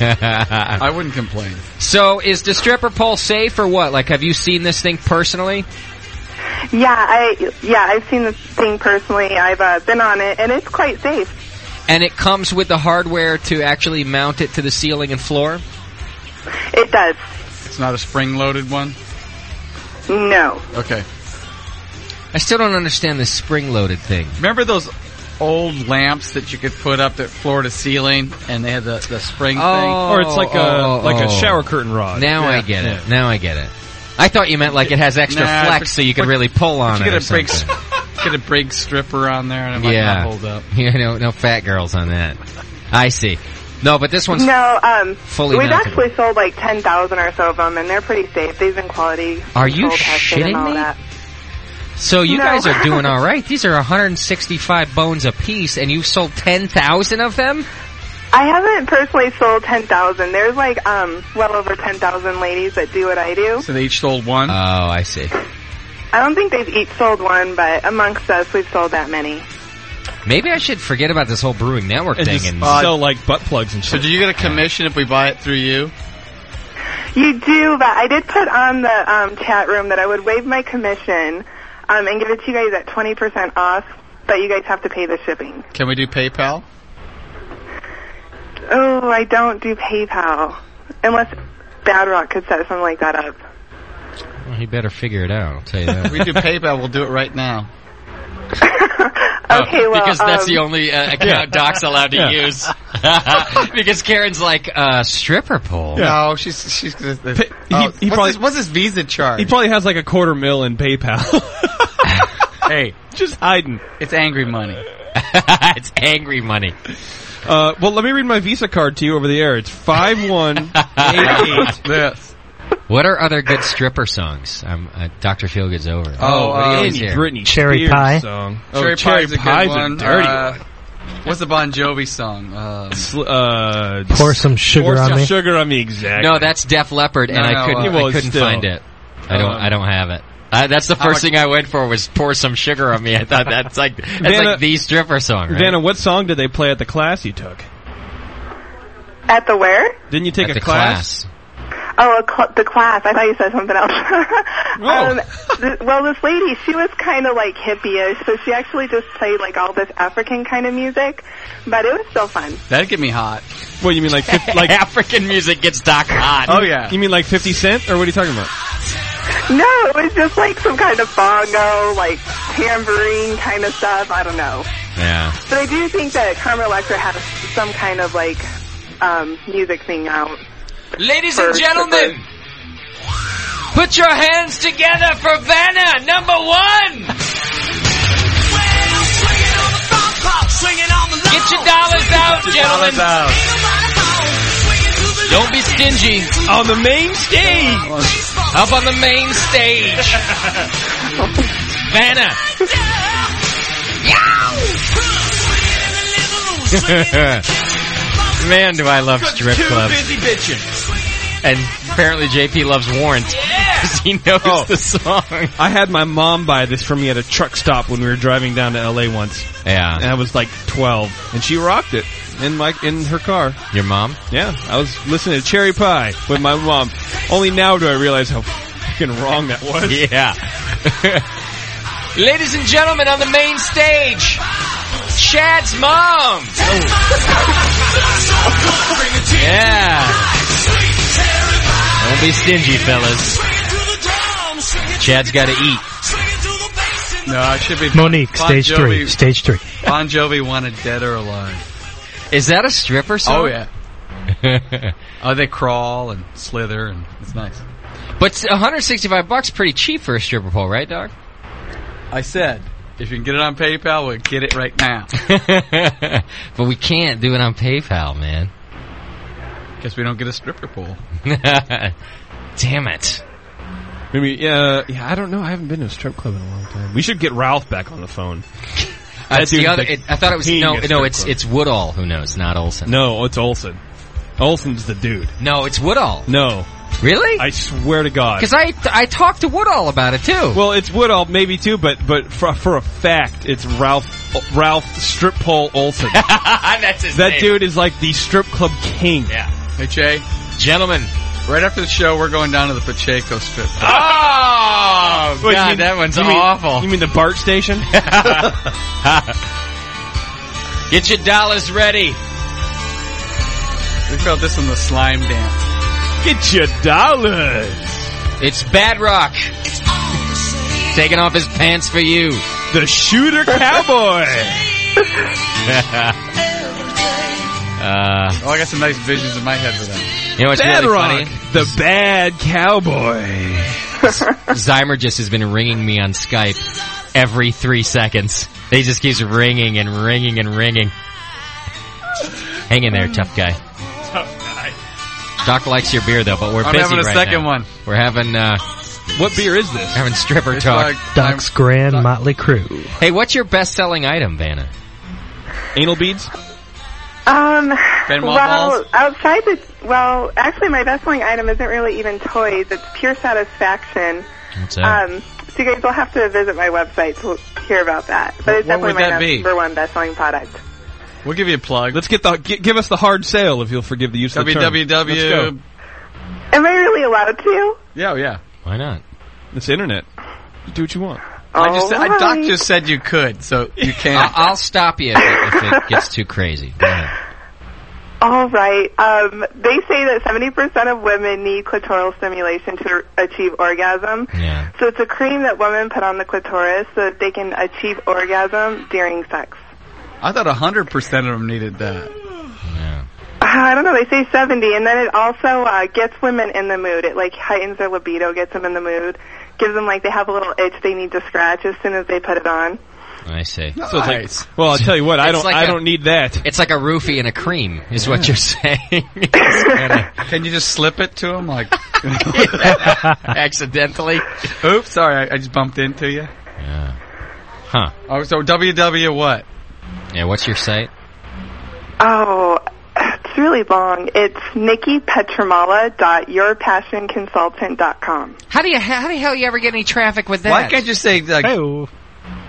[SPEAKER 1] I
[SPEAKER 2] wouldn't complain.
[SPEAKER 1] So, is the stripper pole safe or what? Like, have you seen this thing personally?
[SPEAKER 16] Yeah, I yeah I've seen this thing personally. I've uh, been on it, and it's quite safe.
[SPEAKER 1] And it comes with the hardware to actually mount it to the ceiling and floor.
[SPEAKER 16] It does.
[SPEAKER 2] It's not a spring loaded one.
[SPEAKER 16] No.
[SPEAKER 2] Okay.
[SPEAKER 1] I still don't understand this spring loaded thing.
[SPEAKER 2] Remember those old lamps that you could put up that floor to ceiling, and they had the, the spring thing,
[SPEAKER 7] Or it's like a-
[SPEAKER 1] oh,
[SPEAKER 7] Uh, like a
[SPEAKER 1] oh.
[SPEAKER 7] shower curtain rod.
[SPEAKER 1] Now
[SPEAKER 7] Yeah.
[SPEAKER 1] I get
[SPEAKER 7] Yeah.
[SPEAKER 1] it. Now I get it. I thought you meant like it has extra
[SPEAKER 2] Nah,
[SPEAKER 1] flex,
[SPEAKER 2] but-
[SPEAKER 1] so you could
[SPEAKER 2] but-
[SPEAKER 1] really pull
[SPEAKER 2] but
[SPEAKER 1] on
[SPEAKER 2] you
[SPEAKER 1] it.
[SPEAKER 2] get
[SPEAKER 1] or
[SPEAKER 2] a big,
[SPEAKER 1] something.
[SPEAKER 2] s- get a big stripper on there, and it might
[SPEAKER 1] yeah.
[SPEAKER 2] not hold up.
[SPEAKER 1] Yeah, no, no fat girls on that. I see. No, but this one's
[SPEAKER 16] No, um,
[SPEAKER 1] fully
[SPEAKER 16] we've
[SPEAKER 1] mounted.
[SPEAKER 16] actually sold like ten thousand or so of them, and they're pretty safe. They've been quality.
[SPEAKER 1] Are you
[SPEAKER 16] control tested and
[SPEAKER 1] shitting
[SPEAKER 16] all
[SPEAKER 1] me?
[SPEAKER 16] That.
[SPEAKER 1] So you
[SPEAKER 16] No.
[SPEAKER 1] guys are doing all right. These are 165 bones apiece, and you've sold 10,000 of them.
[SPEAKER 16] I haven't personally sold ten thousand. There's like um, well over ten thousand ladies that do what I do.
[SPEAKER 2] So they each sold one. Oh,
[SPEAKER 1] I see.
[SPEAKER 16] I don't think they've each sold one, but amongst us, we've sold that many.
[SPEAKER 1] Maybe I should forget about this whole brewing network
[SPEAKER 7] And
[SPEAKER 1] thing
[SPEAKER 7] just
[SPEAKER 1] and
[SPEAKER 7] sell like butt plugs and
[SPEAKER 2] So
[SPEAKER 7] shit.
[SPEAKER 2] do you get a commission if we buy it through you?
[SPEAKER 16] You do, but I did put on the um, chat room that I would waive my commission um, and give it to you guys at twenty percent off, but you guys have to pay the shipping.
[SPEAKER 2] Can we do PayPal?
[SPEAKER 16] Oh, I don't do PayPal unless Bad Rock could set something like that up.
[SPEAKER 1] Well, he better figure it out. I'll tell you
[SPEAKER 2] If
[SPEAKER 1] that.
[SPEAKER 2] we do PayPal, we'll do it right now.
[SPEAKER 16] Okay, well,
[SPEAKER 1] Uh, because that's the
[SPEAKER 16] um,
[SPEAKER 1] only uh, account Doc's allowed to
[SPEAKER 2] Yeah.
[SPEAKER 1] use. because Karen's like uh, stripper pole.
[SPEAKER 2] No, she's she's. He, Oh, what's, this, what's this Visa charge?
[SPEAKER 7] He probably has like a quarter mil in PayPal.
[SPEAKER 1] hey,
[SPEAKER 7] just hiding.
[SPEAKER 2] It's angry money.
[SPEAKER 1] it's angry money.
[SPEAKER 7] Uh, well, let me read my Visa card to you over the air. It's five one eight eight.
[SPEAKER 2] Yes.
[SPEAKER 1] What are other good stripper songs? Um, uh, Dr. Feelgood's over.
[SPEAKER 2] Oh,
[SPEAKER 1] what do you
[SPEAKER 2] uh,
[SPEAKER 1] always
[SPEAKER 2] Any
[SPEAKER 1] hear?
[SPEAKER 7] Britney
[SPEAKER 14] Cherry Spears Pie.
[SPEAKER 7] song.
[SPEAKER 2] Oh, Cherry, Pie's a good one.
[SPEAKER 7] dirty
[SPEAKER 2] Uh, What's the Bon Jovi song? Um,
[SPEAKER 7] one. Uh,
[SPEAKER 14] Pour some sugar
[SPEAKER 7] pour
[SPEAKER 14] on
[SPEAKER 7] some
[SPEAKER 14] me.
[SPEAKER 7] sugar on me, exactly.
[SPEAKER 1] No, that's Def Leppard, and
[SPEAKER 7] No,
[SPEAKER 1] I
[SPEAKER 7] no,
[SPEAKER 1] couldn't.
[SPEAKER 7] uh,
[SPEAKER 1] I couldn't
[SPEAKER 7] still.
[SPEAKER 1] find it. I don't.
[SPEAKER 7] Um,
[SPEAKER 1] I don't have it. I, Uh, that's the
[SPEAKER 7] how
[SPEAKER 1] first
[SPEAKER 7] much-
[SPEAKER 1] thing I went for was pour some sugar on me. I thought that's like that's
[SPEAKER 2] uh,
[SPEAKER 7] Vanna-
[SPEAKER 1] like the stripper song, right?
[SPEAKER 7] Vanna, what song did they play at the class you took?
[SPEAKER 16] At the where?
[SPEAKER 7] Didn't you take
[SPEAKER 1] At
[SPEAKER 7] a
[SPEAKER 1] the class.
[SPEAKER 16] Oh, a cl- the class. I thought you said something else. um, th- well, this lady, she was kind of like hippie-ish, so she actually just played like all this African kind of music, but it was still fun.
[SPEAKER 2] That'd get me hot.
[SPEAKER 7] What you mean, like fif- like
[SPEAKER 1] African music gets Doc hot?
[SPEAKER 2] Oh, yeah.
[SPEAKER 7] You mean like Fifty Cent, or what are you talking about?
[SPEAKER 16] No, it was just like some kind of bongo, like tambourine kind of stuff. I don't know.
[SPEAKER 1] Yeah.
[SPEAKER 16] But I do think that Karma Electra has some kind of like um, music thing out.
[SPEAKER 1] Ladies and gentlemen, put your hands together for Vanna, number one. Get your dollars out, gentlemen. Don't be stingy.
[SPEAKER 7] On the main stage.
[SPEAKER 1] Up on the main stage. Vanna. Man, do I love strip clubs.
[SPEAKER 7] bitching.
[SPEAKER 1] And apparently JP loves Warrant. Because he knows the song.
[SPEAKER 7] Oh. I had my mom buy this for me at a truck stop when we were driving down to LA once.
[SPEAKER 1] Yeah.
[SPEAKER 7] And I was like 12. And she rocked it in my, in her car.
[SPEAKER 1] Your mom?
[SPEAKER 7] Yeah. I was listening to Cherry Pie with my mom. Only now do I realize how fucking wrong that was.
[SPEAKER 1] Yeah. Ladies and gentlemen, on the main stage, Shad's mom. Yeah. Don't be stingy, fellas. Chad's got to eat.
[SPEAKER 2] No, I should be.
[SPEAKER 14] Monique,
[SPEAKER 2] Bon
[SPEAKER 14] stage three.
[SPEAKER 2] Jovi-
[SPEAKER 14] Stage three.
[SPEAKER 2] Bon Jovi wanted dead or alive.
[SPEAKER 1] Is that a stripper song?
[SPEAKER 2] Oh yeah. Oh, they crawl and slither, and it's nice.
[SPEAKER 1] But 165 bucks pretty cheap for a stripper pole, right, Doc?
[SPEAKER 2] I said, if you can get it on PayPal, we'll get it right now.
[SPEAKER 1] but we can't do it on PayPal, man.
[SPEAKER 2] Guess we don't get a stripper pole.
[SPEAKER 1] Damn it.
[SPEAKER 7] Maybe, uh, yeah, I don't know. I haven't been to a strip club in a long time. We should get Ralph back on the phone.
[SPEAKER 1] Uh,
[SPEAKER 7] That
[SPEAKER 1] it's the
[SPEAKER 7] dude's
[SPEAKER 1] other-
[SPEAKER 7] the
[SPEAKER 1] it- I thought it was-
[SPEAKER 7] king
[SPEAKER 1] no,
[SPEAKER 7] of
[SPEAKER 1] no,
[SPEAKER 7] strip
[SPEAKER 1] it's-
[SPEAKER 7] clubs.
[SPEAKER 1] it's Woodall who knows, not Olson.
[SPEAKER 7] No, it's Olson. Olson's the dude.
[SPEAKER 1] No, it's Woodall.
[SPEAKER 7] No.
[SPEAKER 1] Really?
[SPEAKER 7] I swear to God.
[SPEAKER 1] Because I, I talked to Woodall about it too.
[SPEAKER 7] Well, it's Woodall maybe too, but but for, for a fact, it's Ralph Ralph Strip Pole Olson.
[SPEAKER 1] That's his
[SPEAKER 7] that
[SPEAKER 1] name.
[SPEAKER 7] dude is like the strip club king. Yeah.
[SPEAKER 2] Hey, Jay.
[SPEAKER 1] Gentlemen.
[SPEAKER 2] Right after the show, we're going down to the Pacheco strip. club.
[SPEAKER 1] Ah! Oh,
[SPEAKER 2] Wait, you God, mean- that one's you mean- awful.
[SPEAKER 7] You mean the BART station?
[SPEAKER 1] Get your dollars ready.
[SPEAKER 2] We felt this in the slime dance.
[SPEAKER 7] Get your dollars.
[SPEAKER 1] It's Bad Rock. Taking off his pants for you.
[SPEAKER 7] The shooter cowboy.
[SPEAKER 1] uh,
[SPEAKER 2] Oh, I got some nice visions in my head for that.
[SPEAKER 1] You know what's
[SPEAKER 7] Bad
[SPEAKER 1] really
[SPEAKER 7] Rock,
[SPEAKER 1] funny?
[SPEAKER 7] the bad cowboy.
[SPEAKER 1] Zymer just has been ringing me on Skype every three seconds. He just keeps ringing and ringing and ringing. Hang in there, tough guy. Doc likes your beer though, but we're
[SPEAKER 2] I'm
[SPEAKER 1] busy
[SPEAKER 2] having a
[SPEAKER 1] right
[SPEAKER 2] second
[SPEAKER 1] now.
[SPEAKER 2] one.
[SPEAKER 1] We're having uh,
[SPEAKER 7] what beer is this?
[SPEAKER 1] Having stripper
[SPEAKER 2] It's
[SPEAKER 1] talk.
[SPEAKER 2] like-
[SPEAKER 14] Doc's Grand Motley Crew.
[SPEAKER 1] Hey, what's your best-selling item, Vanna?
[SPEAKER 7] Anal beads.
[SPEAKER 16] Um,
[SPEAKER 1] Benoit
[SPEAKER 16] well,
[SPEAKER 1] balls?
[SPEAKER 16] outside the well, actually, my best selling item isn't really even toys. It's pure satisfaction.
[SPEAKER 1] What's
[SPEAKER 16] Um, so you guys will have to visit my website to hear about that. But it's
[SPEAKER 7] What would
[SPEAKER 16] definitely my
[SPEAKER 7] that be?
[SPEAKER 16] number one best selling product.
[SPEAKER 2] We'll give you a plug.
[SPEAKER 7] Let's get the gi- give us the hard sale if you'll forgive the use of the term.
[SPEAKER 2] www.
[SPEAKER 7] Let's go.
[SPEAKER 16] Am I really allowed to?
[SPEAKER 2] Yeah, oh, yeah.
[SPEAKER 1] Why not?
[SPEAKER 7] It's internet. Do what you want.
[SPEAKER 2] I just,
[SPEAKER 16] All
[SPEAKER 2] I, Doc
[SPEAKER 16] right.
[SPEAKER 2] just said you could, so you can.
[SPEAKER 1] I'll, I'll stop you if it, if it gets too crazy. Go ahead.
[SPEAKER 16] All right. Um, they say that 70% of women need clitoral stimulation to achieve orgasm.
[SPEAKER 1] Yeah.
[SPEAKER 16] So it's a cream that women put on the clitoris so that they can achieve orgasm during sex.
[SPEAKER 2] I thought 100% of them needed that.
[SPEAKER 16] Uh, I don't know. They say 70, and then it also uh, gets women in the mood. It like heightens their libido, gets them in the mood, gives them like they have a little itch they need to scratch as soon as they put it on.
[SPEAKER 1] I see.
[SPEAKER 7] So it's like, well, I'll tell you what. I
[SPEAKER 1] It's
[SPEAKER 7] don't.
[SPEAKER 1] like
[SPEAKER 7] I
[SPEAKER 1] a-
[SPEAKER 7] don't need that.
[SPEAKER 1] It's like a roofie and a cream, is what
[SPEAKER 7] Yeah.
[SPEAKER 1] you're saying. It's kinda-
[SPEAKER 2] Can you just slip it to him, like
[SPEAKER 1] accidentally?
[SPEAKER 2] Oops, sorry, I, I just bumped into you.
[SPEAKER 1] huh?
[SPEAKER 2] Oh, so www what?
[SPEAKER 1] Yeah. What's your site?
[SPEAKER 16] Oh, it's really long. It's NikkiPetramala.YourPassionConsultant.com.
[SPEAKER 1] How do you? How the hell you ever get any traffic with that?
[SPEAKER 2] Why can't you say like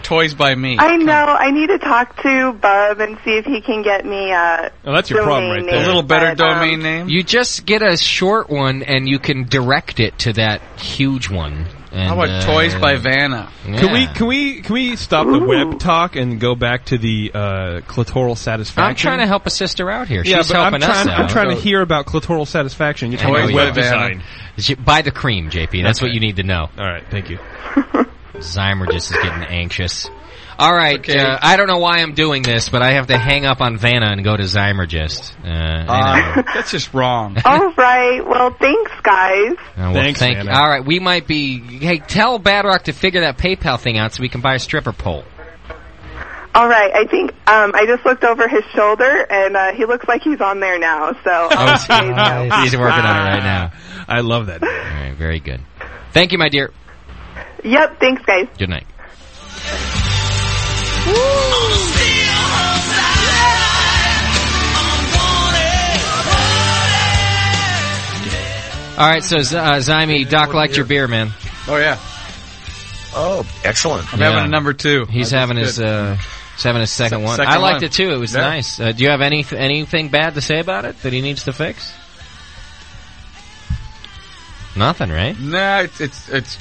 [SPEAKER 2] Toys by Me?
[SPEAKER 16] I know. I need to talk to Bub and see if he can get me. Uh,
[SPEAKER 7] Oh,
[SPEAKER 1] Oh,
[SPEAKER 16] domain name, but, um,
[SPEAKER 2] name.
[SPEAKER 1] You just get a short one, and you can direct it to that huge one. And,
[SPEAKER 2] How about
[SPEAKER 1] uh,
[SPEAKER 2] Toys by Vanna?
[SPEAKER 7] Can we can we can we stop the web talk and go back to the uh, clitoral satisfaction?
[SPEAKER 1] I'm trying to help a sister out here.
[SPEAKER 7] Yeah,
[SPEAKER 1] She's
[SPEAKER 7] but
[SPEAKER 1] helping
[SPEAKER 7] I'm trying,
[SPEAKER 1] us out.
[SPEAKER 7] I'm trying to hear about clitoral satisfaction. You're
[SPEAKER 1] I know
[SPEAKER 7] talking about
[SPEAKER 1] you
[SPEAKER 7] web
[SPEAKER 1] are.
[SPEAKER 7] design.
[SPEAKER 1] J- Buy the cream, JP. That's
[SPEAKER 7] Okay.
[SPEAKER 1] what you need to know.
[SPEAKER 7] All right, thank you.
[SPEAKER 1] Zymer just is getting anxious. All right,
[SPEAKER 2] okay.
[SPEAKER 1] uh, I don't know why I'm doing this, but I have to hang up on Vanna and go to Zymer just. Uh,
[SPEAKER 7] Ah,
[SPEAKER 1] I know.
[SPEAKER 2] Uh, that's just wrong.
[SPEAKER 16] All right. Well, thanks, guys.
[SPEAKER 1] Uh, well,
[SPEAKER 2] Thanks,
[SPEAKER 1] thank
[SPEAKER 2] Vanna.
[SPEAKER 1] you. All right, we might be. Hey, tell Bad Rock to figure that PayPal thing out so we can buy a stripper pole.
[SPEAKER 16] All right. I think um, I just looked over his shoulder, and uh, he looks like he's on there now. So I'll let you guys know.
[SPEAKER 1] He's working on it right now.
[SPEAKER 7] Ah. I love that. All
[SPEAKER 1] right, very good. Thank you, my dear.
[SPEAKER 16] Yep. Thanks, guys.
[SPEAKER 1] Good night. All right, so uh, Zyme, Doc liked your beer, man.
[SPEAKER 2] Oh yeah.
[SPEAKER 17] Oh, excellent.
[SPEAKER 2] I'm having a number two.
[SPEAKER 1] He's
[SPEAKER 2] That's
[SPEAKER 1] having his
[SPEAKER 2] good.
[SPEAKER 1] uh, he's having his second
[SPEAKER 2] Se-
[SPEAKER 1] one.
[SPEAKER 2] second
[SPEAKER 1] I liked
[SPEAKER 2] one.
[SPEAKER 1] it too. It was
[SPEAKER 2] Yeah.
[SPEAKER 1] nice. Uh, do you have any anything bad to say about it that he needs to fix? Nothing, right?
[SPEAKER 2] Nah, it's it's it's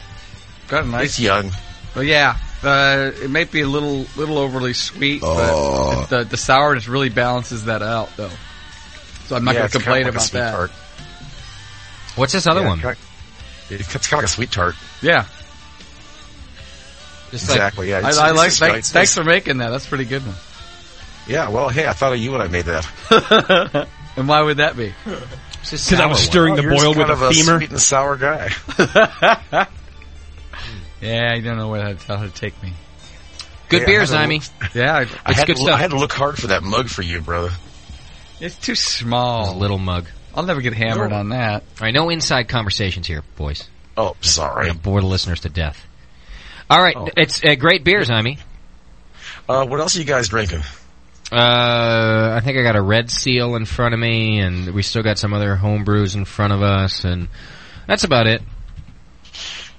[SPEAKER 2] got a nice.
[SPEAKER 17] It's young.
[SPEAKER 2] But yeah, uh, it may be a little little overly sweet, but
[SPEAKER 17] Oh.
[SPEAKER 2] it- the the sourness really balances that out, though. So I'm not
[SPEAKER 17] Yeah,
[SPEAKER 2] going
[SPEAKER 17] it's
[SPEAKER 2] to complain
[SPEAKER 17] kind of like a
[SPEAKER 2] about
[SPEAKER 17] sweet
[SPEAKER 2] that.
[SPEAKER 17] tart.
[SPEAKER 1] What's this other
[SPEAKER 17] Yeah,
[SPEAKER 1] one?
[SPEAKER 17] kind- It's kind of like a sweet tart.
[SPEAKER 2] Yeah.
[SPEAKER 1] Just
[SPEAKER 2] like-
[SPEAKER 17] exactly. yeah, It's-
[SPEAKER 2] I, I
[SPEAKER 17] it's
[SPEAKER 2] like.
[SPEAKER 17] just
[SPEAKER 2] Thanks,
[SPEAKER 17] nice.
[SPEAKER 2] thanks for making that. That's a pretty good one.
[SPEAKER 17] Yeah. Well, hey, I thought of you when I made that.
[SPEAKER 2] And why would that be?
[SPEAKER 7] Because I was stirring
[SPEAKER 17] Oh,
[SPEAKER 7] the boil with a femur.
[SPEAKER 17] and sour guy.
[SPEAKER 2] yeah, I don't know where that, how to take me.
[SPEAKER 1] Good
[SPEAKER 17] Yeah,
[SPEAKER 1] beers,
[SPEAKER 17] I had to
[SPEAKER 1] Imee.
[SPEAKER 17] look-
[SPEAKER 2] Yeah, I-
[SPEAKER 17] I
[SPEAKER 2] it's
[SPEAKER 17] had
[SPEAKER 2] good
[SPEAKER 17] to,
[SPEAKER 2] stuff.
[SPEAKER 17] I had to look hard for that mug for you, brother.
[SPEAKER 2] It's too small.
[SPEAKER 1] little mug.
[SPEAKER 2] I'll never get hammered on that. All
[SPEAKER 1] right, no inside conversations here, boys.
[SPEAKER 17] Oh, sorry.
[SPEAKER 1] I bore the listeners to death. All right,
[SPEAKER 2] Oh.
[SPEAKER 1] it's uh, great beers, Imee.
[SPEAKER 17] Uh, what else are you guys drinking?
[SPEAKER 1] Uh, I think I got a red seal in front of me, and we still got some other home brews in front of us, and that's about it.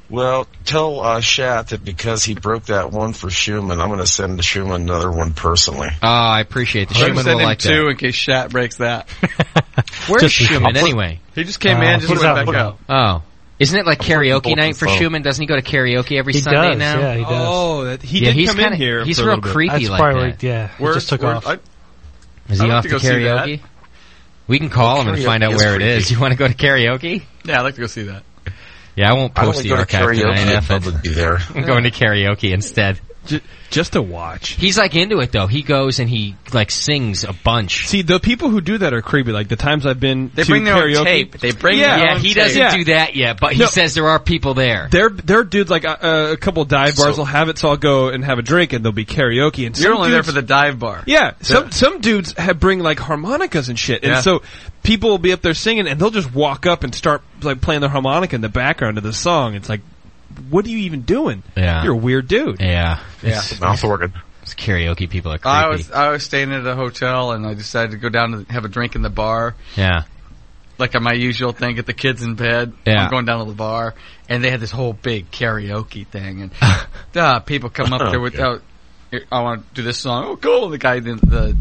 [SPEAKER 17] Well, tell uh, Shat that because he broke that one for Schumann, I'm going to send Schumann another one personally.
[SPEAKER 1] Oh, I appreciate the
[SPEAKER 17] Let him
[SPEAKER 1] Schumann
[SPEAKER 17] send
[SPEAKER 1] will
[SPEAKER 17] him
[SPEAKER 1] like
[SPEAKER 2] Two
[SPEAKER 1] that.
[SPEAKER 2] in case Shat breaks that.
[SPEAKER 1] Where's
[SPEAKER 2] Just- I'll
[SPEAKER 1] Schumann
[SPEAKER 2] put-
[SPEAKER 1] anyway?
[SPEAKER 2] He just came in, just
[SPEAKER 1] He's
[SPEAKER 2] went back out.
[SPEAKER 1] Oh, isn't it like
[SPEAKER 2] I'm putting both
[SPEAKER 1] karaoke night
[SPEAKER 2] his
[SPEAKER 1] for
[SPEAKER 2] phone.
[SPEAKER 1] Schumann? Doesn't he go to karaoke every
[SPEAKER 14] He
[SPEAKER 1] Sunday
[SPEAKER 14] does,
[SPEAKER 1] now?
[SPEAKER 14] yeah, he does.
[SPEAKER 7] Oh, that, he
[SPEAKER 1] Yeah,
[SPEAKER 7] did
[SPEAKER 1] he's
[SPEAKER 7] come
[SPEAKER 1] kinda-
[SPEAKER 7] in here.
[SPEAKER 1] he's
[SPEAKER 7] for a
[SPEAKER 1] real
[SPEAKER 7] little bit.
[SPEAKER 1] creepy
[SPEAKER 14] That's
[SPEAKER 1] like
[SPEAKER 14] probably
[SPEAKER 1] that.
[SPEAKER 14] like- yeah, he
[SPEAKER 7] Where's-
[SPEAKER 14] just took
[SPEAKER 7] where's-
[SPEAKER 14] off.
[SPEAKER 7] I-
[SPEAKER 1] Is
[SPEAKER 7] I'd
[SPEAKER 1] he
[SPEAKER 7] like
[SPEAKER 1] off
[SPEAKER 7] to
[SPEAKER 1] to,
[SPEAKER 7] go see that.
[SPEAKER 1] karaoke? We can call him and
[SPEAKER 7] Karaoke
[SPEAKER 1] find out
[SPEAKER 7] is
[SPEAKER 1] where it
[SPEAKER 7] creepy.
[SPEAKER 1] is. You want to go to karaoke?
[SPEAKER 2] Yeah, I'd like to go see that.
[SPEAKER 1] Yeah, I won't
[SPEAKER 2] I don't
[SPEAKER 1] post
[SPEAKER 2] wanna
[SPEAKER 1] the
[SPEAKER 2] go to
[SPEAKER 1] archive
[SPEAKER 2] karaoke
[SPEAKER 1] tonight.
[SPEAKER 2] in
[SPEAKER 1] F it.
[SPEAKER 17] public either.
[SPEAKER 1] I'm going to karaoke instead.
[SPEAKER 7] Just to watch.
[SPEAKER 1] He's like into it though. He goes and he like sings a bunch.
[SPEAKER 7] See, the people who do that are creepy. Like the times I've been
[SPEAKER 1] They
[SPEAKER 7] to
[SPEAKER 1] bring their own
[SPEAKER 7] karaoke,
[SPEAKER 1] tape. They bring their own tape. Yeah. No. there are people there.
[SPEAKER 7] There, there are dudes like uh, uh, a couple dive bars will have it, so I'll go and have a drink, and there'll be karaoke. And
[SPEAKER 2] You're
[SPEAKER 7] some
[SPEAKER 2] only there
[SPEAKER 7] dudes,
[SPEAKER 2] for the dive bar.
[SPEAKER 7] Yeah, some some dudes have bring like harmonicas and shit, and
[SPEAKER 2] Yeah.
[SPEAKER 7] so people will be up there singing, and they'll just walk up and start like playing their harmonica in the background of the song. It's like, what are you even doing?
[SPEAKER 1] Yeah.
[SPEAKER 7] you're a weird dude.
[SPEAKER 1] Yeah,
[SPEAKER 2] Yeah. Mouth
[SPEAKER 17] organ.
[SPEAKER 1] It's karaoke people are creepy.
[SPEAKER 2] I was I was staying at a hotel and I decided to go down to have a drink in the bar.
[SPEAKER 1] yeah.
[SPEAKER 2] Like my usual thing, get the kids in bed.
[SPEAKER 1] Yeah.
[SPEAKER 2] I'm going down to the bar, and they had this whole big karaoke thing, and uh, people come up there with, oh, "I want to do this song." Oh, cool! The guy, the, the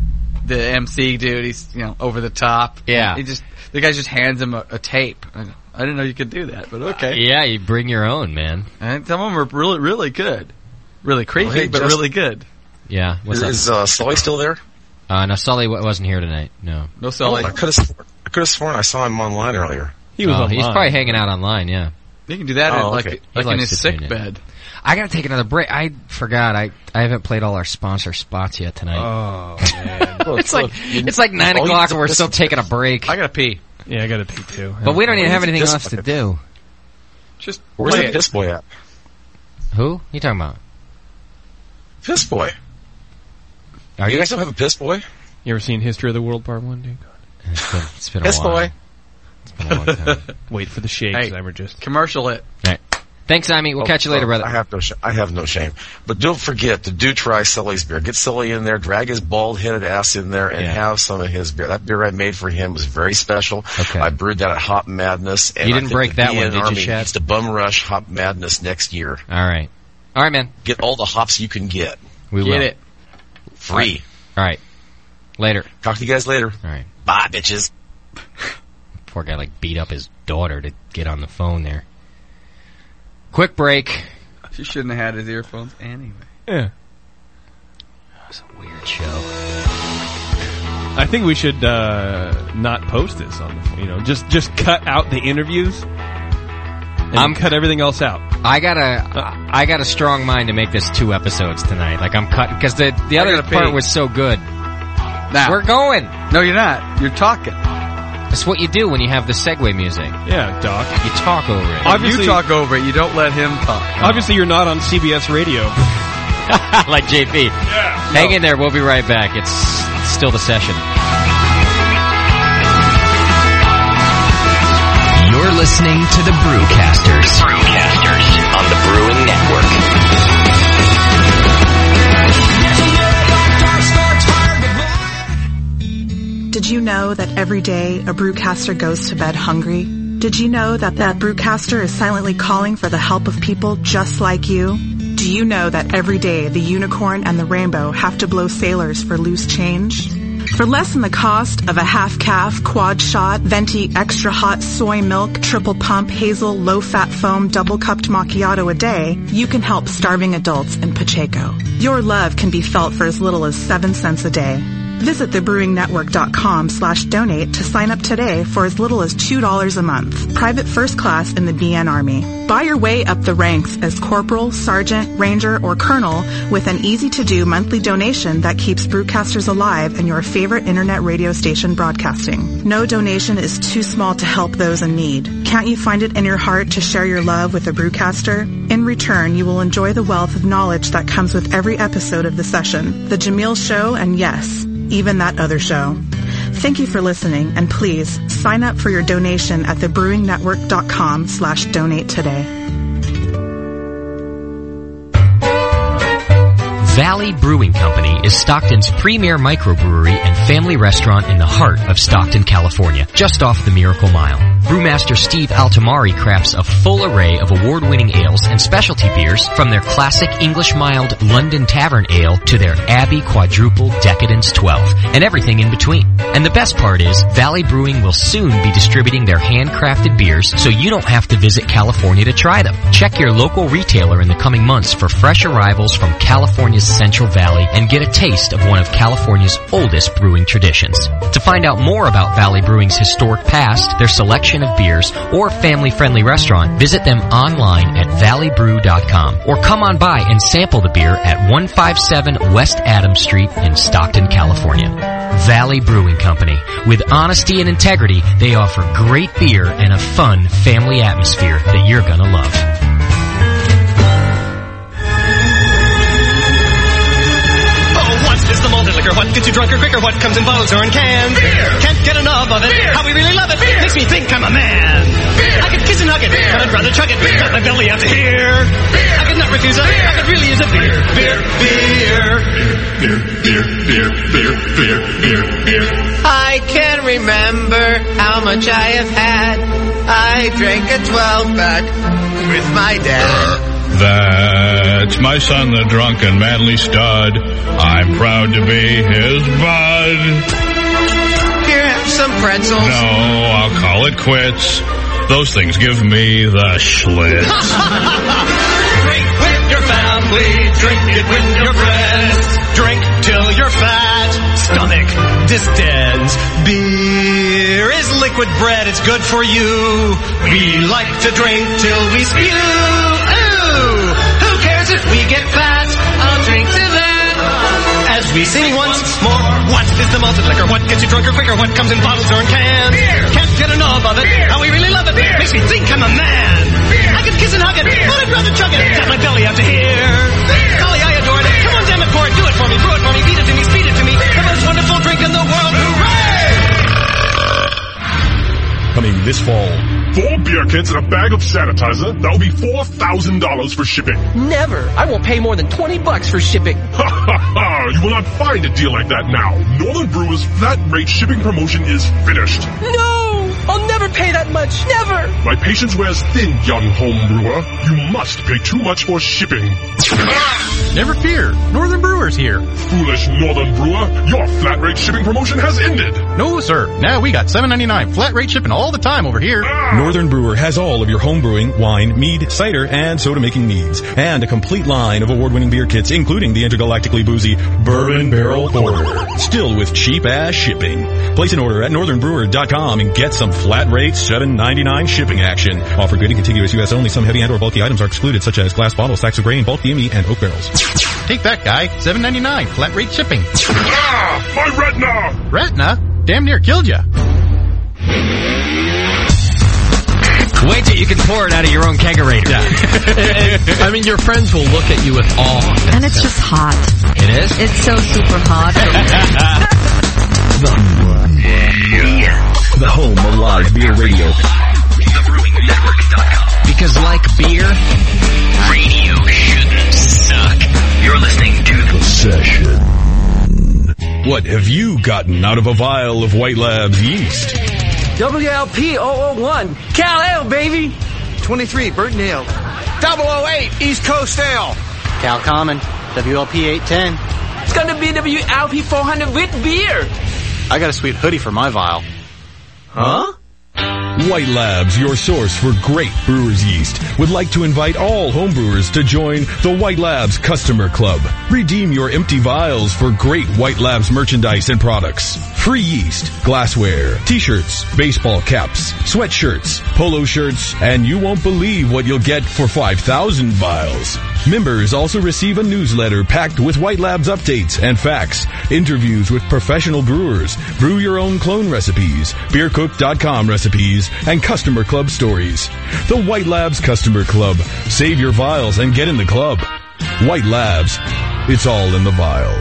[SPEAKER 2] the MC dude, he's you know over the top.
[SPEAKER 1] Yeah.
[SPEAKER 2] he just the guy just hands him a, a tape. I, I didn't know you could do that, but okay.
[SPEAKER 1] Yeah, you bring your own, man.
[SPEAKER 2] And some of them are really really good, really creepy,
[SPEAKER 17] Well, hey,
[SPEAKER 2] but
[SPEAKER 17] just-
[SPEAKER 2] really good.
[SPEAKER 1] Yeah. What's
[SPEAKER 17] is
[SPEAKER 1] up?
[SPEAKER 17] is uh, Sully still there?
[SPEAKER 1] Uh, no, Sully wa- wasn't here tonight. No.
[SPEAKER 2] No
[SPEAKER 17] I could have sworn, I could have sworn I saw him online earlier. Uh,
[SPEAKER 1] Oh, He's probably hanging out online. Yeah.
[SPEAKER 2] You can do
[SPEAKER 17] Oh,
[SPEAKER 2] that in, like like in his sick bed.
[SPEAKER 1] I gotta take another break. I forgot. I I haven't played all our sponsor spots yet tonight.
[SPEAKER 7] Oh
[SPEAKER 1] it's like it's like nine o'clock and we're still taking a break. I
[SPEAKER 2] gotta pee.
[SPEAKER 7] Yeah, I gotta pee too.
[SPEAKER 1] But we don't even
[SPEAKER 7] Where's
[SPEAKER 1] have
[SPEAKER 7] the
[SPEAKER 1] anything
[SPEAKER 7] disc
[SPEAKER 1] else to
[SPEAKER 7] bucket?
[SPEAKER 1] do.
[SPEAKER 2] Just
[SPEAKER 17] Where's
[SPEAKER 1] play
[SPEAKER 17] that
[SPEAKER 1] it.
[SPEAKER 17] piss boy at?
[SPEAKER 1] Who you talking about?
[SPEAKER 17] Piss boy.
[SPEAKER 1] Are
[SPEAKER 17] you guys don't have a piss boy?
[SPEAKER 7] You ever seen History of the World Part One, dude?
[SPEAKER 1] It's been, it's been
[SPEAKER 17] Piss
[SPEAKER 1] a while.
[SPEAKER 17] boy.
[SPEAKER 7] Wait for the shakes.
[SPEAKER 17] Hey,
[SPEAKER 7] I'm just
[SPEAKER 2] commercial it. Oh,
[SPEAKER 1] Thanks, Amy. We'll catch you later, brother.
[SPEAKER 17] oh, I have no, sh- I have no shame. But don't forget to do try Sully's beer. Get Sully in there, drag his bald headed ass in there, and have some of his beer. That beer I made for him was very special. Okay. I brewed that at Hop Madness. And
[SPEAKER 1] You
[SPEAKER 17] I
[SPEAKER 1] didn't
[SPEAKER 17] think
[SPEAKER 1] break
[SPEAKER 17] the
[SPEAKER 1] that one,
[SPEAKER 17] BN
[SPEAKER 1] did you,
[SPEAKER 17] Army
[SPEAKER 1] Chad?
[SPEAKER 17] needs to bum rush Hop Madness next year.
[SPEAKER 1] All right. All right, man.
[SPEAKER 17] Get all the hops you can get.
[SPEAKER 1] We will.
[SPEAKER 17] Free.
[SPEAKER 1] All right. Later.
[SPEAKER 17] Talk to you guys later.
[SPEAKER 1] All right.
[SPEAKER 17] Bye, bitches.
[SPEAKER 1] Poor guy like beat up his daughter to get on the phone there. Quick break.
[SPEAKER 2] She shouldn't have had his earphones anyway.
[SPEAKER 7] Yeah.
[SPEAKER 1] Weird show.
[SPEAKER 7] I think we should uh, not post this on the you know just just cut out the interviews. And
[SPEAKER 1] I'm-
[SPEAKER 7] cut everything else out.
[SPEAKER 1] I got
[SPEAKER 2] Uh,
[SPEAKER 1] a I got a strong mind to make this two episodes tonight. Like I'm cut because the the other
[SPEAKER 2] gotta
[SPEAKER 1] part
[SPEAKER 2] pee.
[SPEAKER 1] was so good.
[SPEAKER 2] Now.
[SPEAKER 1] We're going.
[SPEAKER 2] No, you're not. You're talking.
[SPEAKER 1] That's what you do when you have the segue music.
[SPEAKER 7] Yeah, Doc.
[SPEAKER 1] You talk over it.
[SPEAKER 2] you talk over it. You don't let him talk.
[SPEAKER 7] Obviously, you're not on CBS Radio.
[SPEAKER 1] like JP. Hang in there. We'll be right back. It's, it's still the session.
[SPEAKER 18] You're listening to the Brewcasters. Brewcasters on the Brewing Network.
[SPEAKER 19] Did you know that every day a brewcaster goes to bed hungry? Did you know that that brewcaster is silently calling for the help of people just like you? Do you know that every day the unicorn and the rainbow have to blow sailors for loose change? For less than the cost of a half calf, quad shot, venti, extra hot soy milk, triple pump, hazel, low fat foam, double cupped macchiato a day, you can help starving adults in Pacheco. Your love can be felt for as little as 7 cents a day. Visit thebrewingnetwork.com slash donate to sign up today for as little as $2 a month. Private first class in the BN Army. Buy your way up the ranks as corporal, sergeant, ranger, or colonel with an easy-to-do monthly donation that keeps brewcasters alive and your favorite internet radio station broadcasting. No donation is too small to help those in need. Can't you find it in your heart to share your love with a brewcaster? In return, you will enjoy the wealth of knowledge that comes with every episode of the session, The Jameel Show, and yes, even that other show. Thank you for listening, and please sign up for your donation at thebrewingnetwork.com slash donate today.
[SPEAKER 18] Valley Brewing Company is Stockton's premier microbrewery and family restaurant in the heart of Stockton, California, just off the Miracle Mile. Brewmaster Steve Altamari crafts a full array of award-winning ales and specialty beers from their classic English mild London Tavern Ale to their Abbey Quadruple Decadence 12 and everything in between. And the best part is Valley Brewing will soon be distributing their handcrafted beers so you don't have to visit California to try them. Check your local retailer in the coming months for fresh arrivals from California's Central Valley and get a taste of one of California's oldest brewing traditions. To find out more about Valley Brewing's historic past, their selection of beers, or family-friendly restaurant, visit them online at valleybrew.com or come on by and sample the beer at 157 West Adams Street in Stockton, California. Valley Brewing Company. With honesty and integrity, they offer great beer and a fun family atmosphere that you're gonna love.
[SPEAKER 10] Oh, once is the malted liquor. What gets you drunker quicker? What comes in bottles or in cans? Beer. Can't get enough of it. How we really love it. Makes me think I'm a man. I could kiss and hug it, but I'd rather chug it. Got my belly out to here. I could not refuse it. I could really use a beer. Beer, beer.
[SPEAKER 20] Beer, beer, beer, beer, beer, beer, beer.
[SPEAKER 21] I can remember how much I have had. I drank a 12 pack with my dad.
[SPEAKER 20] That's my son, the drunk and manly stud. I'm proud to be his bud.
[SPEAKER 21] Here, have some pretzels.
[SPEAKER 20] No, I'll call it quits. Those things give me the schlitz.
[SPEAKER 10] Drink with your family. Drink it with your friends. Drink till you're fat. Stomach distends. Beer is liquid bread. It's good for you. We like to drink till we spew. Ooh, who cares if we get fat? I'll drink to that. As we sing once more. What is the malted liquor? What gets you drunker quicker? What comes in bottles or in cans? Can't get enough of it. How we really love it. Makes me think I'm a man. I could kiss and hug it, but I'd rather chug it. Tap my belly out to here. Golly, I adore it. Come on, damn it, pour it. Do it for me. Brew it for me. Beat it to me. Speed it to me. The most wonderful drink in the world. Hooray!
[SPEAKER 22] Coming this fall. Four beer kits and a bag of sanitizer. That'll be $4,000 for shipping.
[SPEAKER 23] Never. I will pay more than 20 bucks for shipping.
[SPEAKER 22] Ha ha ha! You will not find a deal like that now. Northern Brewer's flat rate shipping promotion is finished.
[SPEAKER 23] No! I'll never pay that much. Never!
[SPEAKER 22] My patience wears thin, young home brewer. You must pay too much for shipping.
[SPEAKER 24] Never fear, Northern Brewers here.
[SPEAKER 22] Foolish Northern Brewer, your flat rate shipping promotion has ended.
[SPEAKER 24] No, sir. Now we got seven ninety nine flat rate shipping all the time over here.
[SPEAKER 25] Northern Brewer has all of your home brewing, wine, mead, cider, and soda making needs, and a complete line of award-winning beer kits, including the intergalactically boozy Bourbon Barrel Porter, still with cheap-ass shipping. Place an order at northernbrewer.com and get some flat rate seven ninety nine shipping action. Offer good and contiguous U.S. only. Some heavy and/or bulky items are excluded, such as glass bottles, sacks of grain, bulk EME, E, and oak barrels.
[SPEAKER 24] Take that guy. Seven ninety nine flat rate shipping.
[SPEAKER 22] Ah, my retina!
[SPEAKER 24] Retina damn near killed you.
[SPEAKER 18] Wait till you can pour it out of your own kegerator.
[SPEAKER 26] I mean, your friends will look at you with awe.
[SPEAKER 16] And it's just hot.
[SPEAKER 18] It is?
[SPEAKER 16] It's so super hot.
[SPEAKER 27] The home of live beer radio. TheBrewingNetwork.com.
[SPEAKER 18] Because like beer,
[SPEAKER 27] radio shouldn't suck. You're listening to the session.
[SPEAKER 25] What have you gotten out of a vial of White Labs yeast?
[SPEAKER 26] WLP 001, Cal Ale, baby! 23, Burton Ale. 008, East Coast Ale.
[SPEAKER 3] Cal Common, WLP 810.
[SPEAKER 26] It's gonna be WLP 400 with beer!
[SPEAKER 3] I got a sweet hoodie for my vial.
[SPEAKER 26] Huh?
[SPEAKER 25] White Labs, your source for great brewer's yeast, would like to invite all homebrewers to join the White Labs Customer Club. Redeem your empty vials for great White Labs merchandise and products. Free yeast, glassware, t-shirts, baseball caps, sweatshirts, polo shirts, and you won't believe what you'll get for 5,000 vials. Members also receive a newsletter packed with White Labs updates and facts, interviews with professional brewers, brew your own clone recipes, beercook.com recipes, and customer club stories. The White Labs Customer Club. Save your vials and get in the club. White Labs. It's all in the vial.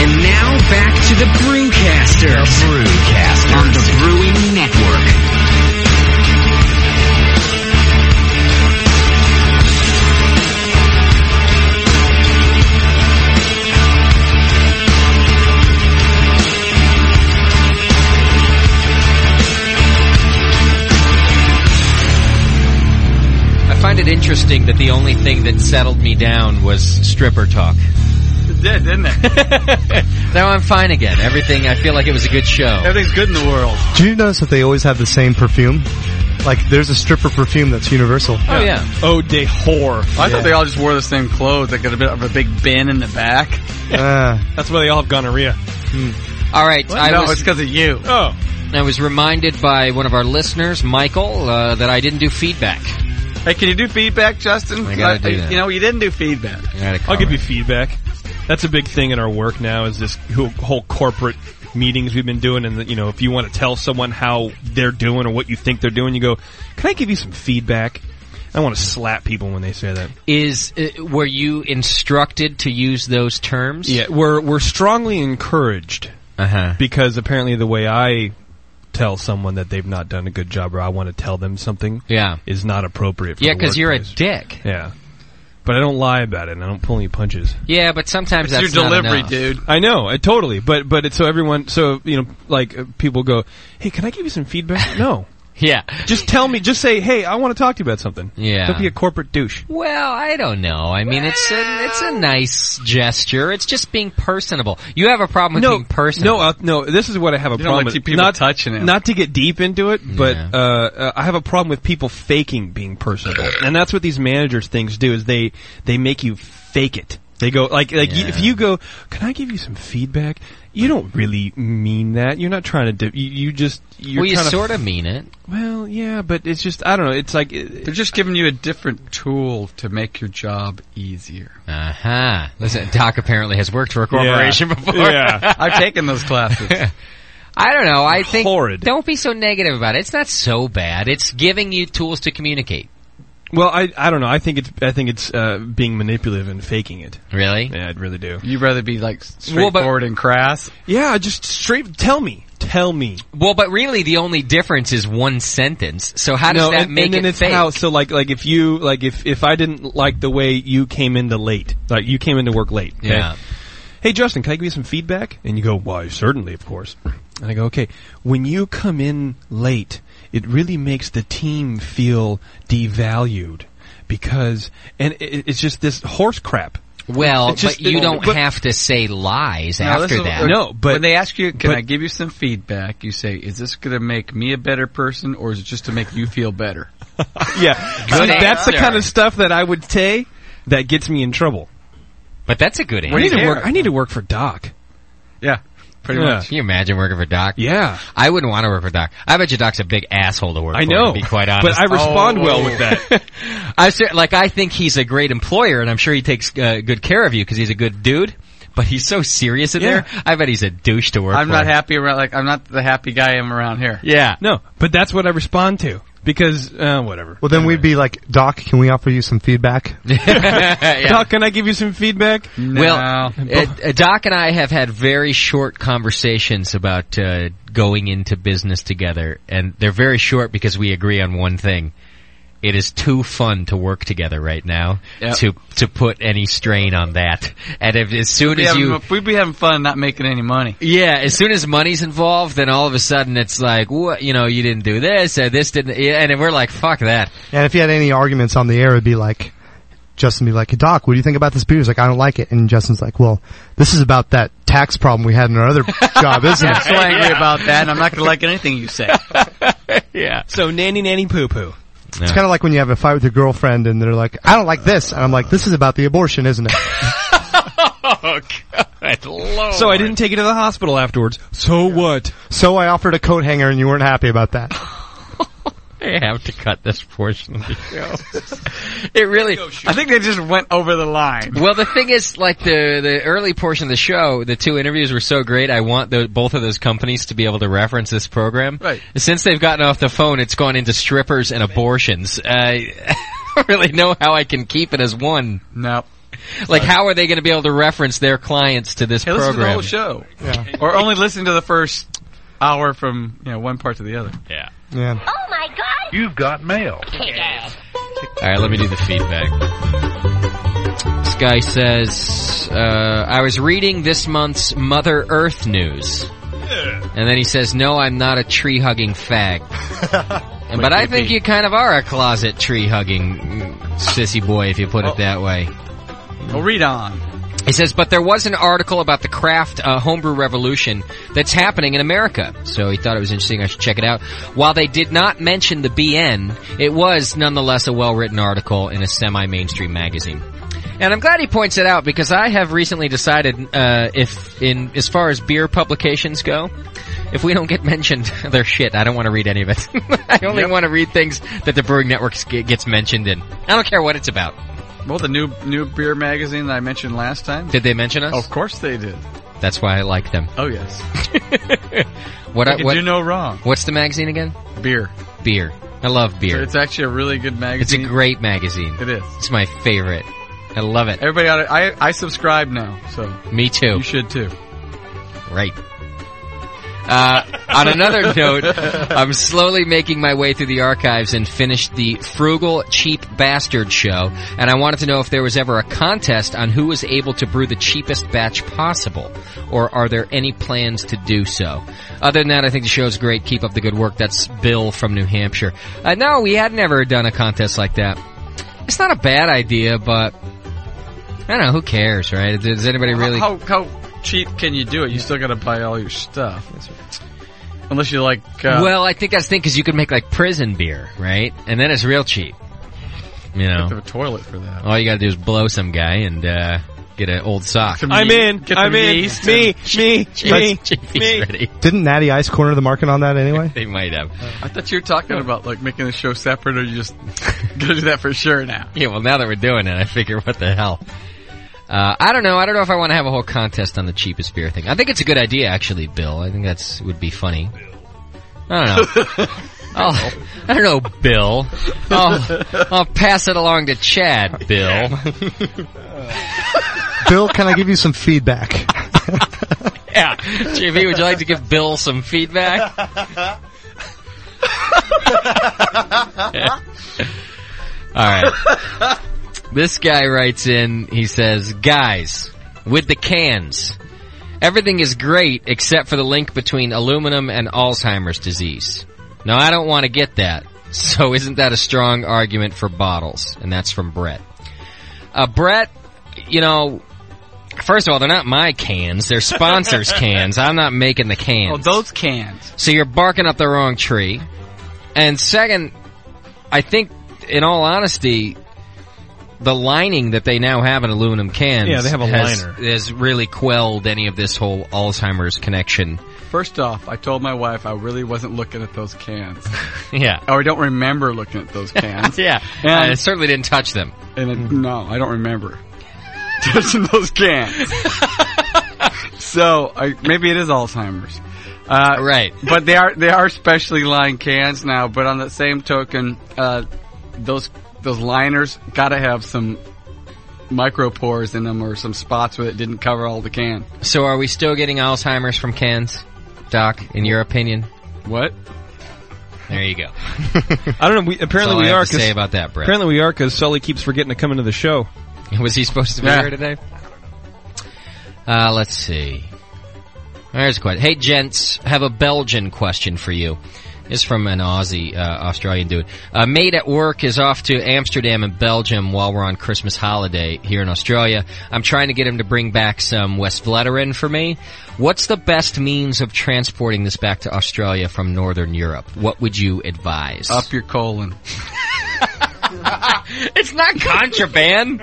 [SPEAKER 4] And now back to the Brewcaster. Brewcaster on the Brewing Network.
[SPEAKER 1] I find it interesting that the only thing that settled me down was stripper talk.
[SPEAKER 2] It did, didn't it?
[SPEAKER 1] Now I'm fine again. Everything, I feel like it was a good show.
[SPEAKER 2] Everything's good in the world.
[SPEAKER 14] Do you notice that they always have the same perfume? Like, there's a stripper perfume that's universal.
[SPEAKER 1] Oh, yeah.
[SPEAKER 7] Oh, de whore.
[SPEAKER 2] I thought they all just wore the same clothes. They got a bit of a big bin in the back. Ah.
[SPEAKER 7] That's why they all have gonorrhea.
[SPEAKER 1] Hmm. All right,
[SPEAKER 2] What?
[SPEAKER 1] I
[SPEAKER 2] no,
[SPEAKER 1] was-
[SPEAKER 2] it's because of you.
[SPEAKER 7] Oh.
[SPEAKER 1] I was reminded by one of our listeners, Michael, uh, that I didn't do feedback.
[SPEAKER 2] Hey, can you do feedback, Justin?
[SPEAKER 1] I gotta do
[SPEAKER 2] you
[SPEAKER 1] that.
[SPEAKER 2] know, you didn't do feedback.
[SPEAKER 7] I'll give you feedback. That's a big thing in our work now. Is this who- whole corporate meetings we've been doing, and the, you know, if you want to tell someone how they're doing or what you think they're doing, you go, "Can I give you some feedback?" I want to slap people when they say that.
[SPEAKER 1] Is uh, were you instructed to use those terms?
[SPEAKER 7] Yeah, we're we're strongly encouraged
[SPEAKER 1] Uh-huh.
[SPEAKER 7] because apparently the way I tell someone that they've not done a good job or I want to tell them something,
[SPEAKER 1] yeah,
[SPEAKER 7] is not appropriate. For
[SPEAKER 1] Yeah,
[SPEAKER 7] because
[SPEAKER 1] because you're a dick.
[SPEAKER 7] yeah. But I don't lie about it. and I don't pull any punches.
[SPEAKER 1] Yeah, but sometimes that's not enough.
[SPEAKER 7] I know, I totally. But but it's so everyone, so you know, like uh, people go, "Hey, can I give you some feedback?" No.
[SPEAKER 1] yeah.
[SPEAKER 7] Just tell me. Just say, "Hey, I want to talk to you about something."
[SPEAKER 1] Yeah.
[SPEAKER 7] Don't be a corporate douche.
[SPEAKER 1] Well, I don't know. I mean, it's a it's a nice gesture. It's just being personable. You have a problem with
[SPEAKER 7] no
[SPEAKER 1] being personable.
[SPEAKER 7] No, uh, no. This is what I have a
[SPEAKER 1] You don't
[SPEAKER 7] problem
[SPEAKER 1] like
[SPEAKER 7] with.
[SPEAKER 1] people
[SPEAKER 7] not
[SPEAKER 1] touching it.
[SPEAKER 7] Not to get deep into it, but uh, uh, I have a problem with people faking being personable, and that's what these managers things do. Is they they make you fake it. They go like like y- if you go, can I give you some feedback? You don't really mean that. You're not trying to. Do, you, you just you're
[SPEAKER 1] well, you
[SPEAKER 7] kinda-
[SPEAKER 1] sort of mean it.
[SPEAKER 7] Well, yeah, but it's just I don't know. It's like they're
[SPEAKER 2] just giving you a different tool to make your job easier.
[SPEAKER 1] Uh
[SPEAKER 2] Uh-huh.
[SPEAKER 1] huh. Listen, Doc apparently has worked for a corporation
[SPEAKER 2] Yeah.
[SPEAKER 1] before.
[SPEAKER 2] Yeah. I've taken those classes.
[SPEAKER 1] I don't know. I think don't be so negative about it. It's not so bad. It's giving you tools to communicate.
[SPEAKER 7] Well, I I don't know. I think it's I think it's uh, being manipulative and faking it.
[SPEAKER 1] Really?
[SPEAKER 7] Yeah, I'd really do.
[SPEAKER 2] You'd rather be like
[SPEAKER 7] Well, but-
[SPEAKER 2] straightforward and crass.
[SPEAKER 7] Yeah, just straight. Tell me. Tell me.
[SPEAKER 1] Well, but really, the only difference is one sentence. So how does
[SPEAKER 7] no,
[SPEAKER 1] that
[SPEAKER 7] and,
[SPEAKER 1] make
[SPEAKER 7] and then
[SPEAKER 1] it
[SPEAKER 7] it's
[SPEAKER 1] fake?
[SPEAKER 7] how- so like like if you like if if I didn't like the way you came into late, like you came into work late. okay?
[SPEAKER 1] Yeah.
[SPEAKER 7] Hey Justin, can I give you some feedback? And you go, why certainly, of course. And I go, okay. When you come in late, it really makes the team feel devalued because, and it, it's just this horse crap.
[SPEAKER 1] Well,
[SPEAKER 7] It's just-
[SPEAKER 1] but you
[SPEAKER 7] it-
[SPEAKER 1] don't
[SPEAKER 7] but-
[SPEAKER 1] have to say lies
[SPEAKER 2] No, this
[SPEAKER 1] after
[SPEAKER 2] is-
[SPEAKER 1] that.
[SPEAKER 7] No, but-
[SPEAKER 2] when they ask you, "Can
[SPEAKER 7] but-
[SPEAKER 2] I give you some feedback?" you say, "Is this going to make me a better person, or is it just to make you feel better?"
[SPEAKER 7] Yeah,
[SPEAKER 2] Good
[SPEAKER 7] See, that's the
[SPEAKER 2] answer.
[SPEAKER 7] kind of stuff that I would say that gets me in trouble.
[SPEAKER 1] But that's a good
[SPEAKER 7] I need to
[SPEAKER 1] answer.
[SPEAKER 7] work. I need to work for Doc.
[SPEAKER 2] Yeah,
[SPEAKER 7] pretty Yeah. much.
[SPEAKER 1] Can you imagine working for Doc?
[SPEAKER 7] Yeah.
[SPEAKER 1] I wouldn't want to work for Doc. I bet you Doc's a big asshole to work
[SPEAKER 7] I
[SPEAKER 1] for,
[SPEAKER 7] know,
[SPEAKER 1] to be quite honest.
[SPEAKER 7] but I respond well with that.
[SPEAKER 1] I ser- like I think he's a great employer, and I'm sure he takes uh, good care of you because he's a good dude. But he's so serious in
[SPEAKER 2] Yeah.
[SPEAKER 1] there. I bet he's a douche to work.
[SPEAKER 2] I'm
[SPEAKER 1] for.
[SPEAKER 2] not happy around. Like I'm not the happy guy I am around here.
[SPEAKER 1] Yeah.
[SPEAKER 7] No, Oh, but that's what I respond to because uh, whatever.
[SPEAKER 14] Well, then we'd be like, Doc, can we offer you some feedback?
[SPEAKER 7] Doc, can I give you some feedback?
[SPEAKER 1] Well, uh, Doc and I have had very short conversations about uh, going into business together, and they're very short because we agree on one thing. It is too fun to work together right now
[SPEAKER 2] Yep.
[SPEAKER 1] to to put any strain on that. And if, as soon
[SPEAKER 2] We'd be
[SPEAKER 1] as
[SPEAKER 2] having-
[SPEAKER 1] you,
[SPEAKER 2] we'd be having fun, not making any money.
[SPEAKER 1] yeah, as soon as money's involved, then all of a sudden it's like, what? You know, you didn't do this, and this didn't, yeah, and we're like, fuck that.
[SPEAKER 14] And if you had any arguments on the air, it'd be like, Justin be like, hey, Doc, what do you think about this beer? He's like, I don't like it. And Justin's like, well, this is about that tax problem we had in our other job, isn't
[SPEAKER 2] I'm so
[SPEAKER 14] it?
[SPEAKER 2] angry about that, and I'm not going to like anything you say.
[SPEAKER 7] yeah. So nanny nanny poo poo.
[SPEAKER 14] It's kind of like when you have a fight with your girlfriend and they're like, I don't like this. And I'm like, this is about the abortion, isn't it?
[SPEAKER 7] oh God! So I didn't take it to the hospital afterwards. So what?
[SPEAKER 14] So I offered a coat hanger and you weren't happy about that.
[SPEAKER 1] I have to cut this portion of the
[SPEAKER 3] Oh,
[SPEAKER 1] show.
[SPEAKER 2] It really, I think they just went over the line.
[SPEAKER 1] Well, the thing is, like the the early portion of the show, the two interviews were so great. I want the, both of those companies to be able to reference this program.
[SPEAKER 2] Right.
[SPEAKER 1] Since they've gotten off the phone, it's gone into strippers and abortions. I don't really know how I can keep it as one.
[SPEAKER 2] No.
[SPEAKER 1] Like, how are they going to be able to reference their clients to this
[SPEAKER 2] Hey, listen to the
[SPEAKER 1] program?
[SPEAKER 2] whole show, or only listen to the first hour from you know one part to the other.
[SPEAKER 1] Yeah.
[SPEAKER 14] Yeah.
[SPEAKER 3] Oh my god!
[SPEAKER 2] You've got mail.
[SPEAKER 3] Kick ass.
[SPEAKER 1] All right, let me do the feedback. This guy says, uh, I was reading this month's Mother Earth news. And then he says, No, I'm not a tree hugging fag. And- but I think you kind of are a closet tree hugging sissy boy if you put it that way.
[SPEAKER 2] Well, read on.
[SPEAKER 1] He says, but there was an article about the craft uh, homebrew revolution that's happening in America. So he thought it was interesting. I should check it out. While they did not mention the BN, it was nonetheless a well-written article in a semi-mainstream magazine. And I'm glad he points it out because I have recently decided, uh, if in as far as beer publications go, if we don't get mentioned, they're shit. I don't want to read any of it. I only want to read things that the Brewing Network g- gets mentioned in. I don't care what it's about.
[SPEAKER 2] Well, the new new beer magazine that I mentioned last time.
[SPEAKER 1] Did they mention us?
[SPEAKER 2] Of course they did.
[SPEAKER 1] That's why I like them.
[SPEAKER 2] Oh yes.
[SPEAKER 1] What
[SPEAKER 2] They
[SPEAKER 1] I,
[SPEAKER 2] could
[SPEAKER 1] what
[SPEAKER 2] do no wrong.
[SPEAKER 1] What's the magazine again?
[SPEAKER 2] Beer.
[SPEAKER 1] Beer. I love beer.
[SPEAKER 2] It's actually a really good magazine.
[SPEAKER 1] It's a great magazine.
[SPEAKER 2] It is.
[SPEAKER 1] It's my favorite. I love it.
[SPEAKER 2] Everybody, ought to, I I subscribe now, so
[SPEAKER 1] Me too.
[SPEAKER 2] you should too.
[SPEAKER 1] Right. Uh, on another note, I'm slowly making my way through the archives and finished the Frugal Cheap Bastard show, and I wanted to know if there was ever a contest on who was able to brew the cheapest batch possible, or are there any plans to do so? Other than that, I think the show's great. Keep up the good work. That's Bill from New Hampshire. Uh, no, we had never done a contest like that. It's not a bad idea, but I don't know. Who cares, right? Does anybody really?
[SPEAKER 2] How, how how cheap can you do it? You still got to buy all your stuff. Unless you like. Uh,
[SPEAKER 1] Well, I think that's the thing because you can make like prison beer, right? And then it's real cheap. You
[SPEAKER 2] get
[SPEAKER 1] know,
[SPEAKER 2] the toilet for that.
[SPEAKER 1] all you got to do is blow some guy and uh, get an old sock.
[SPEAKER 2] Some
[SPEAKER 7] I'm in.
[SPEAKER 2] Get
[SPEAKER 7] I'm
[SPEAKER 2] the
[SPEAKER 7] in.
[SPEAKER 2] yeast
[SPEAKER 7] Me, me, me,
[SPEAKER 1] JP's
[SPEAKER 7] me.
[SPEAKER 1] ready.
[SPEAKER 14] Didn't Natty Ice corner the market on that anyway?
[SPEAKER 1] They might have.
[SPEAKER 2] I thought you were talking about like making the show separate, or you just gonna do that for sure now.
[SPEAKER 1] Yeah, well, now that we're doing it, I figure what the hell. Uh, I don't know. I don't know if I want to have a whole contest on the cheapest beer thing. I think it's a good idea, actually, Bill. I think that's would be funny. I don't know. I'll, I don't know, Bill. I'll, I'll pass it along to Chad, Bill.
[SPEAKER 14] Bill, can I give you some feedback?
[SPEAKER 1] yeah. JP, would you like to give Bill some feedback? Oh. All right. This guy writes in, he says, Guys, with the cans, everything is great except for the link between aluminum and Alzheimer's disease. Now, I don't want to get that, so isn't that a strong argument for bottles? And that's from Brett. Uh, Brett, you know, first of all, they're not my cans, they're sponsors' cans. I'm not making the cans.
[SPEAKER 2] Oh, those cans.
[SPEAKER 1] So you're barking up the wrong tree. And second, I think, in all honesty, the lining that they now have in aluminum cans
[SPEAKER 7] Yeah, they have a
[SPEAKER 1] has,
[SPEAKER 7] liner.
[SPEAKER 1] has really quelled any of this whole Alzheimer's connection.
[SPEAKER 2] First off, I told my wife I really wasn't looking at those cans.
[SPEAKER 1] Yeah.
[SPEAKER 2] or I don't remember looking at those cans.
[SPEAKER 1] yeah.
[SPEAKER 2] And-
[SPEAKER 1] I certainly didn't touch them.
[SPEAKER 2] And it,
[SPEAKER 1] Hmm.
[SPEAKER 2] no, I don't remember touching those cans. so I, maybe it is Alzheimer's. Uh,
[SPEAKER 1] right.
[SPEAKER 2] But they are they are specially lined cans now. But on the same token, uh, those those liners gotta have some micro pores in them or some spots where it didn't cover all the can.
[SPEAKER 1] So are we still getting Alzheimer's from cans, Doc, in your opinion?
[SPEAKER 2] What?
[SPEAKER 1] There you go.
[SPEAKER 7] I don't know. We, apparently
[SPEAKER 1] all I
[SPEAKER 7] we
[SPEAKER 1] have
[SPEAKER 7] are.
[SPEAKER 1] to
[SPEAKER 7] 'cause-
[SPEAKER 1] say about that, Brett.
[SPEAKER 7] Apparently we are because Sully keeps forgetting to come into the show.
[SPEAKER 1] Was he supposed to be here today? Uh, let's see. There's a question. Hey, gents, have a Belgian question for you. This is from an Aussie, uh, Australian dude. A mate at work is off to Amsterdam and Belgium while we're on Christmas holiday here in Australia. I'm trying to get him to bring back some West Vleteren for me. What's the best means of transporting this back to Australia from Northern Europe? What would you advise?
[SPEAKER 2] Up your colon.
[SPEAKER 1] it's not contraband.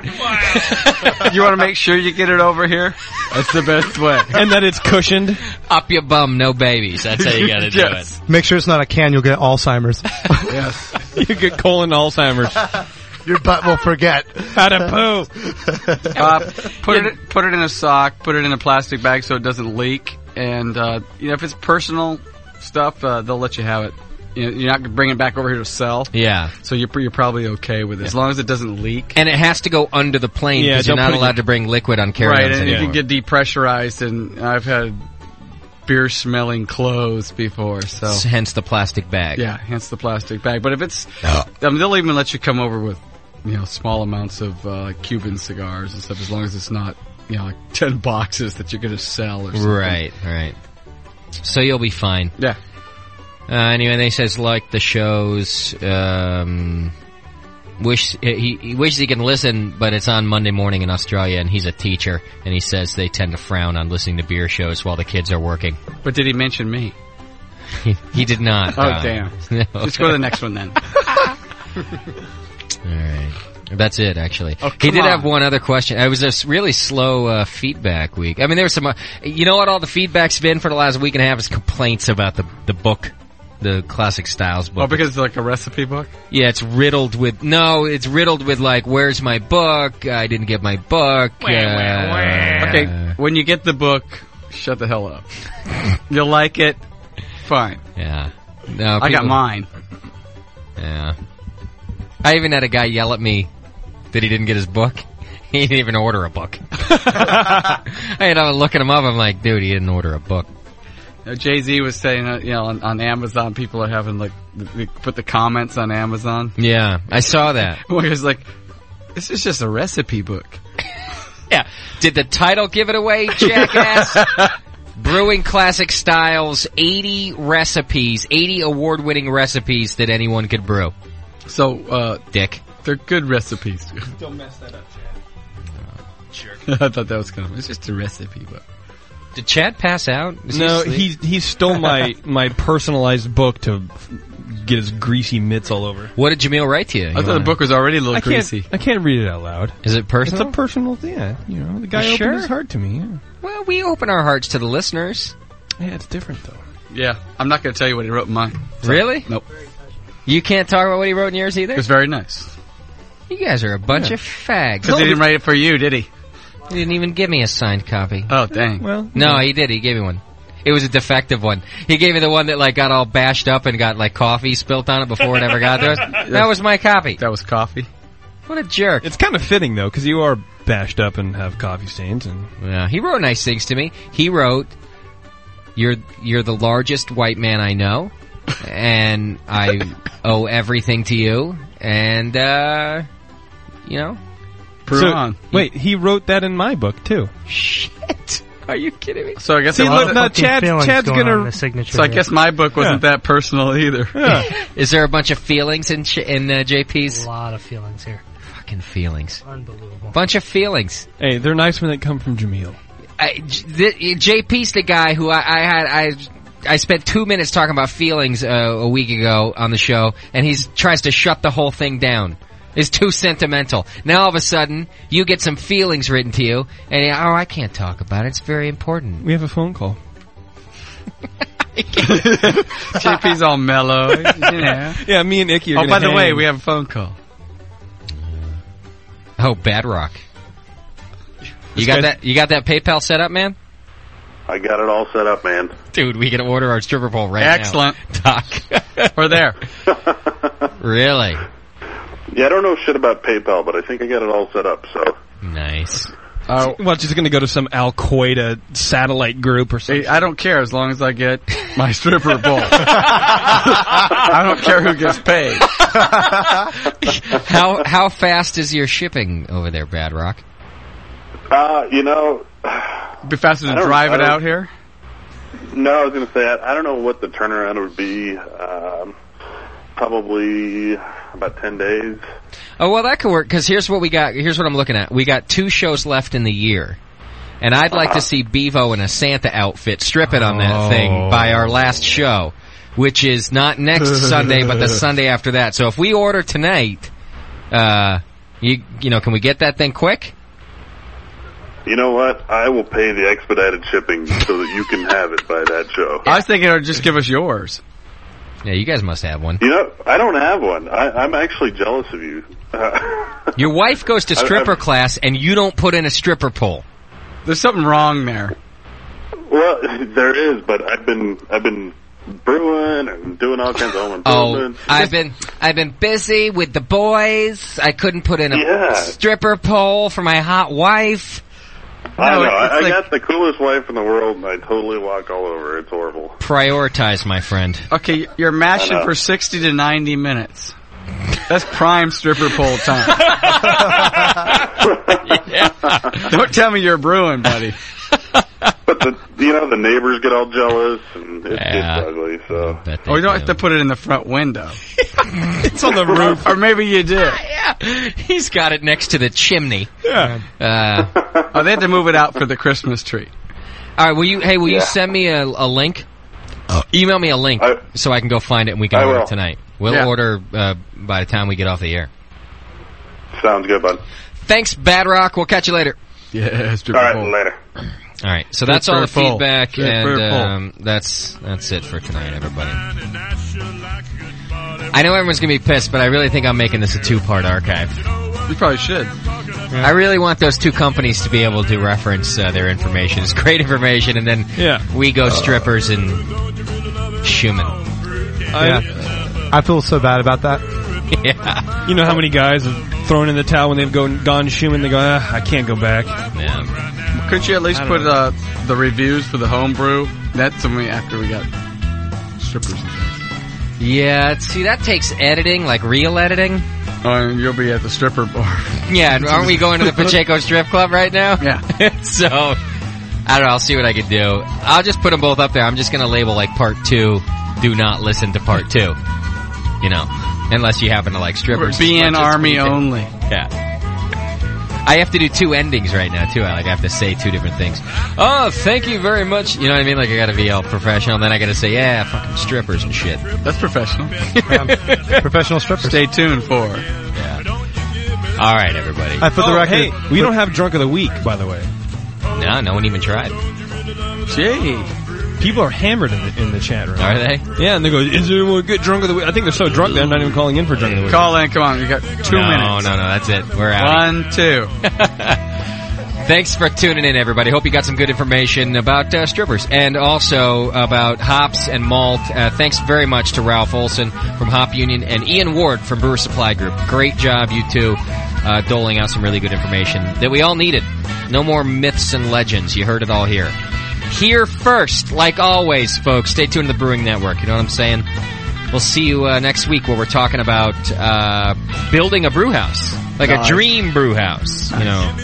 [SPEAKER 2] you want to make sure you get it over here? That's the best way.
[SPEAKER 7] and that it's cushioned.
[SPEAKER 1] Up your bum, no babies. That's how you gotta do it.
[SPEAKER 14] Make sure it's not a can. You'll get Alzheimer's.
[SPEAKER 2] yes.
[SPEAKER 7] You get colon Alzheimer's.
[SPEAKER 14] Your butt will forget
[SPEAKER 7] how to poo.
[SPEAKER 2] Uh, put it put it in a sock. Put it in a plastic bag so it doesn't leak. And uh, you know if it's personal stuff, uh, they'll let you have it. You know, You're not bringing it back over here to sell.
[SPEAKER 1] Yeah.
[SPEAKER 2] So you're, you're probably okay with it as long as it doesn't leak.
[SPEAKER 1] And it has to go under the plane
[SPEAKER 2] Yeah,
[SPEAKER 1] because
[SPEAKER 2] don't
[SPEAKER 1] you're not
[SPEAKER 2] put it
[SPEAKER 1] allowed
[SPEAKER 2] in-
[SPEAKER 1] to bring liquid on carry-ons
[SPEAKER 2] right, and
[SPEAKER 1] anymore.
[SPEAKER 2] you can get depressurized. And I've had beer smelling clothes before, so
[SPEAKER 1] hence the plastic bag.
[SPEAKER 2] Yeah, hence the plastic bag. But if it's, I mean, they'll even let you come over with, you know, small amounts of uh, Cuban cigars and stuff, as long as it's not, you know, like ten boxes that you're going to sell or something.
[SPEAKER 1] Right, right. So you'll be fine.
[SPEAKER 2] Yeah.
[SPEAKER 1] Uh, anyway, and he says like the shows. Um, wish he, he wishes he can listen, but it's on Monday morning in Australia, and he's a teacher, and he says they tend to frown on listening to beer shows while the kids are working.
[SPEAKER 2] But did he mention me?
[SPEAKER 1] He did not.
[SPEAKER 2] Oh
[SPEAKER 1] Don.
[SPEAKER 2] damn!
[SPEAKER 1] No.
[SPEAKER 2] Let's go to the next one then.
[SPEAKER 1] All right. That's it, actually.
[SPEAKER 2] Oh,
[SPEAKER 1] he
[SPEAKER 2] come
[SPEAKER 1] did
[SPEAKER 2] on.
[SPEAKER 1] have one other question. It was a s- really slow uh, feedback week. I mean, there was some. Uh, you know what? All the feedback's been for the last week and a half is complaints about the the book, the classic styles book.
[SPEAKER 2] Well, Oh, because it's like a recipe book.
[SPEAKER 1] yeah, it's riddled with no. It's riddled with like, where's my book? I didn't get my book. uh,
[SPEAKER 2] Okay, when you get the book, shut the hell up. You'll like it. Fine.
[SPEAKER 1] Yeah. No,
[SPEAKER 2] I got
[SPEAKER 1] people-
[SPEAKER 2] mine.
[SPEAKER 1] Yeah. I even had a guy yell at me that he didn't get his book. He didn't even order a book. I had I was looking him up. I'm like, dude, he didn't order a book.
[SPEAKER 2] Jay Z was saying, uh, you know, on, on Amazon, people are having like th- they put the comments on Amazon.
[SPEAKER 1] Yeah, I saw that.
[SPEAKER 2] Where it's like, this is just a recipe book.
[SPEAKER 1] Yeah. Did the title give it away, jackass? Brewing Classic Styles, 80 recipes, 80 award-winning recipes that anyone could brew.
[SPEAKER 2] So, uh,
[SPEAKER 1] Dick.
[SPEAKER 2] They're good recipes.
[SPEAKER 7] Don't mess that up, Chad.
[SPEAKER 2] I thought that was kind of, it's just a recipe book.
[SPEAKER 1] Did Chad pass out? Is
[SPEAKER 7] no, he
[SPEAKER 1] asleep?
[SPEAKER 7] he stole my my personalized book to get his greasy mitts all over.
[SPEAKER 1] What did Jamil write to you?
[SPEAKER 7] I thought the book
[SPEAKER 2] was already a
[SPEAKER 7] I can't, I can't read it out loud.
[SPEAKER 1] Is it personal?
[SPEAKER 7] It's a personal thing. Yeah, you know, the guy
[SPEAKER 1] You
[SPEAKER 7] opened
[SPEAKER 1] sure?
[SPEAKER 7] his heart to me. Yeah.
[SPEAKER 1] Well, we open our hearts to the listeners.
[SPEAKER 7] yeah, it's different though.
[SPEAKER 2] Yeah, I'm not going to tell you what he wrote in mine.
[SPEAKER 1] Really?
[SPEAKER 2] Nope.
[SPEAKER 1] You can't talk about what he wrote in yours either?
[SPEAKER 2] It was very nice.
[SPEAKER 1] You guys are a bunch
[SPEAKER 2] Yeah.
[SPEAKER 1] of fags.
[SPEAKER 2] Because he didn't write it for you, did he?
[SPEAKER 1] He didn't even give me a signed copy.
[SPEAKER 2] Oh, dang.
[SPEAKER 7] Well,
[SPEAKER 1] no, he did. He gave me one. It was a defective one. He gave me the one that like got all bashed up and got like coffee spilt on it before it ever got to us. That was my copy.
[SPEAKER 2] That was coffee.
[SPEAKER 1] What a jerk!
[SPEAKER 7] It's kind of fitting though, because you are bashed up and have coffee stains. And
[SPEAKER 1] Yeah, he wrote nice things to me. He wrote, "You're you're the largest white man I know, and I owe everything to you." And uh, you know,
[SPEAKER 7] So- Wait, he wrote that in my book too.
[SPEAKER 1] Shit. Are you kidding me?
[SPEAKER 2] So I guess
[SPEAKER 7] See,
[SPEAKER 2] a lot
[SPEAKER 7] look,
[SPEAKER 2] of-
[SPEAKER 7] now Chad's, Chad's gonna.
[SPEAKER 2] So I guess my book wasn't
[SPEAKER 7] Yeah.
[SPEAKER 2] that personal either.
[SPEAKER 1] Is there a bunch of feelings in Ch- in uh, JP's? A
[SPEAKER 3] lot of feelings here.
[SPEAKER 1] Fucking feelings.
[SPEAKER 3] Unbelievable.
[SPEAKER 1] Bunch of feelings.
[SPEAKER 7] Hey, they're nice when they come from Jameel.
[SPEAKER 1] I, J- the, JP's the guy who I, I had I I spent two minutes talking about feelings uh, a week ago on the show, and he tries to shut the whole thing down. It's too sentimental. Now all of a sudden, you get some feelings written to you, and oh, I can't talk about it. It's very important.
[SPEAKER 7] We have a phone call.
[SPEAKER 2] JP's all mellow. you know.
[SPEAKER 7] Yeah, me and Icky are
[SPEAKER 2] Oh,
[SPEAKER 7] gonna
[SPEAKER 2] by the
[SPEAKER 7] hang.
[SPEAKER 2] way, we have a phone call.
[SPEAKER 1] Oh, bad rock. You
[SPEAKER 5] This
[SPEAKER 1] got
[SPEAKER 5] guy-
[SPEAKER 1] that? You got that PayPal set up, man?
[SPEAKER 5] I got it all set up, man.
[SPEAKER 1] Dude, we can order our stripper pole right
[SPEAKER 5] Excellent.
[SPEAKER 1] now. Excellent,
[SPEAKER 2] We're there.
[SPEAKER 1] really?
[SPEAKER 5] Yeah, I don't know shit about PayPal, but I think I got it all set up. So
[SPEAKER 1] Nice.
[SPEAKER 2] Uh,
[SPEAKER 7] well, she's gonna go to some Al Qaeda satellite group or something.
[SPEAKER 2] I don't care as long as I get my stripper bowl. I don't care who gets paid.
[SPEAKER 1] how how fast is your shipping over there, Bad Rock?
[SPEAKER 5] Uh, you know,
[SPEAKER 2] Be faster
[SPEAKER 5] I
[SPEAKER 2] to
[SPEAKER 5] don't-
[SPEAKER 2] drive
[SPEAKER 5] I
[SPEAKER 2] it
[SPEAKER 5] don't-
[SPEAKER 2] out here.
[SPEAKER 5] No, I was going to say I, I don't know what the turnaround would be. Um, probably about ten days.
[SPEAKER 1] Oh well, that could work because here's what we got. Here's what I'm looking at. We got two shows left in the year, and I'd like
[SPEAKER 2] Ah.
[SPEAKER 1] to see Bevo in a Santa outfit stripping on that
[SPEAKER 2] Oh.
[SPEAKER 1] thing by our last show, which is not next Sunday, but the Sunday after that. So if we order tonight, uh, you you know, can we get that thing quick?
[SPEAKER 5] You know what? I will pay the expedited shipping so that you can have it by that show.
[SPEAKER 2] I was thinking, it would just give us yours.
[SPEAKER 1] Yeah, you guys must have one.
[SPEAKER 5] You know, I don't have one. I, I'm actually jealous of you. Uh,
[SPEAKER 1] Your wife goes to
[SPEAKER 5] I-
[SPEAKER 1] stripper
[SPEAKER 5] I've-
[SPEAKER 1] class, and you don't put in a stripper pole.
[SPEAKER 2] There's something wrong there.
[SPEAKER 5] Well, there is, but I've been I've been brewing and doing all kinds of home
[SPEAKER 1] Oh,
[SPEAKER 5] improvement.
[SPEAKER 1] I've been I've been busy with the boys. I couldn't put in a
[SPEAKER 5] Yeah.
[SPEAKER 1] stripper pole for my hot wife.
[SPEAKER 5] I know.
[SPEAKER 1] No,
[SPEAKER 5] I,
[SPEAKER 1] it's
[SPEAKER 5] I
[SPEAKER 1] like-
[SPEAKER 5] got the coolest wife in the world, and I totally walk all over. It's horrible.
[SPEAKER 1] Prioritize, my friend.
[SPEAKER 2] Okay, you're
[SPEAKER 5] I
[SPEAKER 2] mashing
[SPEAKER 5] know.
[SPEAKER 2] for 60 to 90 minutes. That's prime stripper pole time. Don't tell me you're brewing, buddy.
[SPEAKER 5] But the you know the neighbors get all jealous, and it's, it's ugly. So
[SPEAKER 2] Or Oh, you don't have to put it in the front window.
[SPEAKER 1] It's on the roof,
[SPEAKER 2] or maybe you do.
[SPEAKER 1] He's got it next to the chimney.
[SPEAKER 2] Yeah.
[SPEAKER 1] Uh,
[SPEAKER 2] oh, they had to move it out for the Christmas tree.
[SPEAKER 1] All right, will you? Hey, will you
[SPEAKER 2] Yeah.
[SPEAKER 1] send me a, a link?
[SPEAKER 2] Uh,
[SPEAKER 1] Email me a link so I can go find it and we can
[SPEAKER 5] I
[SPEAKER 1] order
[SPEAKER 5] will.
[SPEAKER 1] it tonight. We'll
[SPEAKER 5] Yeah.
[SPEAKER 1] order uh, by the time we get off the air.
[SPEAKER 5] sounds good, bud.
[SPEAKER 1] Thanks, Bad Rock. We'll catch you later.
[SPEAKER 2] Yeah,
[SPEAKER 5] All right, later.
[SPEAKER 1] All right, so that's all the
[SPEAKER 5] Stripper pole.
[SPEAKER 1] feedback,
[SPEAKER 5] Stripper
[SPEAKER 1] and
[SPEAKER 5] pole.
[SPEAKER 1] um, that's that's it for tonight, everybody. I know everyone's gonna be pissed, but I really think I'm making this a two-part archive.
[SPEAKER 2] You probably should.
[SPEAKER 1] I really want those two companies to be able to reference uh, their information. It's great information, and then
[SPEAKER 7] Yeah.
[SPEAKER 1] we go strippers and Schumann.
[SPEAKER 14] Yeah. I feel so bad about that.
[SPEAKER 7] You know how many guys have thrown in the towel when they've gone, gone Schumann? They go, ah, I can't go back.
[SPEAKER 2] Couldn't you at least
[SPEAKER 7] I don't
[SPEAKER 2] put uh, the reviews for the homebrew? That's when we after we got strippers. And things.
[SPEAKER 1] Yeah, see, that takes editing, like real editing.
[SPEAKER 2] Oh, and you'll be at the stripper bar.
[SPEAKER 1] Yeah, and aren't we going to the Pacheco Strip Club right now?
[SPEAKER 2] Yeah.
[SPEAKER 1] so, I don't know. I'll see what I can do. I'll just put them both up there. I'm just going to label like part two. Do not listen to part two. You know, unless you happen to like strippers.
[SPEAKER 2] Or
[SPEAKER 1] as
[SPEAKER 2] BN
[SPEAKER 1] much as
[SPEAKER 2] Army
[SPEAKER 1] we do.
[SPEAKER 2] only.
[SPEAKER 1] Yeah. I have to do two endings right now too. I like I have to say two different things. Oh, thank you very much. You know what I mean? Like I got to be all professional, and then I got to say, yeah, fucking strippers and shit.
[SPEAKER 2] That's professional.
[SPEAKER 7] Um,
[SPEAKER 2] professional strippers. Stay tuned for.
[SPEAKER 1] All right, everybody.
[SPEAKER 7] I put the record. Oh, Hey, we don't have drunk of the week, by the way.
[SPEAKER 1] No, no one even tried.
[SPEAKER 7] Gee, people are hammered in the, in the chat room.
[SPEAKER 1] Are they?
[SPEAKER 7] Yeah, and they go, "Is there anyone good drunk of the week?" I think they're so drunk they're not even calling in for drunk of the week.
[SPEAKER 2] Call in. Come on. You got two
[SPEAKER 1] no,
[SPEAKER 2] minutes.
[SPEAKER 1] No, no, that's it. We're out.
[SPEAKER 2] One, two.
[SPEAKER 1] Thanks for tuning in, everybody. Hope you got some good information about uh, strippers and also about hops and malt. Uh, thanks very much to Ralph Olson from Hop Union and Ian Ward from Brewer Supply Group. Great job, you two, uh, doling out some really good information that we all needed. No more myths and legends. You heard it all here. Here first, like always, folks. Stay tuned to the Brewing Network. You know what I'm saying? We'll see you uh, next week where we're talking about uh, building a brew house, like
[SPEAKER 18] Nice.
[SPEAKER 1] a dream brew house. You know,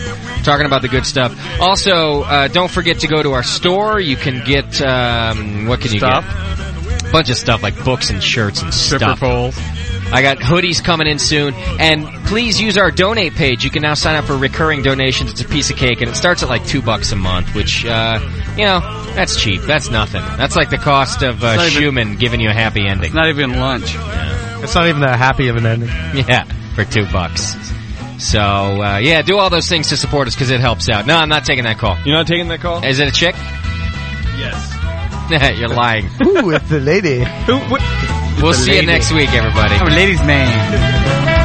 [SPEAKER 1] talking about the good stuff. Also, uh, don't forget to go to our store. You can get um, what can
[SPEAKER 2] Stuff.
[SPEAKER 1] you get? A bunch of stuff like books and shirts and
[SPEAKER 2] Stripper
[SPEAKER 1] stuff.
[SPEAKER 2] poles.
[SPEAKER 1] I got hoodies coming in soon, and please use our donate page. You can now sign up for recurring donations. It's a piece of cake, and it starts at like two bucks a month, which uh, you know that's cheap. That's nothing. That's like the cost of
[SPEAKER 2] It's
[SPEAKER 1] uh,
[SPEAKER 2] not even-
[SPEAKER 1] Schumann giving you a happy ending.
[SPEAKER 2] Not even lunch.
[SPEAKER 14] It's not even that happy of an ending.
[SPEAKER 1] Yeah, for two bucks. So uh, yeah, do all those things to support us because it helps out. No, I'm not taking that call.
[SPEAKER 7] You're not taking that call.
[SPEAKER 1] Is it a chick?
[SPEAKER 7] Yes.
[SPEAKER 1] You're lying.
[SPEAKER 14] Ooh, it's the lady.
[SPEAKER 1] We'll see you next week, everybody.
[SPEAKER 2] I'm a ladies' man.